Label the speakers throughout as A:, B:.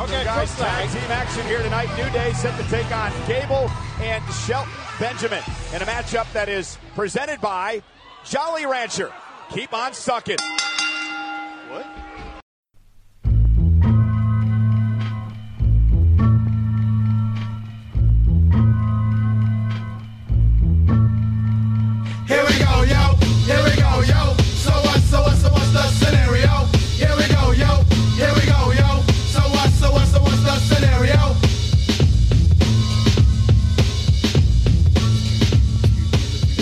A: Okay, guys, tag team action here tonight. New Day set to take on Gable and Shelton Benjamin in a matchup that is presented by Jolly Rancher. Keep on sucking. What?
B: Here we go, yo. Here we go, yo. So what? So what? So what's the scenario? Here we go, yo. Here we go, yo. So what? So what? So what's the scenario?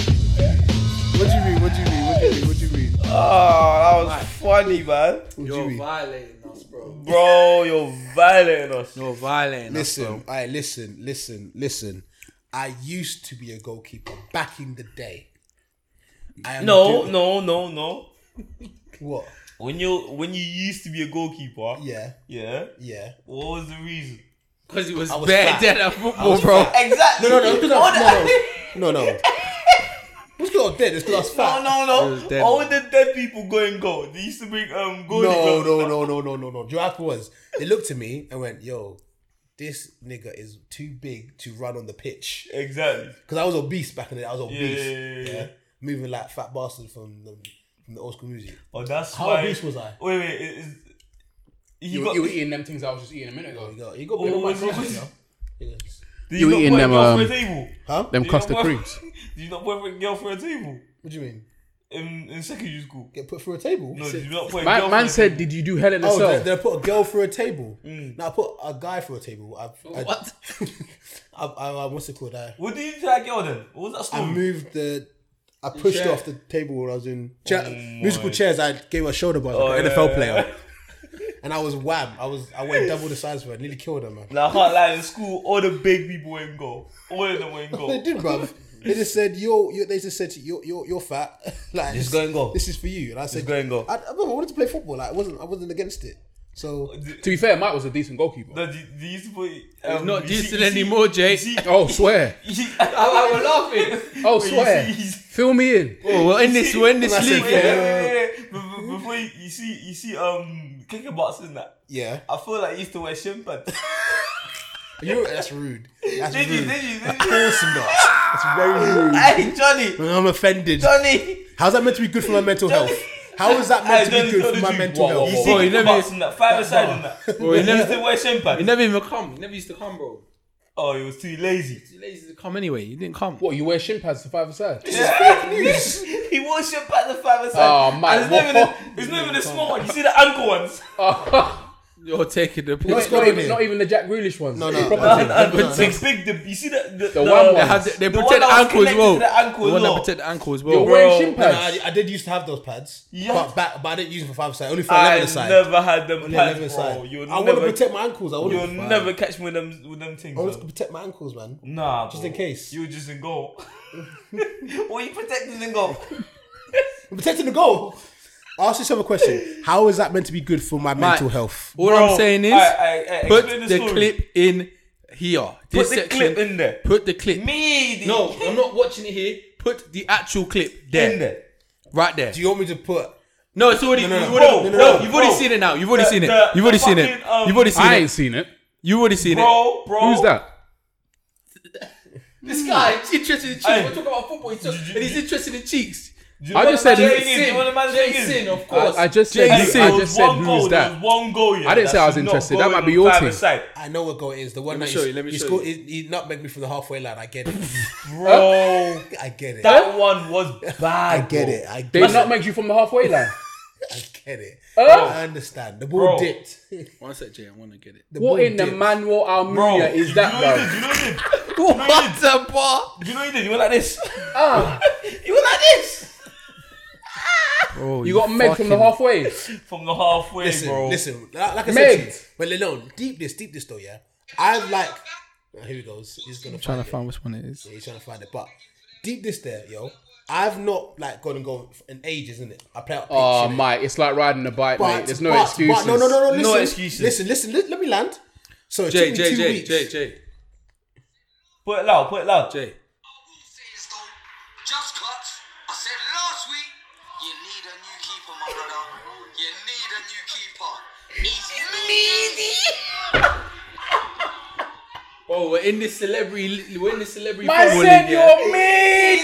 C: What you mean? What you mean? What you mean? What you mean?
D: Oh, that was funny, man.
C: What you
E: You're
C: mean?
E: violating us, bro.
D: Bro, you're violating us.
E: You're violating
C: Listen, I listen, listen, listen. I used to be a goalkeeper back in the day. I am
D: No,
C: doing-
D: no, no, no.
C: What?
D: When you when you used to be a goalkeeper,
C: Yeah,
D: yeah.
C: yeah.
D: What was the reason?
E: Because he was,
C: was
E: bad
C: fat.
E: dead at football, bro.
D: Exactly.
C: No, no, no, no, no, no, no. no. What's good? Dead? It's because I was
D: No,
C: fat.
D: no,
E: It was dead.
D: no. All the dead people going gold. They used to bring um goalie
C: No,
D: gloves.
C: no, no, no, no, no, no. Do you know what happened was? They looked at me and went, "Yo, this nigga is too big to run on the pitch."
D: Exactly.
C: Because I was obese back in the day. I was
D: Yeah,
C: obese.
D: yeah, yeah, yeah.
C: Moving like fat bastard from the, from the old school music.
D: Oh, that's
C: How
D: why.
C: obese was I?
D: Wait, wait. Is, is, he
F: You,
D: got,
F: you were eating them things I was just eating a minute ago.
C: You got, you got
D: Oh,
C: oh,
D: was he- did
F: you
D: not
F: were eating
D: put a
F: them,
D: girl for a
F: um,
D: table?
C: Huh?
F: Them
D: Did you not
F: custard
D: put-
F: creams.
D: Did you not put a girl for a table
C: What do you mean?
D: in, in secondary school?
C: Get put through a table?
D: No,
C: Sit-
D: did you not put a girl
F: Man,
D: for a
F: man
D: table?
F: said, "Did you do Hell in a
C: Oh,
F: Cell?"
C: they, they put a girl through a table. No, I put a guy Mm. through a table. I, I,
E: What?
C: I, I, I- what's it called? I,
D: What did you do that girl then? What was that story?
C: I moved the. I pushed
F: chair.
C: off Mm. the Oh table when I was in chair, musical chairs. I gave her a shoulder buzz like an
D: yeah,
C: NFL
D: yeah,
C: player, and I was wham. I was I went double the size for her. Nearly killed her, man.
D: Now I can't lie, in school, all the big people were in goal. All of them were in
C: They
D: goal.
C: did, bruv. They just said, "Yo, yo." They just said, to you, "You're, you're, you're fat." like,
D: Just go and go.
C: This is for you. And I said,
D: go and go.
C: I, I remember I wanted to play football. Like, I wasn't, I wasn't against it. So
F: to be fair, Mike was a decent goalkeeper.
D: No, they, they used to put. Um,
E: not
D: you see-
E: decent
D: you see-
E: anymore, Jay.
D: you see-
F: oh, swear!
D: you see-
E: I, we're laughing.
F: Oh,
D: you
F: swear!
D: see- you see-
F: Fill me in.
E: Oh, we're in this, we're in this
C: That's
E: league.
D: Wait, wait,
E: Yeah.
D: wait, wait, wait. Be- be- Before you, you see, you see, um, kicker box in that.
C: yeah,
D: I feel like he used to wear shin pads.
C: you. That's rude. That's
D: Did you?
C: rude.
D: Did you? Did
C: Of
D: you?
C: course not. That's very rude.
D: Hey, Johnny,
C: I'm offended.
D: Johnny.
C: How's that meant to be good for my mental health? How is that meant
D: Hey,
C: to
D: Johnny,
C: be
D: tell
C: good
D: the
C: for my
D: truth.
C: mental
D: You see,
C: health?
E: Boy, you
D: kicker
E: never-
D: box in that, five aside in that.
E: Boy, you
D: he used
E: never-
D: to wear shin
E: He
D: pads.
E: never even come. He never used to come, bro.
D: Oh, he was too lazy.
E: He's lazy to come anyway. He didn't come.
F: What you wear shin pads to five aside?
D: He wore shin pads at five aside.
F: Oh, man,
D: And it's not even
F: what?
D: the- it's not even the small one. You see the ankle ones.
E: You're taking the piss.
F: not,
C: going
F: not,
C: on
F: even,
C: here?
F: not even the Jack Grealish ones.
C: No, no,
F: Proper
C: no.
F: thing.
D: And, and big, big, the, you see the the, the,
F: one
E: They,
F: one.
E: have the, they
D: The one
E: protect
D: that was
E: ankle as
D: connected
E: well.
D: to the ankle
E: The
D: as
E: one that
D: well.
E: protect the ankle as
F: You're
E: well.
F: wearing shin
C: No,
F: pads.
C: I, I did used to have those pads,
D: Yeah.
C: but back, but I didn't use them for five side. Only for
D: I
C: eleven side.
D: never had them
C: Only 11
D: pads, bro.
C: side.
D: You'll
C: I want to
D: never,
C: protect my ankles. I want
D: you'll
C: to.
D: never catch me with them with them things.
C: I want to
D: Bro.
C: protect my ankles, man.
D: Nah,
C: Just
D: bro.
C: in case.
D: you were just in goal. what you protecting in goal?
C: I'm protecting the goal. Ask yourself a question: How is that meant to be good for my mental health?
E: All
D: Bro,
E: I'm saying is,
D: I- I- I
E: put
D: explain the
E: the,
D: story.
E: clip in here.
D: Put
E: This
D: the
E: section,
D: clip in there.
E: Put the clip.
D: Me, the-
E: No, I'm not watching it here. Put the actual clip there.
D: in there.
E: Right there.
C: Do you want me to put?
E: No, it's already.
C: no,
E: you've
C: no.
E: already-
D: Bro,
E: no,
D: bro,
E: you've already
D: bro.
E: seen it now. You've already
D: The-
E: seen it.
D: the-
E: You've already
D: the
E: seen
D: fucking,
E: it.
D: um,
E: You've already seen
F: I ain't
E: it.
F: seen it.
E: You've already seen it.
D: Bro, bro.
F: Who's that?
E: This guy is interested in cheeks.
D: Hey.
E: We're talking about football, he's talking- and he's interested in cheeks.
D: Do you
F: I
D: know
F: just
D: what
F: said
D: the
F: he-
D: magic is? Do you know what the magic
E: Jay
D: is?
E: Sin, of course.
F: I, I just said.
E: Jay
D: Hey,
F: Who,
E: Sin.
D: there
F: I
D: was
F: just said
D: one goal,
F: who's
D: there was
F: that?
D: One goal, yeah,
F: I didn't say I was
D: should not
F: interested.
D: go
F: That might
D: in
F: be
D: on
F: your
D: five
F: team.
D: aside.
C: I know what goal it is. The
E: Let
C: one
E: me
C: that
E: show
C: you,
E: you, let me
C: you
E: show
C: scored.
E: you.
C: He, he not make me from the halfway line. I get it.
D: Bro,
C: I get it.
D: that one was
C: I
D: bad.
C: get
D: bro.
C: it. I
F: They
C: get
F: not
C: it.
F: make you from the halfway line.
C: I get it.
F: Huh?
C: I understand. The ball
D: Bro.
C: dipped.
E: One sec, Jay. I want to get it.
C: The ball
F: What in the
C: dipped.
F: manual
D: Bro,
F: Almunia is that,
D: you know what he
F: bro?
D: did? You know what he did?
E: What the bar?
D: Do you know what he did? He went like this.
F: Ah,
D: he went like this.
F: you got made from the halfway.
D: From the halfway,
C: Listen,
D: bro.
C: listen. Like, like I
F: Meg.
C: said, to you, but Lenon, deep this, deep this though. Yeah, I like. Oh, here he goes. He's gonna
E: trying
C: find
E: to
C: it.
E: find which one it is.
C: Yeah, he's trying to find it. But deep this there, yo. I've not like gone and gone in ages, isn't it? I play out.
F: Oh,
C: pitch, innit?
F: mate, it's like riding a bike, mate. There's no excuses.
C: But no, no, no, no.
D: No
C: Listen,
D: excuses.
C: Listen, listen. Let, let me land. So it
E: Jay,
C: took me
E: Jay,
C: two
E: Jay,
C: weeks.
E: Jay, Jay,
D: Put it loud, put it loud.
E: Jay.
G: says though, just cuts. I said last week, you need a new keeper, my brother. You need a new keeper. He's meaty.
E: Bro, we're in this celebrity. We're in this celebrity.
H: Man
E: football
H: said
E: league, yeah?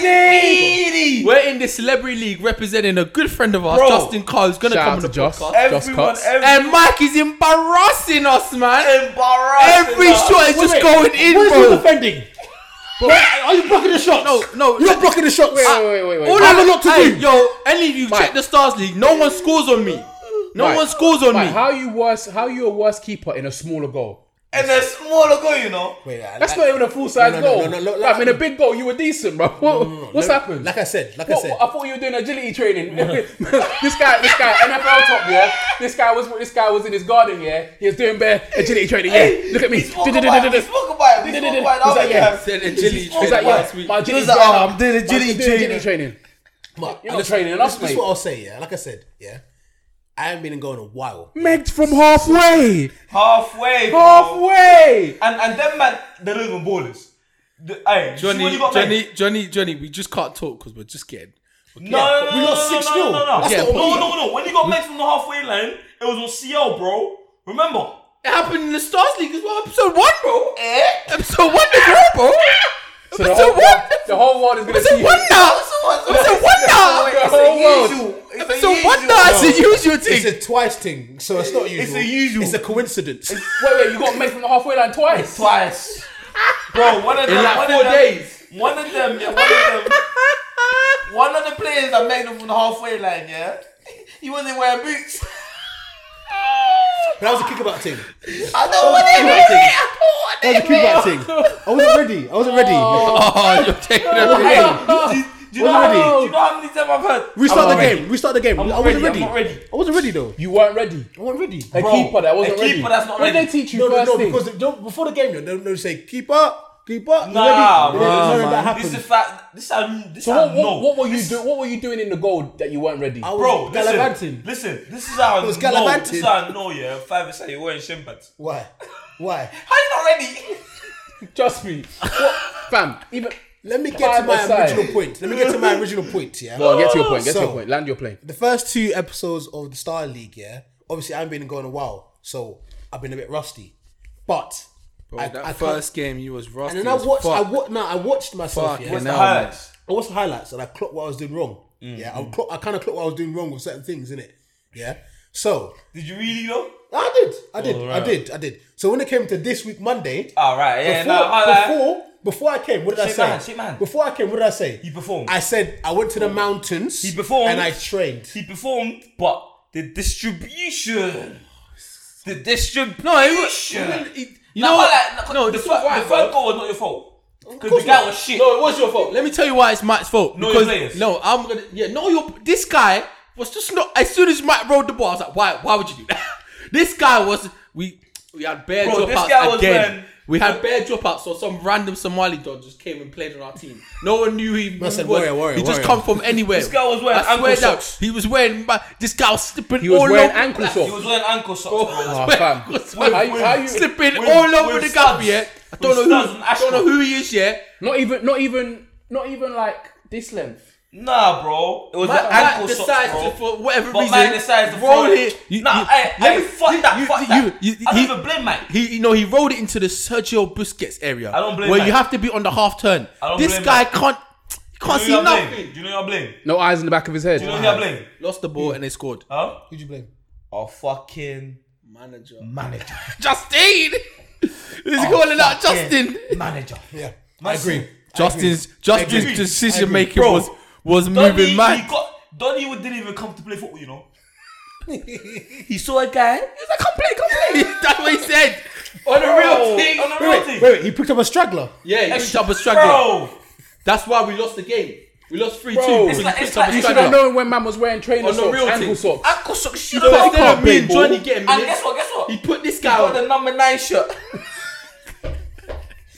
H: you're meaty.
E: We're in this celebrity league representing a good friend of ours,
D: Bro.
E: Justin Carr, who's gonna
H: Shout
E: come
H: out
E: on
H: to
E: the podcast.
H: Joss. Joss
D: Everyone,
H: Cox.
D: every,
E: And Mike is embarrassing us, man.
D: embarrassing
E: Every
D: us.
E: shot is just
H: Wait,
E: going in,
H: What is he
E: bro.
H: defending? Wait, are you blocking the shots?
E: No, no.
H: You're blocking the shots. Wait, wait, wait, wait.
E: All
H: I
E: I
H: have a lot to
E: hey,
H: do.
E: Yo, any of you
H: Mike.
E: check the Stars League, no one scores on me. No
H: Mike.
E: one scores on
H: Mate,
E: me.
H: how are you worse? How are you a worse keeper in a smaller goal?
D: And a smaller goal, you know.
C: Wait, I-
H: That's
C: I-
H: not even a full size
C: No, no, no,
H: goal.
C: no, no, no,
H: Like,
C: no,
H: in a big goal, you were decent, bro. What, what's
C: no,
H: happened?
C: Like I said, like I
H: What-
C: said.
H: what- I thought you were doing agility training. this guy, this guy, NFL top, yeah. This guy was, this guy was in his garden, yeah. He was doing bare agility training, yeah. Look at me.
D: We spoke about it. We spoke about it. We spoke about it.
H: Is that yeah?
D: That
E: Said agility
H: He's like,
E: training
H: yeah,
E: last week.
H: my agility's
D: He was like,
H: going
D: oh,
H: up.
D: I'm doing
H: My-
D: agility
H: agility training.
C: But
H: You're not training
C: this-
H: enough,
C: This is
H: mate.
C: what I'll say, yeah. Like I said, yeah. I haven't been in goal in a while.
H: Megged from halfway.
D: Halfway. bro.
H: Halfway.
D: And and them man, they're not even ballers. The, aye, you see what
E: Johnny,
D: you got, man?
E: Johnny, Johnny, Johnny, we just can't talk because we're just getting.
D: No, no, no,
C: we lost
D: no,
C: 6-0.
D: No, no, no,
C: That's
E: Yeah,
D: no,
E: not but-
D: no, no, no. When you got Max from the halfway line, it was on CL, bro. Remember?
E: It happened in the Stars League as well, episode one, bro. Episode one as well, bro.
H: Eh? So
E: Episode
H: the whole,
E: one.
H: world, the whole world is gonna see
E: Episode
H: you.
E: one now. Episode one
C: Oh,
E: now.
H: The whole world.
E: Episode one now. It's a usual
C: It's
E: thing.
C: a twice thing, so it's not usual.
D: It's a usual.
C: It's a coincidence.
H: Wait, wait, you got made from the halfway line twice.
D: Twice. Bro, one of them.
E: like
D: one
E: four
D: of them,
E: days.
D: One of them, yeah, one of them. One of the players that made them from the halfway line, yeah? He wasn't wearing boots.
C: But that was a kickabout thing.
D: I don't want it. I
C: That was a kickabout thing. I wasn't ready. I wasn't ready.
E: Oh, you're taking
D: don't
E: it.
D: want it. Hey, do- do you know how
C: Wasn't
D: many-
C: ready.
D: do you know how many times I've heard?
C: Restart
D: I'm
C: the
D: not ready.
C: game. Restart the game.
D: I'm
C: I
D: not
C: wasn't
D: ready.
C: ready.
D: I'm not ready.
C: I wasn't ready though.
H: You weren't ready.
C: I wasn't ready.
H: A
D: Bro,
H: keeper that wasn't
D: a
H: ready.
D: keeper that's not
H: what did
D: ready.
H: they teach you
C: No, no,
H: first
C: no.
H: thing?
C: Because don't, before the game, they don't, they say keep up, keep up. you
D: Nah,
C: ready?"
D: bro.
C: None of that
D: This is
C: happened.
D: fact. This I. This
H: so
D: I
H: what,
D: know.
H: what, what were you doing? What were you doing in the goal that you weren't ready?
C: I
H: What
C: was
D: Bro, listen,
C: gallivanting.
D: listen, this is how I
C: was
D: know, this is
C: gallivanting.
D: how I know, yeah, five is how you're wearing shin pads.
C: Why? Why?
D: How you not ready?
H: Trust me, what, fam. Even
C: Let me get to
H: Five
C: my
H: aside.
C: original point. Let me get to my original point. Yeah.
H: go on, get to your point. Get to
C: So-
H: your point. Land your plane.
C: the first two episodes of the Star League, yeah, obviously I haven't been going a while, so I've been a bit rusty. But I, I
E: That
C: can't-
E: first game, you was rusty.
C: and then I watched, I
E: fuck.
C: wa- no, I watched myself.
E: Fucking
C: Yeah,
E: hell.
D: Highlights.
C: I watched the highlights and I clocked what I was doing wrong.
D: Mm,
C: Yeah, I, clock, I kind of clocked what I was doing wrong with certain things, in it. Yeah, so
D: Did you really know?
C: I did, I did, I did, I did. So when it came to this week Monday,
D: All right, yeah,
C: before,
D: no, highlight.
C: before before I came, what did
D: Shit
C: I say?
D: man, shit man.
C: Before I came, what did I say?
D: He performed.
C: I said I went to the mountains.
D: He performed.
C: and I trained.
D: He performed, but the distribution, the distribution.
E: No, it was. it- You
D: Nah,
E: know
D: highlight-
E: what?
D: no,
E: No,
D: the,
E: it's
D: fir-
E: not right,
D: the
E: bro.
D: first goal was not your fault because the guy was shit.
E: No, it was your fault. Let me tell you why it's Mike's fault.
D: Know your players.
E: no, I'm gonna yeah, no your this guy was just not as soon as Mike rolled the ball, I was like, why why would you do that? this guy was we we had bare
D: Bro, this guy
E: dropouts
D: was
E: again.
D: when-
E: we had bare dropouts, so some random Somali dog just came and played on our team. No one knew he, who he
C: said,
E: was.
C: "Warrior, warrior,
E: he just
C: warrior."
E: come from anywhere.
D: This guy was wearing
E: I
D: ankle
E: swear down,
D: socks.
E: He was wearing. ma- This guy was slipping.
H: He was
E: all
H: wearing
E: over,
H: ankle
E: like,
H: socks.
D: He was wearing ankle socks.
E: Oh.
H: Ah,
D: bro.
H: fam.
E: swear-
H: How you- how you-
E: slipping
D: with-
E: all over
D: with
E: the gap,
D: studs.
E: yeah. I
D: With
E: don't know
D: studs
E: who,
D: and
E: I don't know
D: Ashton.
E: who he is, yeah.
H: Not even. Not even. Not even like this length.
D: Nah, bro, it was
E: Mike,
D: the
E: Mike
D: ankle socks,
E: decides
D: bro.
E: to, for whatever
D: But
E: reason,
D: Mike decides to
E: roll
D: throw it.
E: it. You-
D: Nah,
E: you-
D: hey,
E: let
D: hey,
E: me-
D: fuck that, fuck that. I don't
E: he-
D: even blame Mike.
E: He, no, he rolled it into the Sergio Busquets area.
D: I don't blame
E: Where
D: Mike.
E: you have to be on the half turn.
D: I don't
E: This
D: blame
E: guy
D: Mike.
E: can't, he can't
D: Do you
E: see
D: know who I
E: nothing.
D: blame? Do you know who I blame?
H: No eyes in the back of his head.
D: Do you know who I blame?
E: Lost the ball and they scored.
D: Huh?
C: Who'd you blame?
D: A fucking
E: Manager.
D: manager.
E: Justin! He's
D: Oh,
E: calling out Justin.
D: Manager.
C: Yeah, I agree.
E: Justin's Justin's
D: agree.
E: decision
C: agree.
E: making
D: Bro,
E: was was
D: Donny,
E: moving
D: he
E: mad.
D: got Donny didn't even come to play football, you know. he saw a guy. He's like, "Come play, come play."
E: That's what he said.
D: on the real thing, on the real
C: Wait,
D: thing,
C: wait, wait, he picked up a straggler.
E: Yeah, he picked up a straggler.
D: bro.
E: That's why we lost the game. We lost 3 2.
H: Bro,
E: because
H: it's
E: he
D: like-
E: picked
D: it's
E: up a
D: like-
H: You
D: you
H: should
E: straggler.
H: have known when man was wearing trainer
E: On the
H: socks,
E: real
H: ankle
E: thing.
H: socks.
D: Ankle socks. Shit,
E: So
D: up.
H: can't
E: instead of me
H: play
E: and
H: ball.
E: Johnny getting
D: And
E: minutes,
D: guess what? Guess what?
E: he put this
D: He
E: guy
D: got
E: on.
D: the number nine shirt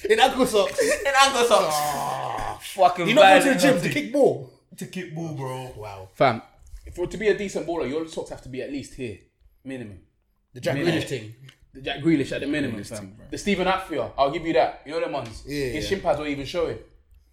C: In ankle socks.
D: in ankle socks. Ah, fucking.
C: You're not going to the
D: violent
C: gym to
D: nothing.
C: kick ball.
D: to kick ball, bro.
C: Wow.
H: Fam, for to be a decent baller, your socks have to be at least here, minimum.
C: The Jack
H: Minute.
C: Grealish thing.
H: The Jack Grealish at the minimum, fam. the Stephen Atfield, I'll give you that. You know them ones.
C: Yeah,
H: His
C: yeah.
H: shin pads were even showing.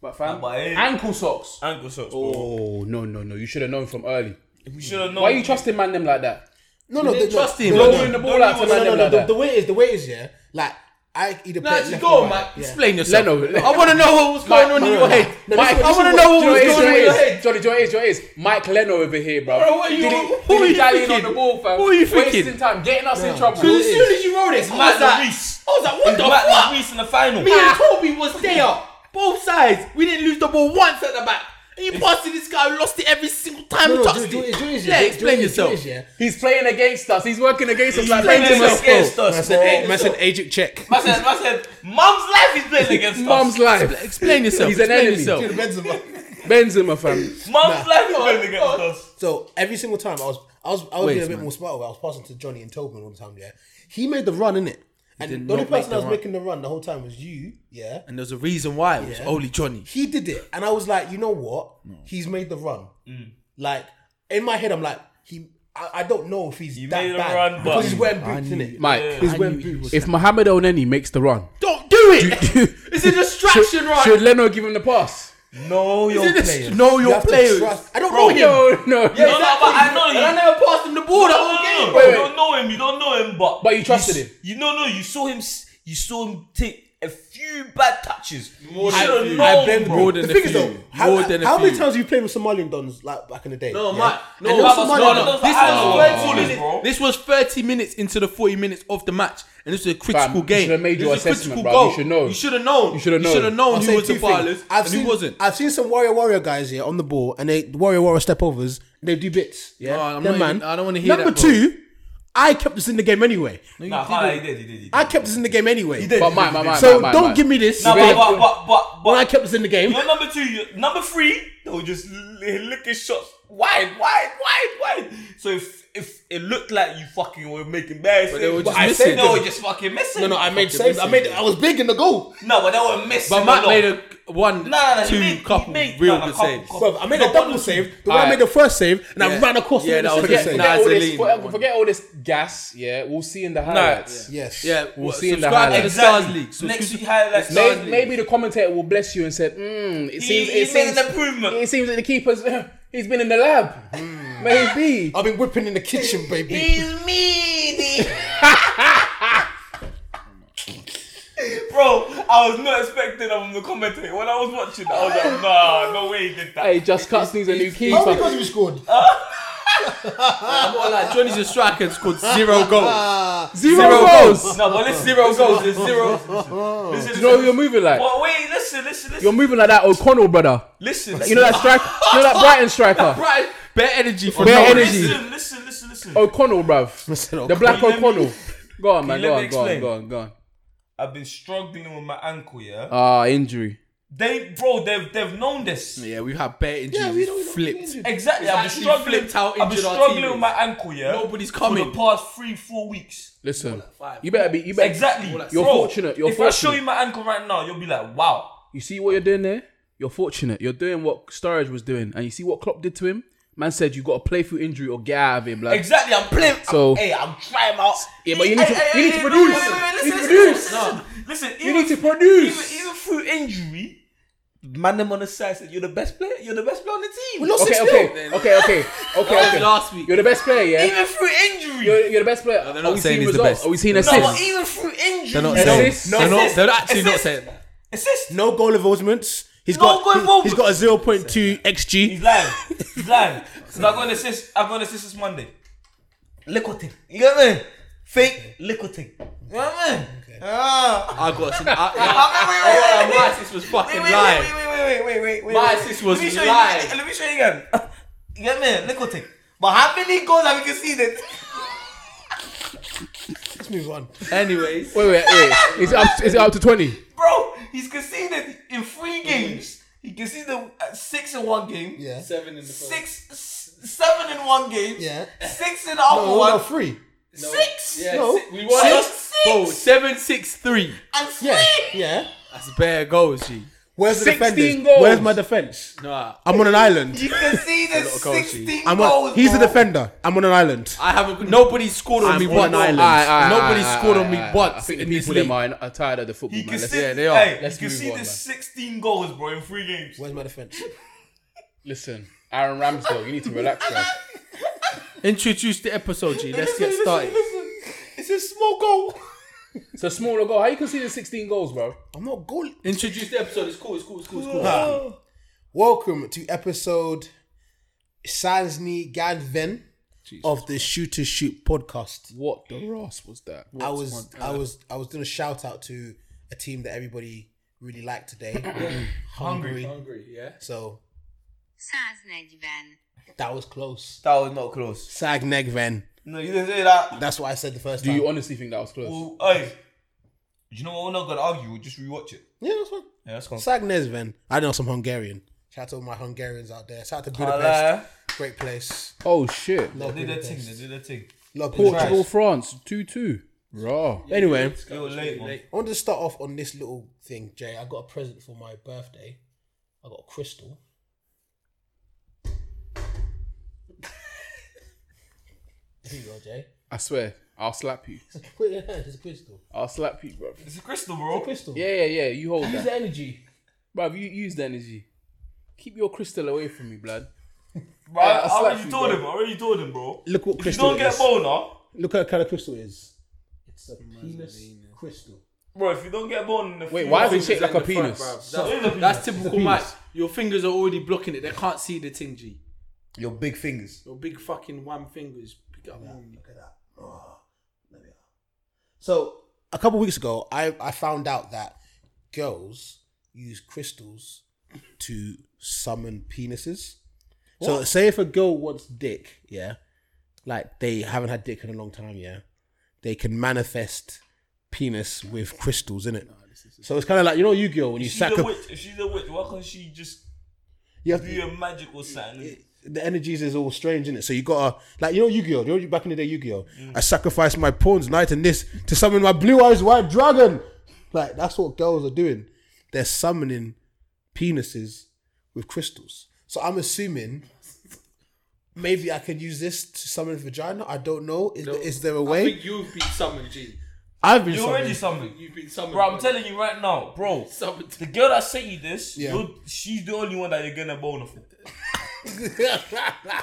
H: But fam,
D: but hey.
H: ankle socks.
D: Ankle socks, bro.
H: Oh no no no! You should have known from early.
D: We should have known.
H: Why are you trusting man them like that?
C: No, no,
E: didn't
C: the,
E: trust him.
C: No, no,
E: Blowing
H: Throwing the
C: no,
H: ball out to
C: no, no,
H: man them
C: no,
H: like
C: the,
H: that.
C: the way it is, the way it is, yeah. Like I either
E: Nah,
C: play left
E: just
C: or
E: go,
C: right.
E: Mike.
C: Yeah.
E: Explain yourself.
H: Leno, Leno.
E: I want to know what was going on in your head.
H: No,
E: Mike,
H: this
E: I
H: is what-
E: want to
H: this is
E: know what was
H: Johnny is,
E: going on in
H: Johnny
E: your
H: is.
E: head.
H: Johnny, Johnny is, Johnny is. Mike Leno over here, bro.
E: Bro, what are you-
H: Dilly-
E: who are
H: dilly
E: you
H: dallying
E: thinking?
H: on the ball, fam.
E: Who are you
H: Wasting
E: thinking?
H: time, getting us in trouble.
E: Because as soon as you wrote it, I was
D: Matt
E: like,
D: Lloris.
E: I was like, what
D: It's
E: the
D: Matt
E: fuck?
D: Lloris in the final.
E: Me and Toby was there, both sides. We didn't lose the ball once at the back. And you passed to this guy who lost it every single time
C: No,
E: he
C: no,
E: touched
C: do, do,
E: it.
C: do, is,
E: yeah,
C: do,
E: explain
C: do,
E: yourself.
C: Do, yeah.
H: He's playing against us. He's working against us. Like
D: playing
H: Benzema.
D: against us,
C: Man
D: bro.
C: said, man said agent check.
D: I said, I said, mum's life is playing against us.
H: Mum's life.
E: Explain yourself.
H: He's an
E: explain
H: enemy.
E: yourself.
H: Benzema, fam.
D: Mum's life is playing against us.
C: So every single time I was, I was, I was
E: Wait,
C: being a bit
E: man.
C: more smart. with it. I was passing to Johnny and Tobin all the time. Yeah, he made the run in it, and the only
E: not make
C: person
E: the
C: that was
E: run.
C: making the run the whole time was you. Yeah,
E: And there's a reason why it was only Johnny.
C: he did it, and I was like, you know what? He's made the run.
E: Mm.
C: Like in my head, I'm like, he. I, I don't know if he's that
D: made the
C: bad
D: run, but-
C: because he's wearing boots in it.
H: Mike,
E: I
H: he's
E: knew he was
H: if Mohamed Oneni makes the run,
E: Don't do it. it's a distraction,
H: should,
E: right?
H: should Leno give him the pass?
D: No, you're
E: It's a dis- know your players.
C: I don't know him.
H: No, no.
D: No, no, but I know
E: And I
D: you.
E: never passed him the ball the
D: No,
E: whole
D: no,
E: game.
D: no,
E: bro.
D: You
H: wait.
D: don't know him. You don't know him, but
H: But you trusted
D: s-
H: him.
D: You know, no, you saw him. s- You saw him take a few bad touches. More you
E: than a
D: should
E: few.
D: have
E: I
D: known.
E: blame
D: bro.
E: More than
C: the
E: a
C: thing is
E: few.
C: though, how,
E: More than a
C: how many
E: few.
C: times have you played with Somalian dons like back in the day?
E: No,
C: yeah?
E: Mike.
C: And
E: No,
C: there was
E: that was-
C: Somalian
E: no,
C: dons.
E: no,
D: Those are
E: This
D: animal
E: was 30
D: footballers,
E: minutes.
D: bro.
E: This was 30 minutes into the 40 minutes of the match, and this was a critical
H: you
E: game.
H: should have made
E: This
H: your
E: was a
H: assessment,
E: critical
H: bruv. You
E: goal.
H: should know.
E: You should have known.
H: You should have known.
E: You should have
C: I'll
E: known
C: say
E: who was
C: two
E: the
C: things.
E: ballers
C: I've
E: and
C: seen,
E: who wasn't.
C: I've seen some warrior warrior guys here on the ball, and they warrior warrior step overs. And they do bits. Yeah,
E: Oh, I'm not
C: Them man.
E: even- I don't wanna hear
C: Number
E: that, bro.
C: two, I kept this in the game anyway.
D: Nah, nah, he did, he did, he did.
C: I kept this in the game anyway.
H: But Mike, Mike, Mike,
C: so
H: Mike, Mike,
C: don't
H: Mike.
C: give me this.
D: Nah,
C: when
D: but, but, but, but, but
C: I kept this in the game.
D: You're number two. You're number three. They were just li- licking shots wide, wide, wide, wide. So if if it looked like you fucking were making bad saves,
E: they were just
D: I
E: missing,
D: said they were
E: didn't
D: just fucking missing.
C: No, no, I made saves. I made. I was big in the goal.
D: No, but they were missing.
E: But
D: a
E: Matt
D: lot.
E: made a one,
D: Nah, nah, nah, he
E: two
D: made- he
E: couple
D: made-
E: real
D: nah, nah,
E: good
D: couple-
E: saves.
D: couple-
C: Bro, I made a
D: No,
C: double
D: one-
C: save. The one I
H: Alright.
C: made the first save, and I
E: Yeah.
C: ran across.
E: Yeah,
C: the
E: that was
C: second
E: it.
C: save.
E: Nah,
H: Forget all,
E: Zelina.
H: this, forget, forget all this gas, yeah. We'll see in the highlights.
C: Yes.
E: Yeah,
H: We'll
E: what,
H: see in the
E: subscribe to
H: highlights.
E: Stars
D: Exactly.
E: League. Subscribe
D: Next
E: to
D: week highlights.
E: the
H: May-
E: Stars
H: Maybe,
E: League.
H: the commentator will bless you and said, "Hmm, it
D: He,
H: seems
D: he
H: it seems
D: made an improvement.
H: it seems that the keeper's he's been in the lab. Maybe
C: I've been whipping in the kitchen, baby.
D: He's meaty. Bro, I was not expecting him to commentate. When I was watching, I was like, nah, no way he did that.
H: hey, just cuts needs a new
C: How many
H: keeper.
C: goals we scored?
E: I'm not like Johnny's a striker and scored zero goals.
H: Zero,
E: Zero
H: goals.
D: No, but listen, zero goals. There's zero. Listen, listen.
H: You know who you're moving like?
D: But wait, listen, listen, listen.
H: You're moving like that O'Connell brother.
D: listen,
H: You know that striker. you know that Brighton striker.
E: Right, bare energy for
H: Bare
E: no
H: energy.
E: reason.
D: Listen, listen, listen, listen.
H: O'Connell, bruv. The black
D: Can you let me-
H: O'Connell. Go on, man.
D: you
H: Go
D: let
H: on,
D: me
H: go on,
D: explain?
H: go on, go on.
D: I've been struggling with my ankle, yeah.
H: Ah, injury.
D: They, bro, they've they've known this.
E: Yeah, we've had bare injuries.
C: Yeah, we
E: we
C: don't- we don't- we
E: flipped.
C: injured.
D: Exactly. I've been
E: actually
D: struggling.
E: flipped how
D: I've been
E: injured our
D: struggling
E: team
D: with
E: is.
D: my ankle, yeah.
E: Nobody's
D: for
E: coming.
D: the past three, four weeks.
H: Listen,
E: five.
H: you better be. You better
D: Exactly.
H: You're
D: Bro,
H: fortunate. You're
D: if
H: fortunate.
D: I show you my ankle right now, you'll be like, wow.
H: You see what you're doing there? You're fortunate. You're doing what Sturridge was doing, and you see what Klopp did to him. Man said you got to play through injury or get out of it, blood.
D: Exactly, I'm playing. So,
H: So-
D: hey, I'm trying out.
H: Yeah, but you need to- you need to
D: no,
H: produce.
D: wait, wait, wait,
H: You
D: listen,
H: need to produce.
D: listen, listen, listen, listen,
H: You
D: even-
H: need to produce.
D: Even, even through injury, man, them on the side said, "You're the best player. You're the best player on the team."
H: Okay, okay, okay, okay, okay, okay,
E: was last week.
H: You're the best player, yeah.
D: Even through injury,
H: You're, you're the best player.
E: they're not
H: Are we
E: saying
H: seeing
E: he's the
H: results?
E: best.
H: Are we seeing
E: No,
D: no,
H: assists?
D: but even through injury,
E: They're not
H: No,
E: saying.
H: assist,
E: They're
D: no.
E: not. They're actually not
D: Assist.
E: saying that.
D: assist.
C: No goal involvements. He's
D: No
C: got. he's-
D: goal
C: he's
D: involvements.
C: got a zero point two xg.
D: He's lying. He's lying. Because I got an assist. I got an assist this Monday. Liquidating. You know what I mean? Fake liquidating. You know what I mean? Ah.
E: I got. Some, I,
D: Ah,
E: I, my
D: wait, wait, wait, wait, wait.
E: assist was fucking
D: Wait, wait,
E: lying.
D: Wait, wait, wait, wait, wait, wait.
E: My
D: wait.
E: assist was
D: Let me show you-
E: live.
D: Let me, let me show you again. You know what I mean? Liquidating. But how many goals have you conceded?
C: Let's move on.
E: Anyways,
H: Wait, wait, wait. Is it up? Is it up to twenty?
D: Bro, he's conceded in three games. He conceded uh, six in one game.
C: Yeah.
E: seven in the
D: Six, s- seven in one game.
C: Yeah.
D: Six in the other
C: oh, No,
D: one.
C: no, three.
D: Six.
E: Yeah,
C: No.
E: si- we won.
D: Six,
E: us-
D: six.
E: Bro, seven six three.
D: And
C: Yeah,
D: three.
C: yeah.
E: That's bare goals, G.
C: Where's the
H: 16
C: defenders?
H: goals.
C: Where's my defense?
E: Nah,
C: I'm on an island.
D: You can see the
E: of goals,
D: 16
C: I'm
D: goals.
C: on, he's a
D: bro.
C: defender. I'm on an island.
E: I haven't. Nobody scored on
C: I'm
E: me
C: on
E: once.
C: an island.
H: Aye, aye,
E: Nobody
H: aye,
E: scored
H: aye,
E: on me
H: aye, aye. I
E: once
H: think the
E: in this
H: people in
E: league.
H: mine are tired of the football,
D: You
H: man.
D: can
H: Let's-
D: see,
H: yeah, they are.
D: Hey,
H: Let's
D: you can
H: move
D: see
H: on,
D: the
H: man.
D: 16 goals, bro, in three games.
C: Where's my defense?
H: Listen, Aaron Ramsdale, you need to relax, bro.
E: Introduce the episode, G. Let's
D: Listen,
E: get
D: listen,
E: started.
D: listen. It's a small goal.
F: It's a smaller goal. How you conceding 16 goals, bro?
C: I'm not goal.
E: Introduce the episode. It's cool. It's cool. It's cool. It's cool.
C: Welcome to episode Sansni Gadven of the Shoot to Shoot podcast.
F: What the Ross was that?
C: I was I was I was doing a shout out to a team that everybody really liked today. Hungary.
E: Hungry, yeah.
C: So
I: Saznegyven.
C: that was close.
D: That was not close.
C: Sagnegven.
D: No, you didn't say that.
C: That's what I said the first
F: Do
C: time.
F: you honestly think that was close?
D: Well, hey, do you know what? We're not gonna argue. We'll just rewatch it.
C: yeah, that's fine.
D: Yeah, that's gone.
C: Sagnezven. I know some Hungarian. Shout out to all my Hungarians out there. Shout out to Budapest.
D: Hello.
C: Great place.
F: oh shit!
C: Love
D: They did their thing.
C: Budapest.
D: They did their thing.
C: Love
F: Portugal,
C: Budapest.
F: France, two-two. Raw.
C: Anyway,
D: It was late, man.
C: I wanted to start off on this little thing, Jay. I got a present for my birthday. I got a crystal. Here you go, Jay.
F: I swear, I'll slap you.
C: Put it in your hand. It's a crystal.
F: I'll slap you, bro.
D: It's a crystal, bro.
C: Crystal.
F: Yeah, yeah, yeah. You hold
C: Use
F: that,
C: the energy.
F: bro. You use the energy. Keep your crystal away from me, blood.
D: Bro, I, I
F: slapped
D: already
F: you,
D: told
F: bro.
D: him. I already told him, bro.
C: Look what
D: If
C: crystal
D: you
C: it
D: don't get
C: is.
D: boner,
C: Look at what kind of crystal it is. It's a penis crystal.
D: bro. If you don't get boner, in the
F: Wait,
D: field-
F: why is it shaped like a
E: Front,
F: penis?
E: bruv.
D: It is a
E: That's, that's typical Mike. Your fingers are already blocking it. They can't see the thing, G.
D: Your big fingers.
E: Your big fucking one fingers. Pick up.
C: Look at that. Oh, there we are. So a couple weeks ago, I, I found out that girls use crystals to summon penises. So say if a girl wants dick, yeah, like they haven't had dick in a long time, yeah, they can manifest penis with crystals in it. So it's kind of like you know Yu-Gi-Oh when you
D: She's a
C: sacrifice
D: witch. If she's a witch, why can't she just
C: you have
D: do your magic or something?
C: the energies is all strange in it. So you gotta like you know Yu-Gi-Oh. You know back in the day Yu-Gi-Oh. I sacrificed my pawns night and this to summon my blue eyes white dragon. Like that's what girls are doing. They're summoning penises with crystals. So I'm assuming maybe I could use this to summon vagina. I don't know. Is, is there a
E: I
C: way?
E: think you've been summoned, G.
C: I've been
D: You're
C: summoned.
D: already something.
E: You've been summoned.
D: Bro, I'm telling you right now, bro.
E: Summoned.
D: The girl that sent you this,
C: Yeah.
D: you're, she's the only one that you're gonna boner for.
C: nah,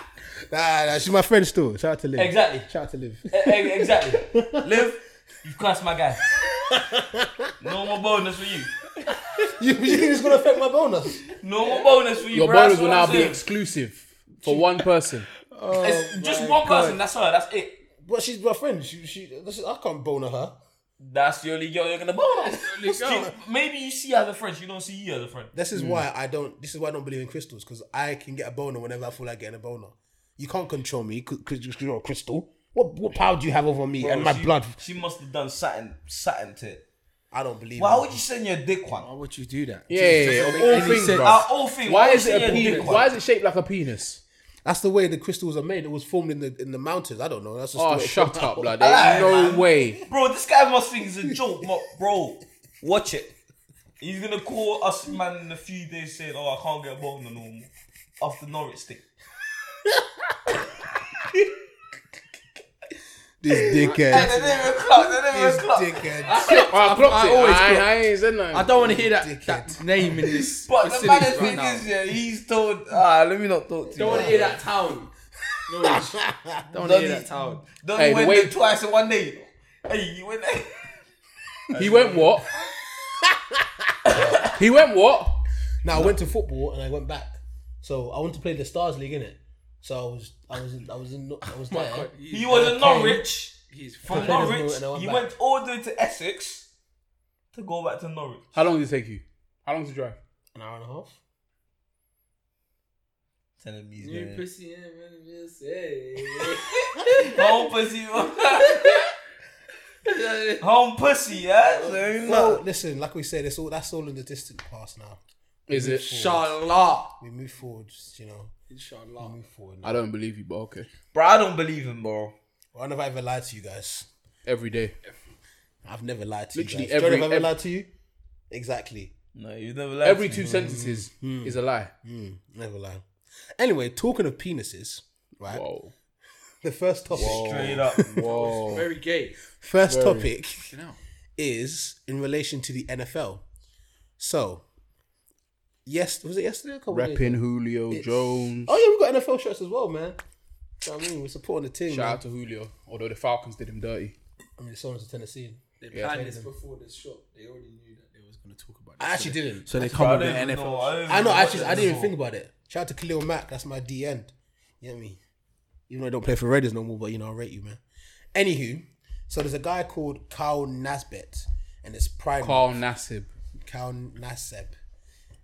C: nah, she's my friend still. Shout out to Liv.
D: Exactly.
C: Shout out to Liv.
D: E- e- exactly. Liv, you've crossed my guy. No more bonus for you.
C: you, you think it's gonna affect my bonus?
D: No more bonus for you.
F: Your
D: bro.
F: bonus
D: That's
F: will
D: what
F: now
D: I'm
F: be
D: saying.
F: exclusive for one person.
D: It's just one person. That's her. That's it.
C: But she's my friend. She, she, this is, I can't boner her.
D: That's the only girl you're gonna bone on. Maybe you see her as a friend, you don't see you as a friend.
C: This is why I don't. This is why I don't believe in crystals because I can get a boner whenever I feel like getting a boner. You can't control me because you're a crystal. What what power do you have over me and my
D: she,
C: blood?
D: She must have done satin, satin to it.
C: I don't believe.
D: Why
C: in-
D: would you send your dick
E: Why
D: one?
E: would you do that?
F: Yeah, yeah, yeah, of all things,
E: sense.
F: bro.
D: Out all things,
F: Why
D: would
F: is
D: you
F: it a
D: send your
F: penis?
D: dick
F: Why
D: one?
F: is it shaped like a penis?
C: That's the way the crystals are made. It was formed in the in the mountains. I don't know. That's just
F: Oh,
C: the way it
F: shut
C: came
F: up,
C: out.
F: blood. There's no way.
D: Bro, this guy must think it's a joke, but bro, watch it. He's gonna call us man in a few days saying, "Oh, I can't get born no more after Norwich thing."
C: This
D: They
C: dickhead.
D: didn't even clock. They didn't
C: this
D: even clock.
C: dickhead.
F: Oh, I clocked
E: I
F: it.
E: always
F: I,
E: clock.
F: I ain't said nothing.
E: I don't want to hear that,
C: Dickhead.
E: that name in this.
D: But the
E: facility
D: maddest
E: right
D: thing
E: now.
D: is, yeah, he's told. Ah, let me not talk to
E: Don't want to
D: you.
E: hear that town. No, don't want to hear that town.
D: Don't
F: Hey,
D: hey,
F: the
D: win
F: way-
D: them twice in one day. Hey, you win that.
F: He went what? he went what?
C: Now I went to football and I went back. So I went to play the Stars League in it. So I was I was in, I was in I was there.
D: He was in Norwich.
E: He's
D: From
C: Okay.
D: Norwich,
C: And I went
D: he
C: back.
D: went all the way to Essex to go back to Norwich.
F: How long did it take you? How long did it drive?
C: An hour and a half.
D: Telling me he's
E: New
D: doing
E: pussy and man, just say.
D: home pussy. home pussy, yeah. So,
C: Well,
D: no.
C: listen, like we said, it's all that's all in the distant past now.
F: Is it?
E: Inshallah.
C: We move forward, you know.
E: Inshallah.
C: We move forward. Now.
F: I don't believe you, but okay.
D: Bro, I don't believe him, bro.
C: I don't know if I ever lied to you guys.
F: Every day.
C: I've never lied to
F: Literally
C: you. guys. Do you know
F: every-
C: if I've ever
F: every-
C: lied to you? Exactly.
D: No, you never lied
F: Every
D: to
F: two
D: me.
F: sentences is a lie.
C: Never lied. Anyway, talking of penises, right?
F: Whoa.
C: The first topic.
D: Straight up.
F: Whoa.
E: Very gay.
C: First topic is in relation to the NFL. So, yes, was it yesterday? A couple days ago?
F: Repping Julio Jones.
C: Oh yeah, we've got NFL shirts as well, man. You know what I mean, we're supporting the team.
F: Shout
C: man.
F: out to Julio. Although the Falcons did him dirty.
C: I mean, someone's a Tennessee.
H: They
C: Yeah.
H: planned this before the shop. They already knew that they was gonna talk about. This.
C: I actually didn't.
E: So they come
D: I
E: with
D: don't
E: the
D: even know.
E: NFL.
D: I, don't
C: I know,
D: even
C: actually,
D: watch
C: I didn't even
D: NFL.
C: think about it. Shout out to Khalil Mack, that's my D end. You know what I mean? Even though I don't play for Raiders no more, but you know, I rate you, man. Anywho, so there's a guy called Kyle Nasbet, and it's Prime
H: Carl Nassib.
C: Kyle Nasseb.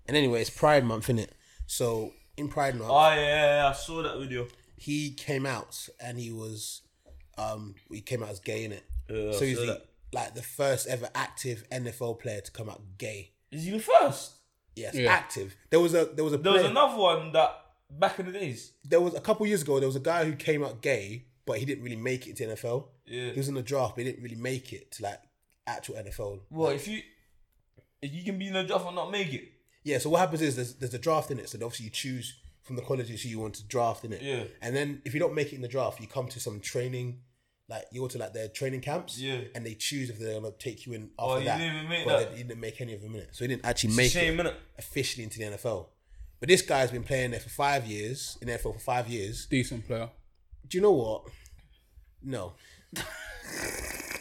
C: And anyway, it's Pride Month, innit? So in Pride Month,
D: Oh yeah, yeah, I saw that video.
C: he came out and he was um he came out as gay in it.
D: Yeah, I
C: so he's
D: saw
C: the,
D: that.
C: like the first ever active NFL player to come out gay.
D: Is he the first?
C: Yes,
H: Yeah.
C: active. There was a there was a
D: There was
C: player-
D: another one that back in the days.
C: there was a couple years ago there was a guy who came out gay, but he didn't really make it to NFL.
D: Yeah.
C: He was in the draft, but he didn't really make it to like actual NFL.
D: Well, if you if you can be in the draft and not make it,
C: Yeah, so what happens is there's there's a draft in it, so obviously you choose from the colleges who you want to draft in it.
D: Yeah.
C: And then if you don't make it in the draft, you come to some training like you go to like their training camps.
D: Yeah.
C: And they choose if they're gonna take you in after
D: Oh, you
C: that.
D: didn't even make
C: but
D: that.
C: They, he didn't make any of them in it. So he didn't actually
D: it's a
C: make it
D: shame, innit?
C: officially into the NFL. But this guy's been playing there for five years, in the NFL for five years.
H: Decent player.
C: Do you know what? No.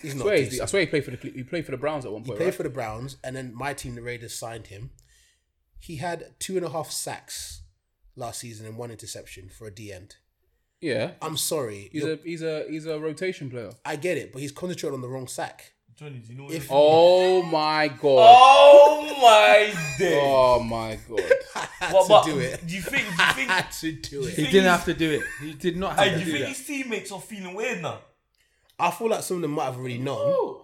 C: He's
H: I
C: not
H: swear, he's,
C: decent.
H: I swear he played for the Cle- he played for the Browns at one point.
C: Played
H: right?
C: for the Browns, and then my team, the Raiders, signed him. He had two and a half sacks last season and one interception for a D end.
H: yeah,
C: I'm sorry,
H: he's
C: you're-
H: a he's a he's a rotation player.
C: I get it, but he's concentrated on the wrong sack.
D: Johnny, do you know what?
C: If-
D: If,
H: Oh my god!
D: oh my
H: Oh,
D: day!
H: my god!
C: Had
D: Well,
C: to
D: but
C: do it.
D: Do you think? Do you think?
C: Had to do
E: He
C: it.
D: think
E: didn't
D: he's-
E: have to do it. He did not have
D: hey,
E: to
D: do you
E: do
D: think
E: that.
D: his teammates are feeling weird now?
C: I feel like some of them might have already known.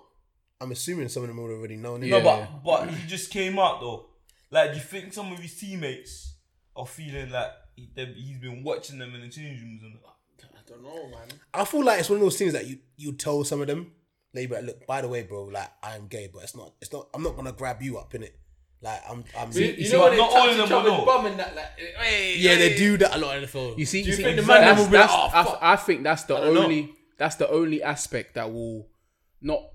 C: I'm assuming some of them would have already known.
H: Yeah.
D: No, but but he just came out though. Like, do you think some of his teammates are feeling like he, they've- he's been watching them in the change rooms and that?
H: I don't know, man.
C: I feel like it's one of those things that you you tell some of them. They be like, look, by the way, bro, like I am gay, but it's not, it's not. I'm not gonna grab you up in it. Like I'm, I'm.
H: You-
C: you
H: you
C: see-
H: know
D: what, not all of them will know.
E: Bumming that, like, hey,
C: yeah, they do that a lot in NFL.
H: You see,
E: Do you
H: see,
E: think the
H: exact-
E: man
H: that's-
E: will be like,
H: that's-
E: "Oh,
H: that's-
E: fuck."
H: I think that's the
E: I don't know.
H: only that's the only aspect that will not.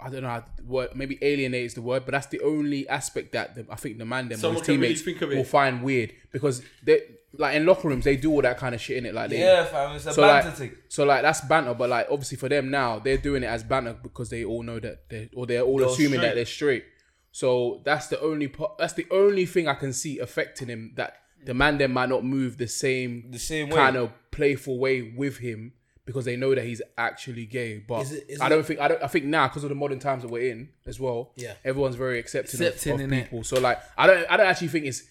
H: I don't know how the word maybe alienate is the word, but that's the only aspect that the, I think the man them or
E: Someone
H: his
E: can really
H: teammates
E: think of it.
H: will find weird because they like in locker rooms they do all that kind of shit in it like they,
D: Yeah, fam, it's a
H: so
D: banter
H: like,
D: thing.
H: so like that's banter, but like obviously for them now they're doing it as banter because they all know that they or they're all
D: They're
H: assuming
D: straight.
H: that they're straight. So that's the only part. That's the only thing I can see affecting him that the man then might not move the same
D: The same way.
H: kind of playful way with him because they know that he's actually gay. But
C: Is it- is
H: I don't
C: it-
H: think I don't I think now because of the modern times that we're in as well.
C: Yeah.
H: everyone's very accepting, of-
E: Accepting,
H: of,
E: innit?
H: people. So like I don't I don't actually think it's. it-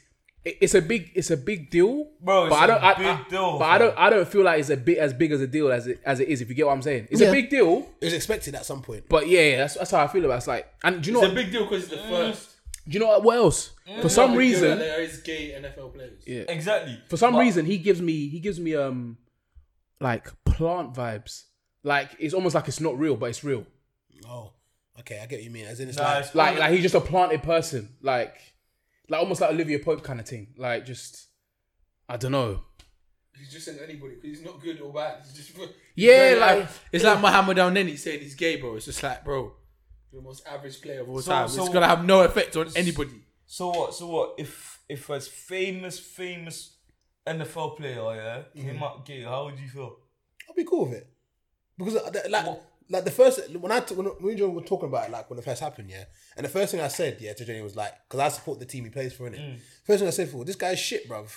H: It's a big, it's a big deal,
D: Bro, it's
H: but I
D: a
H: don't, I-
D: big
H: I-
D: deal,
H: but I
D: fam.
H: don't, I don't feel like it's a bit as big as a deal as it, as it is. If you get what I'm saying, it's
C: Yeah.
H: a big deal.
C: It was expected at some point.
H: But yeah, yeah that's, that's how I feel about. It. It's like, and do you know,
E: It's a big Mm, deal because it's the
D: Mm.
E: first.
H: do you know what else? For some
E: big deal that
H: reason,
E: there is gay NFL players.
D: Exactly.
H: for some
D: But-
H: reason, he gives me, he gives me, um, like plant vibes. Like it's almost like it's not real, but it's real.
C: Oh, okay, I get what you mean. As in, it's
D: Nah,
C: like,
D: it's
H: Like, like he's just a planted person. Like, like almost like Olivia Pope kind of thing. Like, just, I don't know.
E: He's just saying anybody because he's not good or bad. He's just,
H: Yeah, like,
E: it's like Muhammad Al Neni saying he's gay, bro. It's just like, bro, you're the most average player of all
D: So-
E: time.
D: so-
E: it's gonna have no effect on anybody.
D: So what? So what? If if a famous famous NFL player, yeah,
E: Mm.
D: came out gay, how would you feel?
C: I'll be cool with it because uh, the- like.
D: What?
C: Like the first when I t- when me and John were talking about it, like when it first happened, yeah. And the first thing I said, yeah, to Johnny was like, because I support the team he plays for, innit. First thing I said, for this guy's shit, bruv.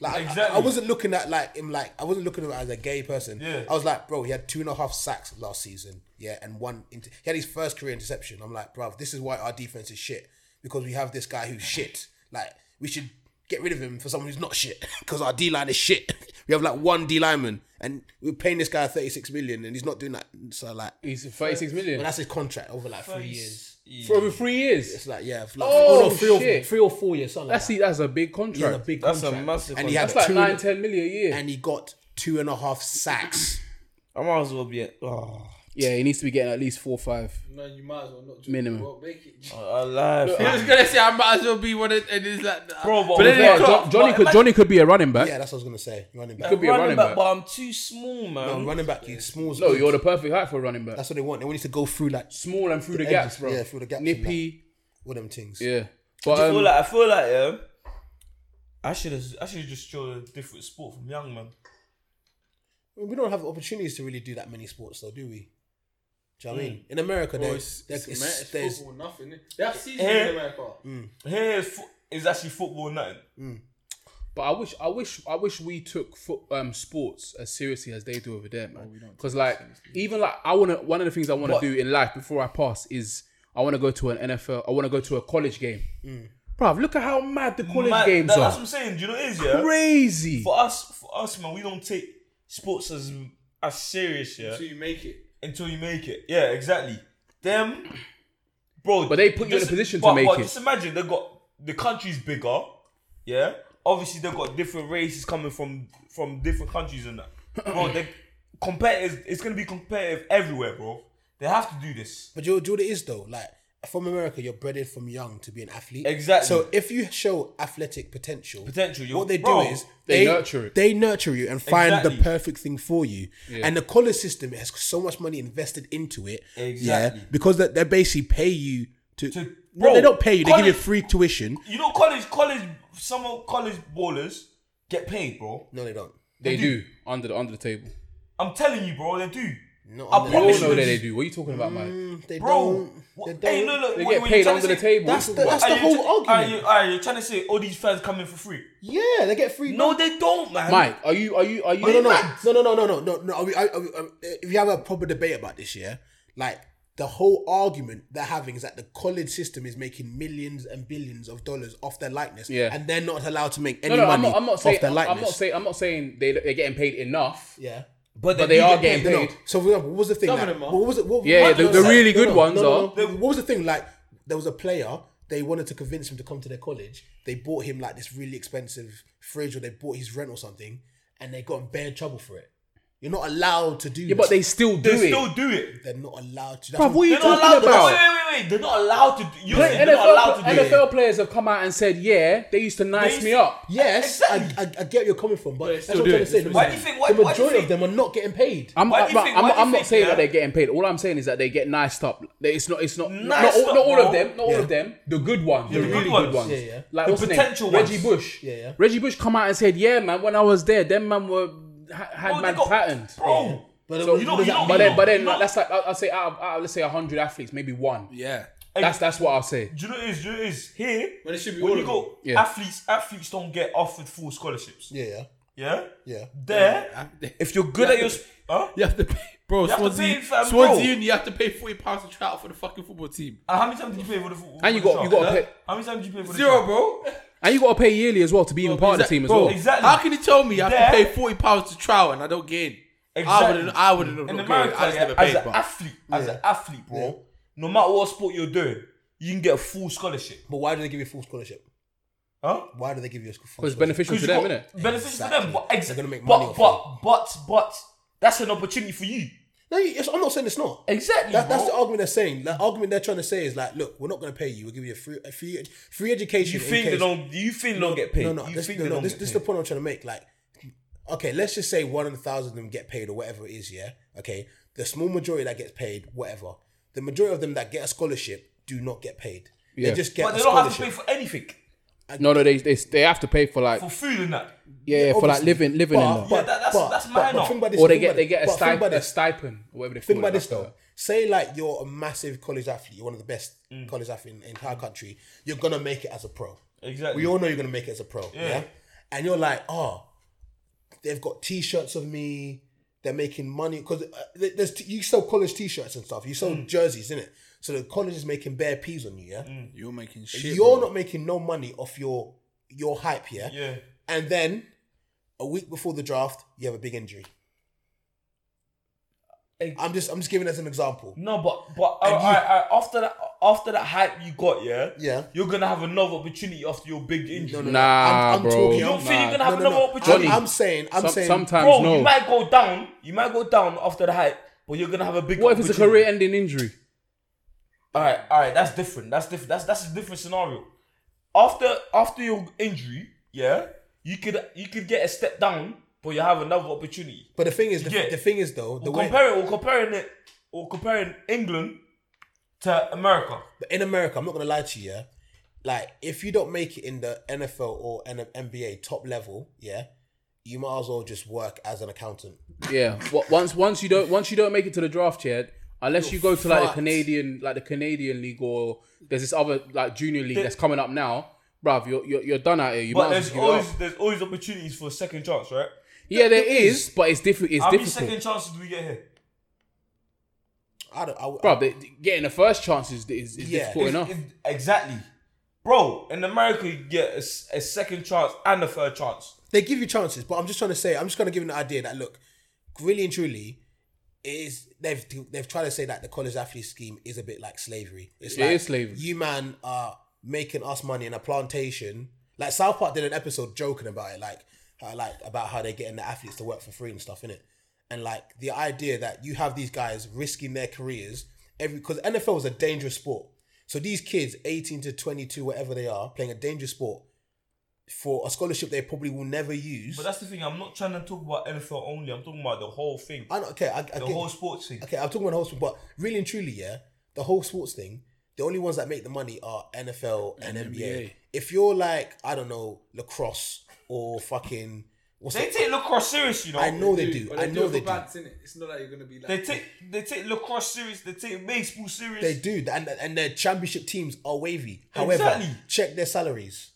C: Like I- I, I
D: Mm. Exactly.
C: wasn't looking at like him, like I wasn't looking at him as a gay person.
D: Yeah.
C: I was like, bro, he had two and a half sacks last season, yeah, and one. Inter- he had his first career interception. I'm like, bruv, this is why our defense is shit because we have this guy who's shit. Like we should get rid of him for someone who's not shit because our D line is shit. we have like one D lineman, and we're paying this guy 36 million, and he's not doing that. So like,
H: he's thirty-six million
C: and that's his contract over like three years.
H: for over three years.
C: It's like yeah, for, like,
H: Oh,
C: oh, three, Or,
H: shit.
C: three or four years. Something
H: That's
C: like
H: the, that's a big
C: that. He had a
H: contract.
C: big
D: That's a
C: contract,
D: massive
C: and he had
H: That's like
C: two
H: nine, ten million a year.
C: and he got two and a half sacks.
D: I might as well be. A, oh,
H: Yeah, he needs to be getting at least four or five.
E: No, you might as well not.
H: Minimum.
E: Well, make it.
D: alive.
E: He was gonna say I might as well be one of and he's like, nah.
D: Bro, but
E: but then
D: yeah,
E: it
H: Jo-
E: clocked.
H: Johnny could Johnny could be a running back.
C: Yeah, that's what I was gonna say. Running back.
H: Could be a running back.
D: but I'm too small, man.
C: No, running back. You small.
H: No, you're the perfect height for a running back.
C: That's what they want. They want you to go through like
H: Small and through the,
C: edges,
H: gaps, bro.
C: yeah, through the gaps and
H: Nippy.
C: all them things.
H: Yeah.
D: I
H: But
D: feel
H: um,
D: like I feel like yeah. I should have I should have just chose a different sport from young man.
C: I mean, we don't have opportunities to really do that many sports, though, do we? Do you know what I mean? In America, there's,
H: Mm. it's,
C: there's,
H: it's,
C: it's,
H: Amer- it's
C: there's
H: football, nothing. They have seasons
D: Eh.
H: in America.
D: Here is, fo- is actually football nothing.
H: But I wish, I wish, I wish we took foot, um, sports as seriously as they do over there, man. Because like, even like, I wanna one of the things I wanna do in life before I pass is I wanna go to an NFL. I wanna go to a college game. Bruv, look at how mad the college
D: Man,
H: games
D: that-
H: are.
D: That's what I'm saying. Do you know what it is, yeah?
H: Crazy.
D: For us, for us, man, we don't take sports as as serious, yeah,
H: you make it.
D: until you make it. Yeah, exactly. Them, bro.
H: But they put you in a position to make it.
D: Just imagine they got the country's bigger, yeah. Obviously, they've got different races coming from from different countries and that. Bro, they competitive. It's gonna be competitive everywhere, bro. They have to do this.
C: But do you, do you know what it is though? Like from America, you're bred in from young to be an athlete.
D: Exactly.
C: So if you show athletic potential,
D: Potential, you're-
C: what they
D: bro,
C: do is
H: they nurture it.
C: They nurture you and find
D: Exactly.
C: the perfect thing for you. And the college system has so much money invested into it.
D: Exactly.
C: because they, they basically pay you to.
D: To-
C: no,
D: bro,
C: they don't pay you. They give you
D: college-
C: free tuition.
D: You know, college, college, some of college ballers get paid, bro.
C: No, they don't.
H: They do under the under the table.
D: I'm telling you, bro, they do.
C: No,
D: I
H: We all
D: promise
H: know
D: you,
H: that they do. What are you talking about, man?
C: They
D: Bro,
C: don't. They
D: what-
C: don't.
D: hey, no, look,
H: They
D: what-
H: get
D: what you
H: paid
D: trying
H: under
D: to
H: the
D: say-
H: table.
C: That's the,
H: What-
C: that's
D: Are
C: the
D: you
C: whole
D: tra- Are you,
C: argument.
D: are you trying to say all these fans coming for free?
C: yeah, they get free.
D: No, they don't, man.
H: Mike, are you are you are you?
C: No, no, no, no, no, no, no, no, no. Are we, are, we- are, we- if you have a proper debate about this, yeah, like the whole argument they're having is that the college system is making millions and billions of dollars off their likeness,
H: Yeah.
C: and they're not allowed to make any
H: No, no,
C: money
H: I'm not, I'm not saying
C: off their
H: I'm,
C: likeness.
H: I'm not saying I'm not saying they they're getting paid enough.
C: yeah.
H: But, they
D: do
H: are
D: get
H: getting
C: No, no.
H: paid.
C: So for example, what was the thing?
H: Some of
C: like-
H: them are.
C: What was it? What,
H: Yeah,
C: what-
H: the-
C: no,
H: the
C: no,
H: really
C: no,
H: good
C: no,
H: ones
C: no, no,
H: are-
C: no. What was the thing? Like there was a player they wanted to convince him to come to their college. They bought him like this really expensive fridge, or they bought his rent or something, and they got in bad trouble for it. You're not allowed to do.
H: Yeah, but
C: this.
H: they still do
D: They
H: it.
D: still do it.
C: They're not allowed to.
H: Bruv, what are you
D: They're not
H: talking
D: allowed to.
H: about?
D: Wait, wait, wait, wait. They're not allowed to. do- You
H: But
D: said they're not allowed to do
H: NFL,
D: it.
H: NFL players have come out and said, yeah, they used to nice
D: used
H: me
D: to-
H: up.
C: Yes,
D: Exactly.
C: I, I, I get where you're coming from, but that's what I'm
H: do
C: trying to
H: it.
C: say.
H: It's
C: The
D: Why do you think- why-
C: the
D: why do you
C: majority of
D: think-
C: them are not getting paid?
H: I'm,
D: Why do
H: I'm,
D: you think-
H: I'm,
D: why do you
H: I'm not
D: think,
H: saying
D: yeah?
H: that they're getting paid. All I'm saying is that they get niced up. They- It's not. It's not. not
D: Niced
H: all,
D: up,
H: not all of
D: bro.
H: them. Not all of them. The good ones. The,
D: the
H: really
D: good
H: good
D: ones.
H: ones.
D: Yeah,
C: yeah.
H: Like
D: The
H: what's
D: potential
H: his name?
D: ones.
H: Reggie Bush.
C: Yeah, yeah.
H: Reggie Bush come out and said, yeah, man. When I was there, them man were ha- had
D: Bro, they
H: man
D: got-
H: patterned.
D: Bro,
C: But
H: So-
D: you don't- you don't-
H: but then, but then,
D: you don't-
H: that's like I- I'll say out of, out of let's say hundred athletes, maybe one.
E: Yeah.
H: That's that's what I'll say.
D: do you know what it is? Do you know what it is? Here,
E: But it should be
D: when
E: all
D: you
E: of
D: go,
H: Yeah.
D: athletes, athletes don't get offered full scholarships.
C: Yeah, yeah,
D: Yeah,
C: yeah.
D: there. If you're good at your, sp- huh?
E: You have to pay, bro.
D: have to
E: Swansea,
D: pay, fam,
E: Swansea
D: bro.
E: Uni, you have to pay forty pounds to try out for the fucking football team.
D: Uh, how many times did you play for the football?
H: And you
D: for the
H: got- you
D: trial?
H: got a pay-
D: How many times did you play for the
E: Zero,
D: trial?
E: bro.
H: And you got to pay yearly as well to be even part of the
E: Exact-
H: team as
E: bro,
H: well.
D: Exactly.
E: How can you tell me I have to
D: There-
E: pay forty pounds to trial and I don't get in? I
D: Exactly.
E: wouldn't. I wouldn't have.
D: In
E: not
D: America,
E: got in. I just
D: yeah,
E: never
D: as
E: paid,
D: an
E: bro.
D: athlete, as an athlete, bro, no matter what sport you're doing, you can get a full scholarship.
C: But why do they give you a full scholarship?
D: Huh?
C: Why do they give you a full scholarship?
H: Because it's beneficial to
D: you
H: them,
D: got
H: isn't it?
D: Benefits to them,
C: Exactly.
D: but ex-
C: They're gonna make
D: but,
C: money off
D: but, but but that's an opportunity for you.
C: No, you- it's- I'm not saying it's not.
D: Exactly,
C: That, that's
D: bro.
C: the argument they're saying. The argument they're trying to say is like, look, we're not going to pay you. We'll give you a free, a free, free education.
D: You
C: in
D: think they
C: case-
D: don't? You think they don't get paid?
C: No, no,
D: you
C: this,
D: think
C: no,
D: they
C: no,
D: don't
C: this,
D: get
C: this is
D: paid?
C: the point I'm trying to make. Like, okay, let's just say one in a thousand of them get paid or whatever it is, yeah? Okay, the small majority that gets paid, whatever. The majority of them that get a scholarship do not get paid.
H: Yeah.
C: They just get
D: But
C: a
D: they don't have to
C: scholarship.
D: pay for anything
H: No, no, they, they they have to pay for like
D: for food and that.
H: yeah, yeah for like
C: obviously.
H: living living in them.
D: Yeah, that- that's- that's minor.
C: think about this,
H: or they
C: think
H: get
C: about
H: they
C: this.
H: get a,
C: But think about
H: stipend, a
C: this.
H: stipend, or whatever they
C: Think about
H: call it,
C: this
H: like, uh,
C: though. Say like you're a massive college athlete, you're one of the best
D: Mm.
C: college athlete in the entire country. You're gonna make it as a pro.
D: Exactly.
C: We all know you're gonna make it as a pro. Yeah. And you're like, oh, they've got t-shirts of me. They're making money because there's t- you sell college t-shirts and stuff. You sell
D: Mm.
C: jerseys, innit? So the college is making bare peas on you. Yeah.
D: Mm,
E: You're making shit.
C: You're not making no money off your your hype. Yeah.
D: yeah.
C: And then a week before the draft, you have a big injury.
D: Ex-
C: I'm just I'm just giving as an example.
D: No, but but uh,
C: And you-
D: alright, alright, after that after that hype you got, yeah,
C: Yeah.
D: you're gonna have another opportunity after your big injury.
C: No, no, no.
H: Nah,
C: I'm- I'm
H: bro.
C: talking-
D: You don't
H: Nah.
D: feel you're gonna have another opportunity.
H: Johnny,
C: I'm, I'm saying, I'm
H: Some-
C: saying,
H: sometimes
D: Bro,
H: no.
D: you might go down. You might go down after the hype, but you're gonna have a big.
H: what if it's a
D: opportunity.
H: career-ending injury?
D: All right, all right, that's different. That's different. That's that's a different scenario. After after your injury, yeah, you could you could get a step down, but you have another opportunity.
C: but the thing is, the,
D: Yeah.
C: the thing is though, the
D: We're
C: way
D: comparing, we're comparing it, we're comparing England to America.
C: but in America, I'm not gonna lie to you, yeah, like if you don't make it in the NFL or N- NBA top level, yeah, you might as well just work as an accountant.
H: Yeah. What once once you don't once you don't make it to the draft yet, Unless you go to like the
E: fucked.
H: Canadian, like the Canadian league, or there's this other like junior league that's coming up now, bruv. You're you're, you're done out here. You
D: But
H: might as
D: there's
H: well give it up.
D: always there's always opportunities for a second chance, right?
H: Yeah, there is, but it's different. It's
D: How many
H: difficult,
D: second chances do we get here?
C: I don't. I, I,
H: bruv. They, getting the first chance is is, is
C: Yeah.
H: difficult
D: It's-
H: enough.
D: it's- exactly, bro. In America, you get a, s- a second chance and a third chance.
C: they give you chances, but I'm just trying to say, I'm just going to give you an idea that look, really and truly, it is they've they've tried to say that the college athlete scheme is a bit like slavery. It's
H: It
C: like
H: is slavery.
C: You man are making us money in a plantation. Like South Park did an episode joking about it, like uh, like about how they're getting the athletes to work for free and stuff in it, and like the idea that you have these guys risking their careers every because NFL is a dangerous sport. So these kids, 18 to 22, whatever they are, playing a dangerous sport for a scholarship they probably will never use.
D: But that's the thing. I'm not trying to talk about NFL only. I'm talking about the whole thing,
C: I know, okay, I, I
D: the
C: get,
D: whole sports thing.
C: okay, I'm talking about the whole sport, but really and truly, yeah, the whole sports thing, the only ones that make the money are NFL and, NBA. If you're like, I don't know, lacrosse or fucking, what's
D: They
C: that?
D: take lacrosse serious, you know.
C: I know they do.
J: But
C: I know they do.
J: Bats, innit? It's not like you're gonna be like.
D: They take they take lacrosse serious. They take baseball serious.
C: They do, and and their championship teams are wavy. However,
D: Exactly.
C: check their salaries.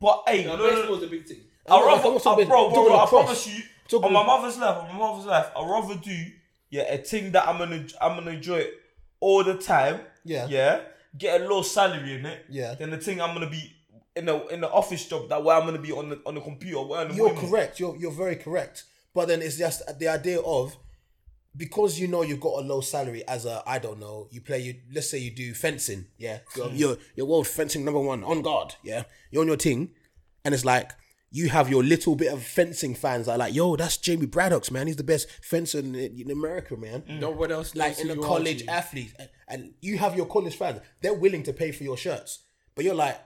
D: but hey,
J: No,
D: no, no, no.
J: baseball's a big thing.
D: I'd
C: I'm
D: rather,
C: talking about-
D: I- bro,
C: I'm
D: bro,
C: talking
D: bro, I
C: about
D: promise
C: cross.
D: you,
C: talking
D: on my
C: about-
D: mother's life, on my mother's life, I'd rather do, yeah, a thing that I'm gonna, I'm gonna enjoy it all the time,
C: Yeah.
D: yeah, get a low salary in it,
C: Yeah.
D: than the thing I'm gonna be in the in the office job that where I'm gonna be on the on the computer. Where I'm
C: You're correct. You're you're very correct. But then it's just the idea of because you know you've got a low salary as a I don't know you play you let's say you do fencing yeah you're you're, you're world fencing number one on guard yeah you're on your ting and it's like you have your little bit of fencing fans that are like yo that's Jamie Braddock's man he's the best fencer in, in America man
D: Mm.
E: No one else
C: like in the college athlete, and, and you have your college fans. They're willing to pay for your shirts, but you're like,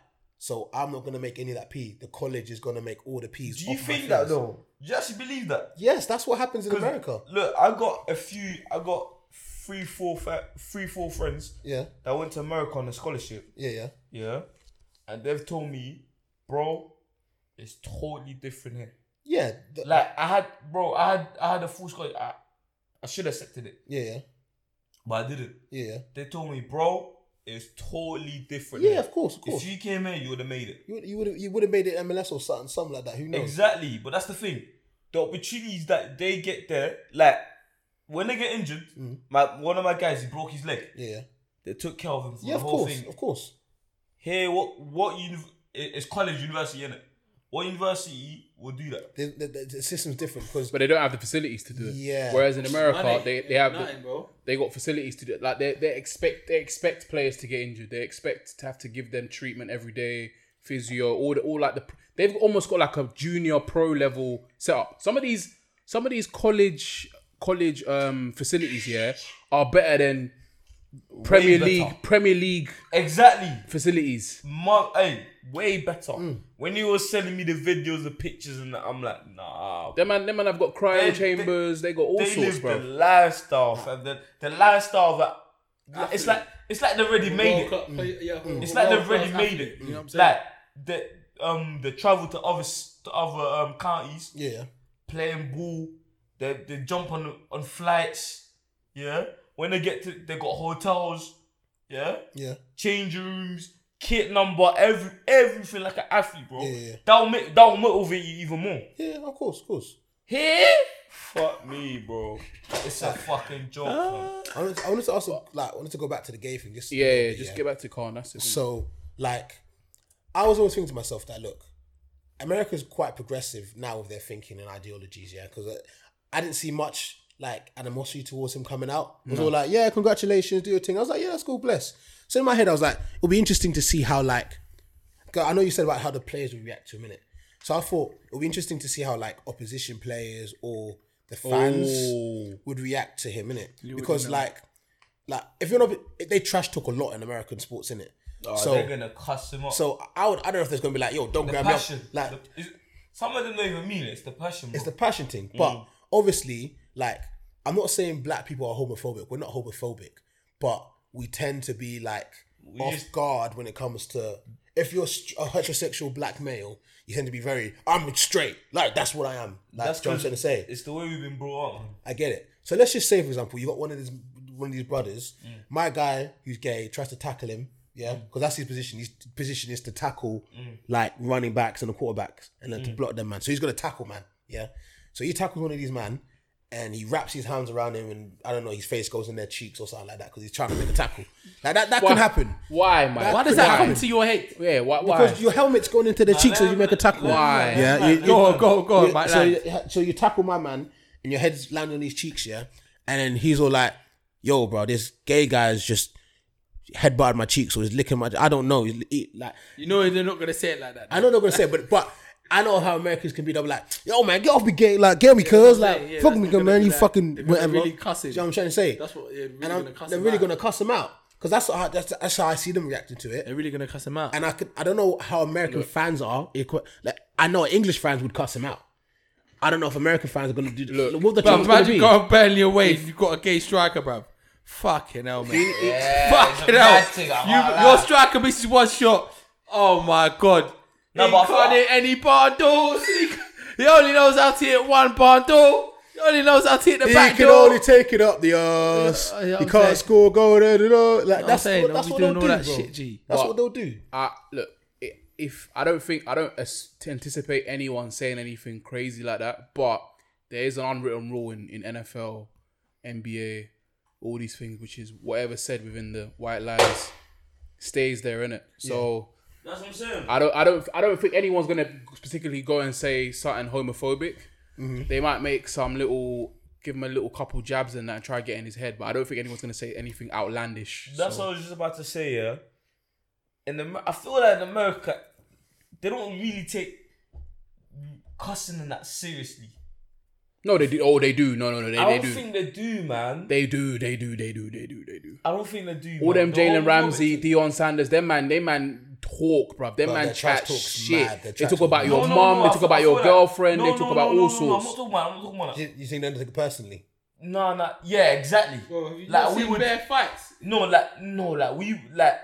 C: so I'm not gonna make any of that p. The college is gonna make all the p's.
D: Do you
C: off my
D: think that
C: fees."
D: though? Do you actually believe that?
C: Yes, that's what happens in
D: 'Cause
C: America.
D: Look, I got a few. I got three, four, fa- three, four friends
C: Yeah,
D: that went to America on a scholarship.
C: yeah, yeah.
D: Yeah. And they've told me, bro, it's totally different here.
C: Yeah, th-
D: Like I had bro, I had I had a full scholarship. I, I should have accepted it,
C: yeah, yeah,
D: but I didn't.
C: yeah,
D: They told me, bro, it's totally different.
C: yeah.
D: here.
C: Yeah, of course, of course.
D: If you came here, you would have made it.
C: You, you would have you would have made it MLS or something, something like that. Who knows?
D: Exactly. But that's the thing. The opportunities that they get there, like when they get injured,
C: Mm.
D: my one of my guys he broke his leg.
C: Yeah,
D: They took care of him for
C: yeah,
D: the
C: of
D: whole
C: course,
D: thing.
C: of course.
D: Here, what what univ- it- it's college university, innit? What university will do that?
C: The, the, the, the system's different because
H: But they don't have the facilities to do it.
C: Yeah.
H: Whereas in America,
J: Money,
H: they, they
J: yeah,
H: have the,
J: nothing, bro.
H: they got facilities to do it. Like they, they expect they expect players to get injured. They expect to have to give them treatment every day, physio, all the, all like the they've almost got like a junior pro level setup. Some of these some of these college college um facilities here are better than Premier
D: better.
H: League Premier League
D: Exactly.
H: facilities.
D: Mark, hey, way better.
C: Mm.
D: When you were sending me the videos, the pictures, and that, I'm like, nah.
H: Them man, them man have got cryo
D: They- they-
H: chambers. They, got all
D: they
H: sorts,
D: live
H: bro.
D: the lifestyle, fam. The, the lifestyle that it's like it's like they already made
J: World
D: it.
C: Mm.
J: Cup play- yeah,
D: It's like they've
J: world
D: already
J: class athlete,
D: made it.
J: You know what I'm saying?
D: Like the um the travel to other s- to other um counties,
C: yeah,
D: playing ball. They they jump on on flights. Yeah, when they get to they got hotels. Yeah,
C: yeah,
D: change rooms, kit number, every everything like an athlete, bro.
C: Yeah, yeah, yeah.
D: That'll make that'll motivate you even more.
C: yeah. Of course, of course.
D: Here, fuck me, bro. It's a fucking joke. man.
C: I wanted, to, I wanted to also like I wanted to go back to the gay thing. Just
H: yeah, yeah, just get back to Khan. That's it.
C: So, like, I was always thinking to myself that look, America's quite progressive now with their thinking and ideologies, yeah. Because I, I didn't see much like animosity towards him coming out. It was all like, yeah, congratulations, do your thing. I was like, yeah, that's cool, bless. So in my head, I was like, it'll be interesting to see how like, 'cause I know you said about how the players would react to a minute. So I thought it'll be interesting to see how like opposition players or the fans
D: Oh.
C: would react to him, innit? Because like, like if you're not, they trash talk a lot in American sports, innit? so
D: Oh, They're gonna cuss him up.
C: so I would. I don't know if there's gonna be like, yo, don't
D: the
C: grab
D: passion,
C: me up. Like
D: The- it's- some of them don't even mean it. It's the passion. Bro.
C: it's the passion thing. But
D: Mm.
C: obviously, like I'm not saying black people are homophobic. We're not homophobic, but we tend to be like off
D: just-
C: guard when it comes to. If you're st- a heterosexual black male, you tend to be very, I'm straight. Like that's what I am. Like, that's what I'm
D: 'cause
C: trying to say.
D: It's the way we've been brought up. man.
C: I get it. So let's just say, for example, you got one of these one of these brothers,
E: Mm.
C: my guy who's gay tries to tackle him. Yeah, because that's his position. His position is to tackle
E: Mm.
C: like running backs and the quarterbacks, and then to block them, man. So he's gonna tackle, man. Yeah, so he tackles one of these man, and he wraps his hands around him, and I don't know, his face goes in their cheeks or something like that because he's trying to make a tackle. Like that, that can happen.
H: Why, man?
E: Why does that come to your head?
H: Yeah, why? why?
C: Because your helmet's going into their cheeks as you make a tackle.
E: Why?
C: Yeah, you,
E: Go on, go on, go on,
C: you-
E: Mike
C: so,
E: Lang.
C: you, so you tackle my man, and your head's landing on his cheeks, yeah. And then he's all like, "Yo, bro, this gay guy's just headbutted my cheeks, or he's licking my. I don't know. He's, he, like,
E: You know they're not gonna say it like that.
C: I know they're gonna say, it, but but." I know how Americans can be. They'll be like, "Yo, man, get off me, gay, like, get me, cuz, like,
E: yeah,
C: fuck
E: that's
C: me,
E: gonna
C: man,
E: be
C: you
E: like-
C: fucking
E: they're gonna
C: whatever."
E: really cuss him.
C: Do you know what I'm trying to say?
E: That's what they're really
C: and I'm,
E: gonna cuss
C: they're
E: him
C: really
E: out.
C: gonna cuss him out because that's how that's, that's how I see them reacting to it
E: They're really gonna cuss him out.
C: and I could, I don't know how American fans are. equi- Like I know English fans would cuss him out. I don't know if American fans are going to do. Look, what the
E: Bro,
C: chance going to
E: imagine
C: be?
E: going Burnley away if you've got a gay striker, bruv. Fucking hell, man. Fucking hell.
D: mad thing, I can't
E: You,
D: lie.
E: your striker misses one shot. Oh my god.
D: No,
E: he
D: but I
E: can't
D: thought-
E: hit any bundles. He, c- he only knows how to hit one bundle. He only knows how to hit the back door.
C: take it up the ass.
E: Yeah, yeah, I'm saying.
C: score goal. Da, da, da. Like
E: I'm
C: that's
E: saying,
C: what,
E: they'll
C: that's
E: be
C: what
E: doing all
C: they'll do,
E: that
C: bro.
E: shit, G.
C: That's what they'll do.
H: I look i- if I don't think I don't as- anticipate anyone saying anything crazy like that, but there is an unwritten rule in, in NFL, NBA, all these things, which is whatever said within the white lines stays there in it. So
D: That's what I'm saying.
H: I don't I don't I don't think anyone's gonna particularly go and say something homophobic. They might make some little give him a little couple jabs and that and try to get in his head, but I don't think anyone's gonna say anything outlandish.
D: That's
H: so.
D: what I was just about to say. Yeah, in the I feel like in America, they don't really take cussing and that seriously.
H: no, they do. Oh, they do. No, no, no, they,
D: I
H: they
D: don't
H: do.
D: think they do, man.
H: They do, they do, they do, they do, they do.
D: I don't think they do.
H: All
D: man.
H: them
D: They're
H: Jalen Ramsey,
D: rubbish.
H: Deion Sanders, them man, they man talk, bruv. Them
C: Bruh,
H: man
C: their trash
H: chat
C: talk's
H: shit.
C: mad. Their
H: They
C: trash
H: talk
C: talk-
H: about your
D: No, no,
H: mum,
D: no, I
H: they talk
D: feel- I
H: about your
D: feel like-
H: girlfriend,
D: No,
H: they
D: no,
H: talk
D: no,
H: about
D: no,
H: all
D: no, no, I'm not
H: sorts.
D: talking about. I'm not talking about.
C: You, you think they take it personally?
D: No, no, yeah, exactly.
E: you
D: like we
E: seen
D: would,
E: bare fights.
D: no, like no, like we like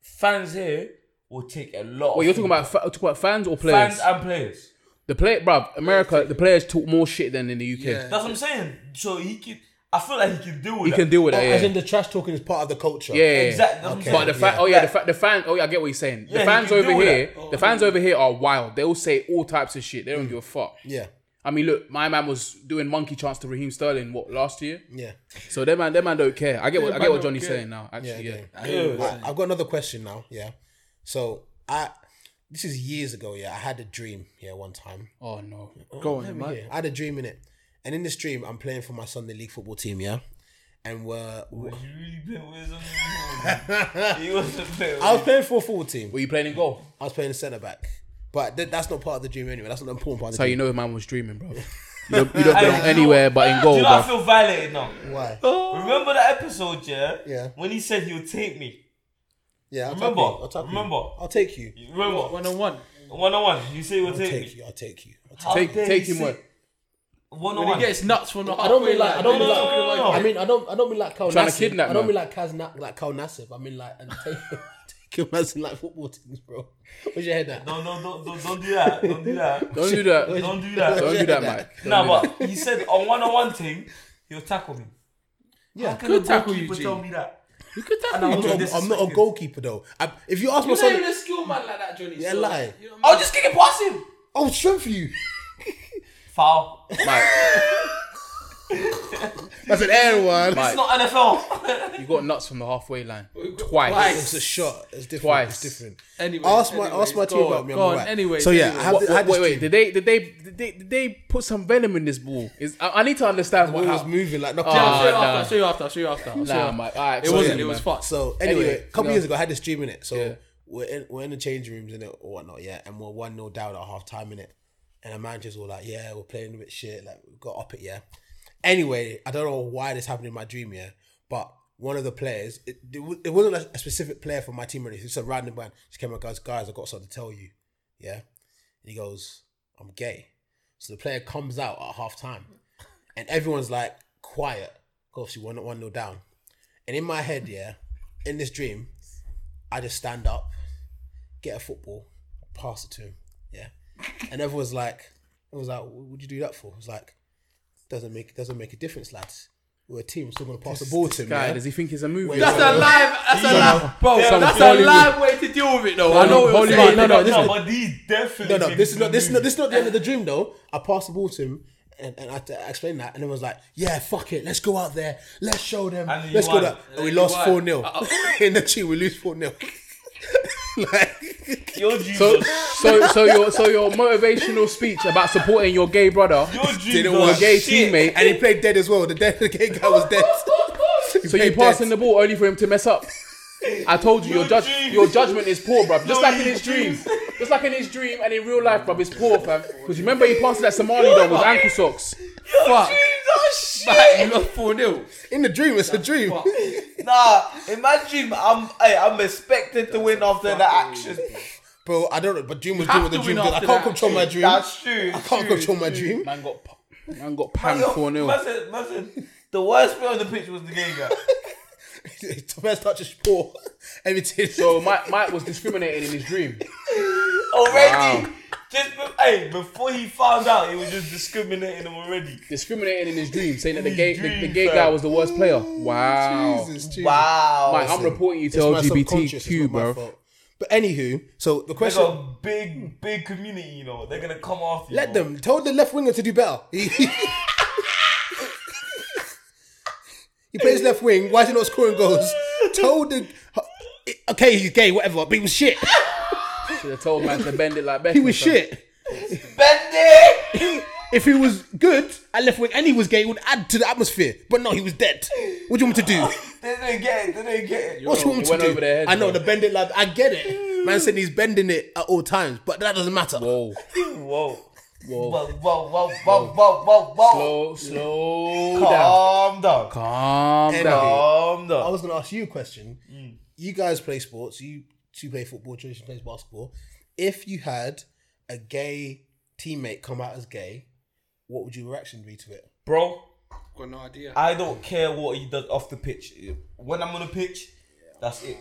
D: fans here will take a lot. of
H: Wait, Oh, you're talking
D: feedback.
H: about fa- talk about fans or players?
D: fans uh, and players.
H: the play, bruv, America, the players talk more shit than in the UK.
E: Yeah.
D: That's what I'm saying. So he can. I feel like he can deal with.
H: He
D: that.
H: can deal with that.
C: As in
H: Yeah,
C: the trash talking is part of the culture.
H: yeah.
D: Exactly. That's
C: Okay.
H: But
D: what
H: the
D: I'm saying.
H: fan,
C: Yeah.
H: oh yeah, the,
D: Like-
H: fa- the fan, oh yeah, I get what you're saying.
D: Yeah,
H: the
D: he
H: fans
D: can
H: over
D: deal with
H: here,
D: that.
H: the fans over here are wild. They'll say all types of shit. They
C: Mm.
H: don't give a fuck.
C: Yeah.
H: I mean, look, my man was doing monkey chance to Raheem Sterling what last year.
C: Yeah.
H: So that man, that man don't care. I get what I get
E: man
H: what
E: don't
H: Johnny's
E: care.
H: saying now. Actually, yeah.
C: yeah. I, I've got another question now. Yeah. So I, this is years ago. Yeah, I had a dream. Yeah, one time.
H: Oh no.
E: Go on, man.
C: Yeah, I had a dream in it, and in this dream, I'm playing for my Sunday league football team. Yeah, and we're
D: He really played with his own- He wasn't playing with
C: I was playing for a football team.
H: Were you playing in goal?
C: I was playing centre back, but th- that's not part of the dream anyway. That's not the important part. Of
H: That's how
C: the
H: you
C: dream.
H: know man was dreaming, bro. You don't, you don't
D: Hey, do
H: belong
D: you know-
H: anywhere but in
D: Do
H: goal,
D: you know I
H: bro.
D: feel violated now?
C: why?
H: Oh,
D: Remember that episode, yeah?
C: Yeah.
D: When he said he'll take me.
C: Yeah, I'll
D: Remember,
C: take you. I'll take you.
D: remember.
C: I'll take you.
D: Remember?
E: One on one.
D: One on one. You say he'll
C: I'll
D: take,
C: take
D: me.
C: you. I'll take you. I'll take
D: How
H: Take
D: dare
H: take
D: you
H: him
D: say-
H: what?
D: One on
E: When
D: one.
E: he gets nuts from the
C: I don't
E: halfway
C: mean like I
E: line,
C: don't
E: they
C: mean
E: just
C: like
E: talking about-
C: I mean I don't I don't mean like Cal
H: Trying to
C: Nassib.
H: kidnap
C: I don't
H: man.
C: mean like Kaz Na- like Cal Nassib. I mean like and take, take him as in like football teams, bro. Where's your head at?
D: No, no, don't, don't, don't do that. Don't do that.
H: Don't do that. Don't
D: Don't do that.
H: do that, Mike. Don't
D: No,
H: do that.
D: but he said on one on one thing, he'll tackle me. Yeah,
E: could tackle you, G.
D: tell me that.
E: You could
D: And
E: tackle
D: I
E: him.
C: I'm,
D: was
C: not,
D: like,
C: a- I'm not a
D: disrespected.
C: goalkeeper though. I, if you ask my
E: You're not
C: son,
E: even a skill man like that, Johnny.
C: Yeah,
E: so,
C: lie.
E: you know what I mean?
D: I'll just kick it past him.
C: I'll strength you.
D: Foul.
H: Mike,
C: That's an air one.
D: It's not NFL.
H: you got nuts from the halfway line twice.
C: It's a shot. It's different.
H: Twice.
C: It's different.
E: Anyway,
C: ask my
E: anyways,
C: ask
E: go
C: my team
E: on,
C: about me. I'm
E: go on,
C: alright.
E: anyways,
C: So yeah,
E: anyways.
C: I had,
H: What-
C: I had
H: wait,
C: this
H: wait,
C: dream.
H: did they, did they, did they, did they put some venom in this ball? Is I, I need to understand
C: Well,
H: what
C: it was
H: how,
C: moving like knocking
E: Yeah, I'll
C: out.
E: show you
H: Ah,
E: after.
H: nah.
E: I'll show you after. I'll show you after. I'll show you
H: Nah,
E: after.
H: mate. All right,
E: It
H: so
E: wasn't.
H: yeah,
E: It was
H: man.
E: fucked.
C: So anyway,
H: Anyway,
C: a couple
H: no.
C: years ago, I had this dream in it. So
H: Yeah.
C: we're in we're in the changing rooms in it or whatnot, yeah, and we're one 0 down at half time in it, and the manager's all like, "Yeah, we're playing a bit shit, like we got up it, yeah." Anyway, I don't know why this happened in my dream, yeah, but one of the players, it, it, wa- it wasn't a, a specific player from my team or anything. It's a random man. Just came up, guys, guys, I got something to tell you, yeah. And he goes, "I'm gay." So the player comes out at half time, and everyone's like quiet. 'cause Obviously, one one 0 down. And in my head, yeah, in this dream, I just stand up, get a football, pass it to him, yeah. And everyone's like, "It was like, what would you do that for?" I was like, "Doesn't make doesn't make a difference, lads. we're a team. We're still going to pass the ball to him.
H: Guy,
C: yeah?
H: does he think it's a movie?
C: Wait,
E: That's a live, that's a live, bro.
H: Some
E: that's a
H: Hollywood-
E: live way to deal with it, though. I know what
H: Hollywood-
E: you're saying.
C: No, no, this
D: no,
C: is-
D: but these definitely.
C: No, no, this is not this is not
D: movies.
C: this is not the end of the dream though. I passed the ball to him and, and I had to explain that, and it was like, yeah, fuck it, let's go out there, let's show them,
D: And then you
C: let's go
D: won.
C: there.
D: And
C: And we
E: then
C: lost
E: you
C: four
E: won.
C: 0 in the cheat. We lose four 0 Like,
D: You're Jesus.
H: So, so, so your so your motivational speech about supporting your gay brother,
D: Your Jesus.
H: your gay
D: Shit.
H: teammate,
C: and he played dead as well. The dead, the gay guy was dead.
H: so you passing the ball only for him to mess up. I told you your
D: Your
H: judge,
D: dreams.
H: your judgment is poor, bruv. Just
D: No,
H: like in
D: your
H: his
D: dreams.
H: dreams, just like in his dream and in real life, bruv, it's poor, fam. Because remember he passed that Somali dog with ankle socks.
E: Fuck.
D: Jesus. Shit.
E: Like, you lost 4 0.
C: in the dream. It's a dream.
D: Nah, imagine I'm hey, I'm expected to win after the action.
C: Bro, I don't know, but dream was
E: You have
C: dream with the
E: to
C: dream.
E: win
C: did. I
E: after
C: can't
E: that.
C: control my dream. I
D: That's true. I
C: can't control my dream.
H: Man got p- man got panned four 0
D: Listen, listen. The worst player on the pitch was the gay guy.
C: First touch is poor. Everything.
H: So Mike, Mike was discriminating in his dream.
D: Already. Just be- hey, before he found out, he was just discriminating him already.
H: Discriminating in his dream, saying that the
D: His
H: gay the, the
D: dream,
H: gay
D: fam.
H: guy was the worst player. Wow.
C: Jesus, Jesus.
D: Wow.
H: Mike, I'm reporting you to
C: It's my subconscious, it's
H: LGBTQ,
C: not my
H: bro.
C: fault. But anywho, so the
D: they
C: question:
D: got a
F: Hmm.
D: big, big community, you know. They're gonna come after you.
C: Let
D: bro.
C: them tell the left winger to do better. he plays left wing. Why is he not scoring goals? Told the okay, he's gay, whatever. But he was shit.
H: Should have told man to bend it like Beckham.
C: He was
H: fam.
C: shit.
D: Bend it!
C: If he was good at left wing and he was gay, it would add to the atmosphere. But no, he was dead. What do you want me to do?
D: They didn't get it, they didn't get it.
C: What's
H: Bro,
C: wrong
H: it
C: with
H: went
C: you?
H: over their heads,
C: I know
H: bro.
C: the bending lab. I get it. Man said he's bending it at all times, but that doesn't matter.
H: Whoa,
D: Whoa. Whoa,
H: whoa.
D: whoa, whoa, whoa, whoa, whoa, whoa.
H: Slow, slow down.
D: Calm down.
H: Calm
C: And-
H: down.
D: Calm
C: I
D: down.
C: was going to ask you a question.
D: Mm.
C: You guys play sports. You two play football. Jason plays basketball. If you had a gay teammate come out as gay, what would your reaction be to it?
D: Bro,
F: Got no idea.
D: I don't care what he does off the pitch. When I'm on the pitch, that's it.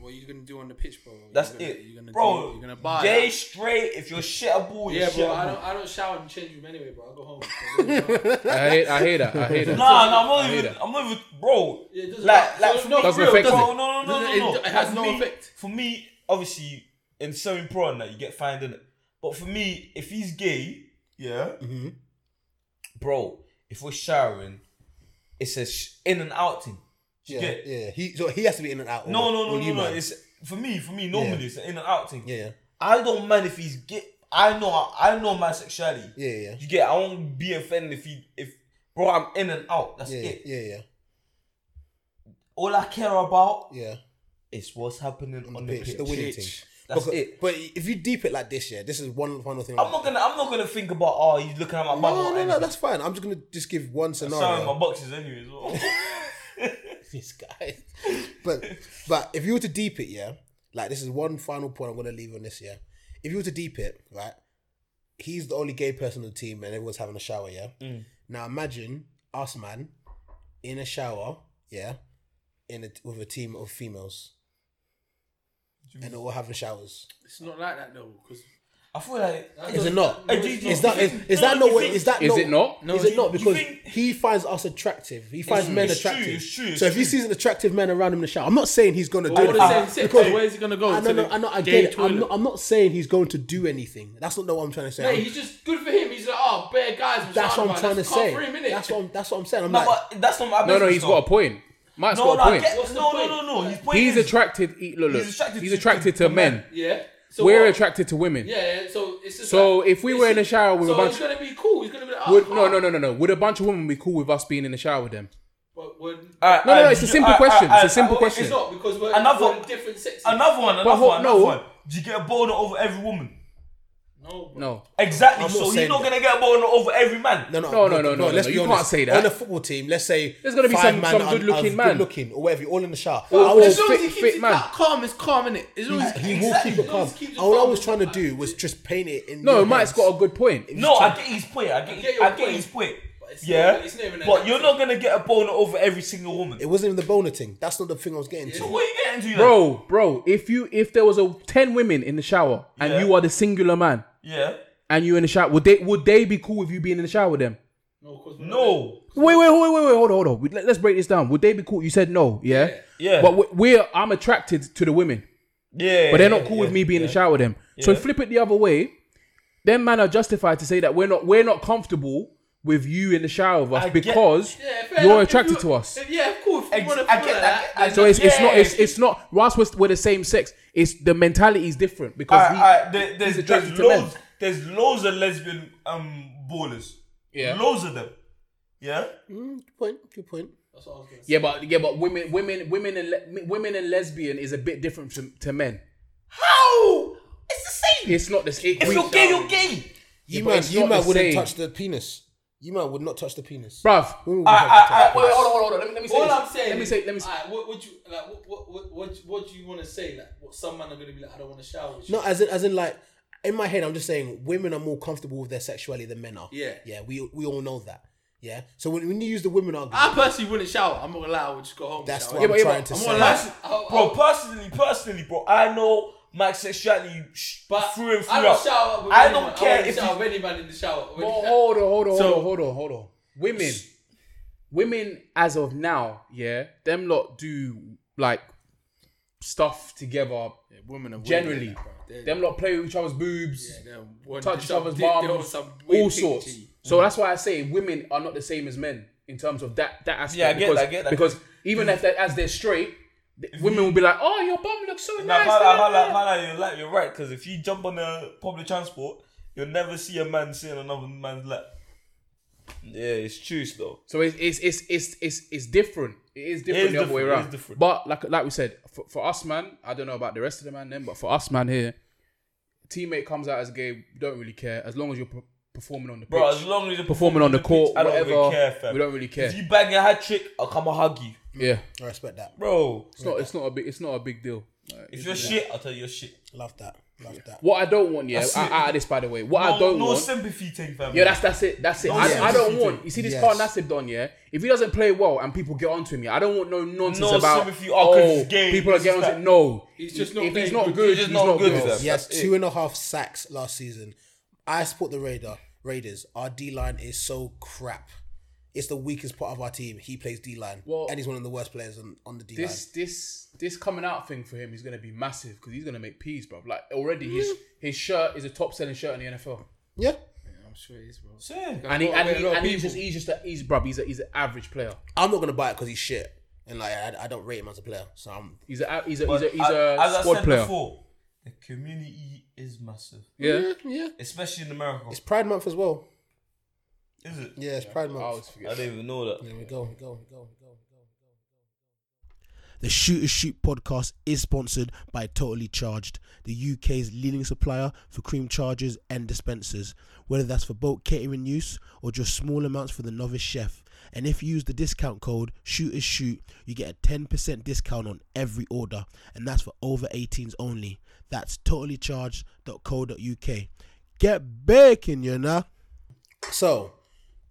F: What are you gonna do on the pitch, bro? You're
D: That's
F: gonna-
D: it.
F: You're gonna
D: bro,
F: do- you're gonna buy.
D: Jay
F: that.
D: straight. If you're shit at ball, you're
F: Yeah,
D: shit
F: bro. I
D: at
F: don't.
D: ball.
F: I don't shower in the change room anyway, bro. I go home. I go home.
H: I hear, I hear that. I hear that.
D: Nah, nah, I'm not
H: hear
D: even.
H: that.
D: I'm not even, bro.
F: Yeah, it doesn't-
D: like, like,
F: so
D: for
F: no,
D: me,
H: doesn't
D: for real,
H: affect
D: bro, no,
H: it.
D: no, no,
F: It-
D: no, no.
F: it has
D: For
F: no
D: me-
F: effect.
D: For me, obviously, in sewing pro and that you get fined in it. But for me, if he's gay, yeah, bro. If we're showering, it's a sh- in and out thing. Do you
C: Yeah,
D: get?
C: yeah. He so he has to be in and out.
D: No,
C: or-
D: no, no,
C: or
D: no,
C: you
D: no.
C: man.
D: It's for me. For me, normally
C: Yeah.
D: it's an in and out thing.
C: yeah, yeah,
D: I don't mind if he's gay. I know. I know my sexuality.
C: yeah, yeah,
D: You get? I won't be offended if he if bro. I'm in and out. That's
C: yeah,
D: it.
C: yeah, yeah,
D: All I care about
C: yeah.
D: is what's happening on,
C: On
D: the
C: the
D: pitch.
C: pitch, the winning thing.
D: That's
C: Because-
D: it.
C: But if you deep it like this, yeah, this is one final thing.
D: I'm not gonna. I'm not gonna think about. Oh, he's looking at my bubble.
C: No, no, no.
D: anyway.
C: That's fine. I'm just gonna just give one
D: Sorry, my
C: scenario.
D: boxes anyway. As well.
C: This guy. But but if you were to deep it, yeah, like this is one final point I'm gonna leave on this, yeah. If you were to deep it, right, he's the only gay person on the team and everyone's having a shower, yeah.
D: Mm.
C: Now imagine us man in a shower, yeah, in a, with a team of females. And they're all having showers.
F: It's not like that though, because
D: I feel like.
C: Is it not?
D: Hey, do you- do you-
C: Is that is, is that
D: no,
C: not
D: you
C: what
D: think-
C: is that
H: Is
C: not,
H: it not?
C: No, is it not?
D: you
C: Because
D: think-
C: he finds us attractive. He finds men
D: it's true,
C: attractive.
D: it's true, it's
C: so if he
D: true.
C: sees an attractive man around him in the shower, I'm not saying he's gonna
F: I
C: do
F: would have
C: it.
F: said,
C: Because
F: where's he gonna go?
C: I
F: To
C: know, no,
F: the
C: I know, I
F: gay
C: get it.
F: toilet.
C: I'm not, I'm not saying he's going to do anything. That's not what I'm trying to say.
F: Hey,
C: I'm-
F: he's just good for him. He's like, oh, bare guys. I'm
C: that's
F: shouting
C: what I'm
F: about.
C: trying to
F: That's
C: say.
F: calm For him, innit?
C: that's what I'm, that's what I'm saying. I'm
D: No,
C: like,
D: but that's not my.
H: No, no,
D: business,
H: he's
D: though.
H: got a point. Mike's
D: No, no,
H: got a
D: I
H: point.
D: get,
F: What's the
D: no, no,
F: point?
D: no, no. His point
H: He's
D: is,
H: attracted. Look, look,
D: He's attracted
H: he's
D: to-
H: attracted to,
D: to men.
H: men.
F: Yeah. So
H: We're
F: what-
H: attracted to women.
F: Yeah. yeah, So it's just
H: So
F: like-
H: if we
F: it's
H: were in
F: just-
H: a shower with a
F: so
H: bunch-
F: it's gonna be cool. It's gonna be like, oh,
H: Would, no,
F: calm.
H: no, no, no, no. Would a bunch of women be cool with us being in the shower with them?
F: But we're-
D: Alright,
H: No, no,
D: alright,
H: it's a
D: do you-
H: simple
D: alright,
H: question. It's a
D: alright,
H: simple
D: alright,
H: question.
F: It's not because we're,
D: Another-
F: we're in different sexes.
D: Another one, another
H: hold-
D: one, another
H: no.
D: one. Do you get a boner over every woman?
F: No, bro.
H: No.
D: Exactly.
C: I'm not
D: so you're
C: saying
D: not
C: that.
D: gonna get a boner over every man.
C: no, no,
H: No, no, no, no,
C: Let's
H: no,
C: be
H: you can't
C: honest.
H: say that.
C: On a football team, let's say
H: There's gonna be
C: five
H: some-
C: men
H: some
C: are-
H: good-looking
C: are
H: man.
C: good-looking or whatever, all in the shower.
H: Or-
C: I
H: or
C: would
H: fit-
E: As long as he
H: fit-
E: keeps
H: fit
E: his
H: man.
E: like, calm, it's calm, innit? As long as
C: He will
D: Exactly.
C: keep it
D: As long
C: calm.
F: as he keeps it
C: All I
F: calm,
C: was
F: it's
C: trying to
F: fine.
C: do was just paint it in.
H: No,
C: your
H: Mike's
C: heads.
H: got a good point.
D: No, I get his point. I get,
F: get
D: his,
F: your
D: I get
F: point.
D: his point.
F: But it's not-
D: yeah,
F: it's not even an
D: but you're
F: answer.
D: not gonna get a boner over every single woman.
C: It wasn't even the boner thing. That's not the thing I was getting to.
D: What are you getting to, then?
H: Bro, bro, if you if there was a ten women in the shower and
D: Yeah.
H: you are the singular man
D: Yeah.
H: and you in the shower, would they would they be cool with you being in the shower with them?
D: No.
H: Wait, wait, wait, wait, wait, hold on, hold on. We- Let, us break this down. Would they be cool? You said no, yeah,
D: Yeah.
H: But we- we're I'm attracted to the women,
D: Yeah.
H: but they're not cool
D: yeah,
H: with me being in
D: yeah.
H: the shower with them. So
D: Yeah.
H: flip it the other way. Them man are justified to say that we're not we're not comfortable with you in the shower with us
D: I get-
H: because
E: Yeah, fair
H: you're
E: enough. If
H: attracted
E: you-
H: to us.
E: if- yeah, of course.
D: Ex- I get that. I-
H: So it's, it's not it's,
D: Yeah.
H: it's not whilst we're, we're the same sex, it's the mentality is different because
D: Alright,
H: he-
D: alright, there- there's,
H: he's
D: there's
H: attracted to men.
D: loads there's loads of lesbian um ballers.
H: Yeah.
D: Loads of them. Yeah?
C: Good point. Good point.
H: Yeah, but yeah, but women women women and le- women and lesbian is a bit different to, to men.
D: How? It's the same.
H: It's not the same.
D: If you're gay, you're gay.
C: You
H: but
C: man,
H: it's
C: you
H: not
C: man
H: the
C: wouldn't
H: same.
C: touch the penis. You man would not touch the penis.
H: bruv.
C: Women would
D: I,
C: have to touch
D: I, I,
C: the
H: Wait, wait,
D: wait,
H: hold on, hold on, hold on. Let me, let me say
E: All
H: this.
E: I'm saying.
H: Let me say. Let me say.
E: Alright, what, what you like? What what what what, what do you want to say? Like, what some men are gonna be like? I don't want to shower with you.
C: No, as in, as in, like in my head, I'm just saying women are more comfortable with their sexuality than men are.
E: Yeah.
C: yeah, we we all know that. Yeah, so when, when you use the women argument,
E: I personally wouldn't shower. I'm not gonna lie. I would just go home. and
C: that's
E: shower.
C: what
H: Ah. Yeah,
C: I'm
H: but- yeah,
C: trying
H: but
C: to
E: I'm
C: say.
E: gonna lie. I- I-
D: bro, personally, personally, bro, I know my sexuality sh-
E: But
D: through and through.
E: I don't shower with
D: I
E: anyone.
D: don't care
E: I
D: if
E: if shower
D: you-
E: with any man in the shower. When-
H: Well, hold on, hold on,
E: So-
H: hold on, hold on, hold on. Women, women, as of now, yeah, them lot do like stuff together.
E: women and
H: generally, them lot play with each other's boobs. touch each other's bums, all sorts. So that's why I say women are not the same as men in terms of that that aspect.
D: Yeah, I get
H: because,
D: that, I get that.
H: Because even if they as they're straight, the women will be like, "Oh, your bum looks so
D: Nah,
H: nice."
D: Mala,
H: yeah,
D: Mala,
H: yeah."
D: Mala, you're, like, you're right, because if you jump on a public transport, you'll never see a man sitting on another man's lap. Yeah, it's true, though.
H: So it's it's it's it's it's, it's different. It is different
D: is
H: the other
D: different, it
H: way
D: is
H: around.
D: different.
H: But like like we said, for, for us man, I don't know about the rest of the man then, but for us man here, teammate comes out as gay, we don't really care as long as you're per- performing on the pitch.
D: Bro, as long as you're
H: performing on the court,
D: pitch, I don't
H: whatever,
D: really care, fam.
H: we don't really care.
D: If you bang a hat trick, I'll come and hug you.
H: yeah,
C: I respect that.
D: Bro,
H: it's not it's not a big it's not a big deal. Like,
D: if you're shit, I'll tell you you're shit.
C: Love that. Love that.
H: What I don't want, yeah,
D: That's
H: out
D: it.
H: out of this, by the way, what
D: No,
H: I don't
D: no
H: want.
D: sympathy thing, fam.
H: yeah, that's that's it. That's it. I,
C: yes.
H: I don't want. You see this
C: Yes.
H: Carl Nassib done, yeah. If he doesn't play well and people get onto him, yeah, I don't want no nonsense
D: No
H: about.
D: sympathy, oh, 'cause he's gay,
H: people are
D: this
H: getting
D: is
H: onto
D: that.
H: him. No,
E: He's just not
H: If
E: playing
H: he's not
E: good,
H: good,
D: he's
H: he's,
D: just
H: not,
D: not good
H: good.
D: with them.
C: He has
D: That's it.
C: two and a half sacks last season. I support the Raider Raiders. Our D line is so crap. It's the weakest part of our team. He plays D line,
H: Well,
C: and he's one of the worst players on, on the D line.
H: This this this coming out thing for him is gonna be massive because he's gonna make peas, bro. Like already
D: Mm.
H: his his shirt is a top selling shirt in the NFL,
C: Yeah,
E: I'm sure it is, bro.
D: Same.
H: and he
E: Well,
H: and,
E: I mean,
H: he,
E: a lot of
H: and he's
E: people-
H: just he's just a, he's bro. He's a, he's an average player.
C: I'm not gonna buy it because he's shit, and like I, I don't rate him as a player. So I'm
H: He's a he's a he's
D: But
H: a, he's
D: as-
H: a
D: as I
H: squad
D: said
H: player.
D: before, the community is massive,
H: Yeah.
C: yeah.
D: especially in America.
C: It's Pride Month as well.
D: Is it?
C: Yeah, it's Pride Month.
H: I always forget.
D: I didn't even know that.
C: There we go, we go, we go, we go, we go. The Shooters Shoot podcast is sponsored by Totally Charged, the UK's leading supplier for cream chargers and dispensers, whether that's for bulk catering use or just small amounts for the novice chef. And if you use the discount code Shooters Shoot, you get a 10% discount on every order, and that's for over 18s only. That's totallycharged.co.uk. Get baking, you know. So,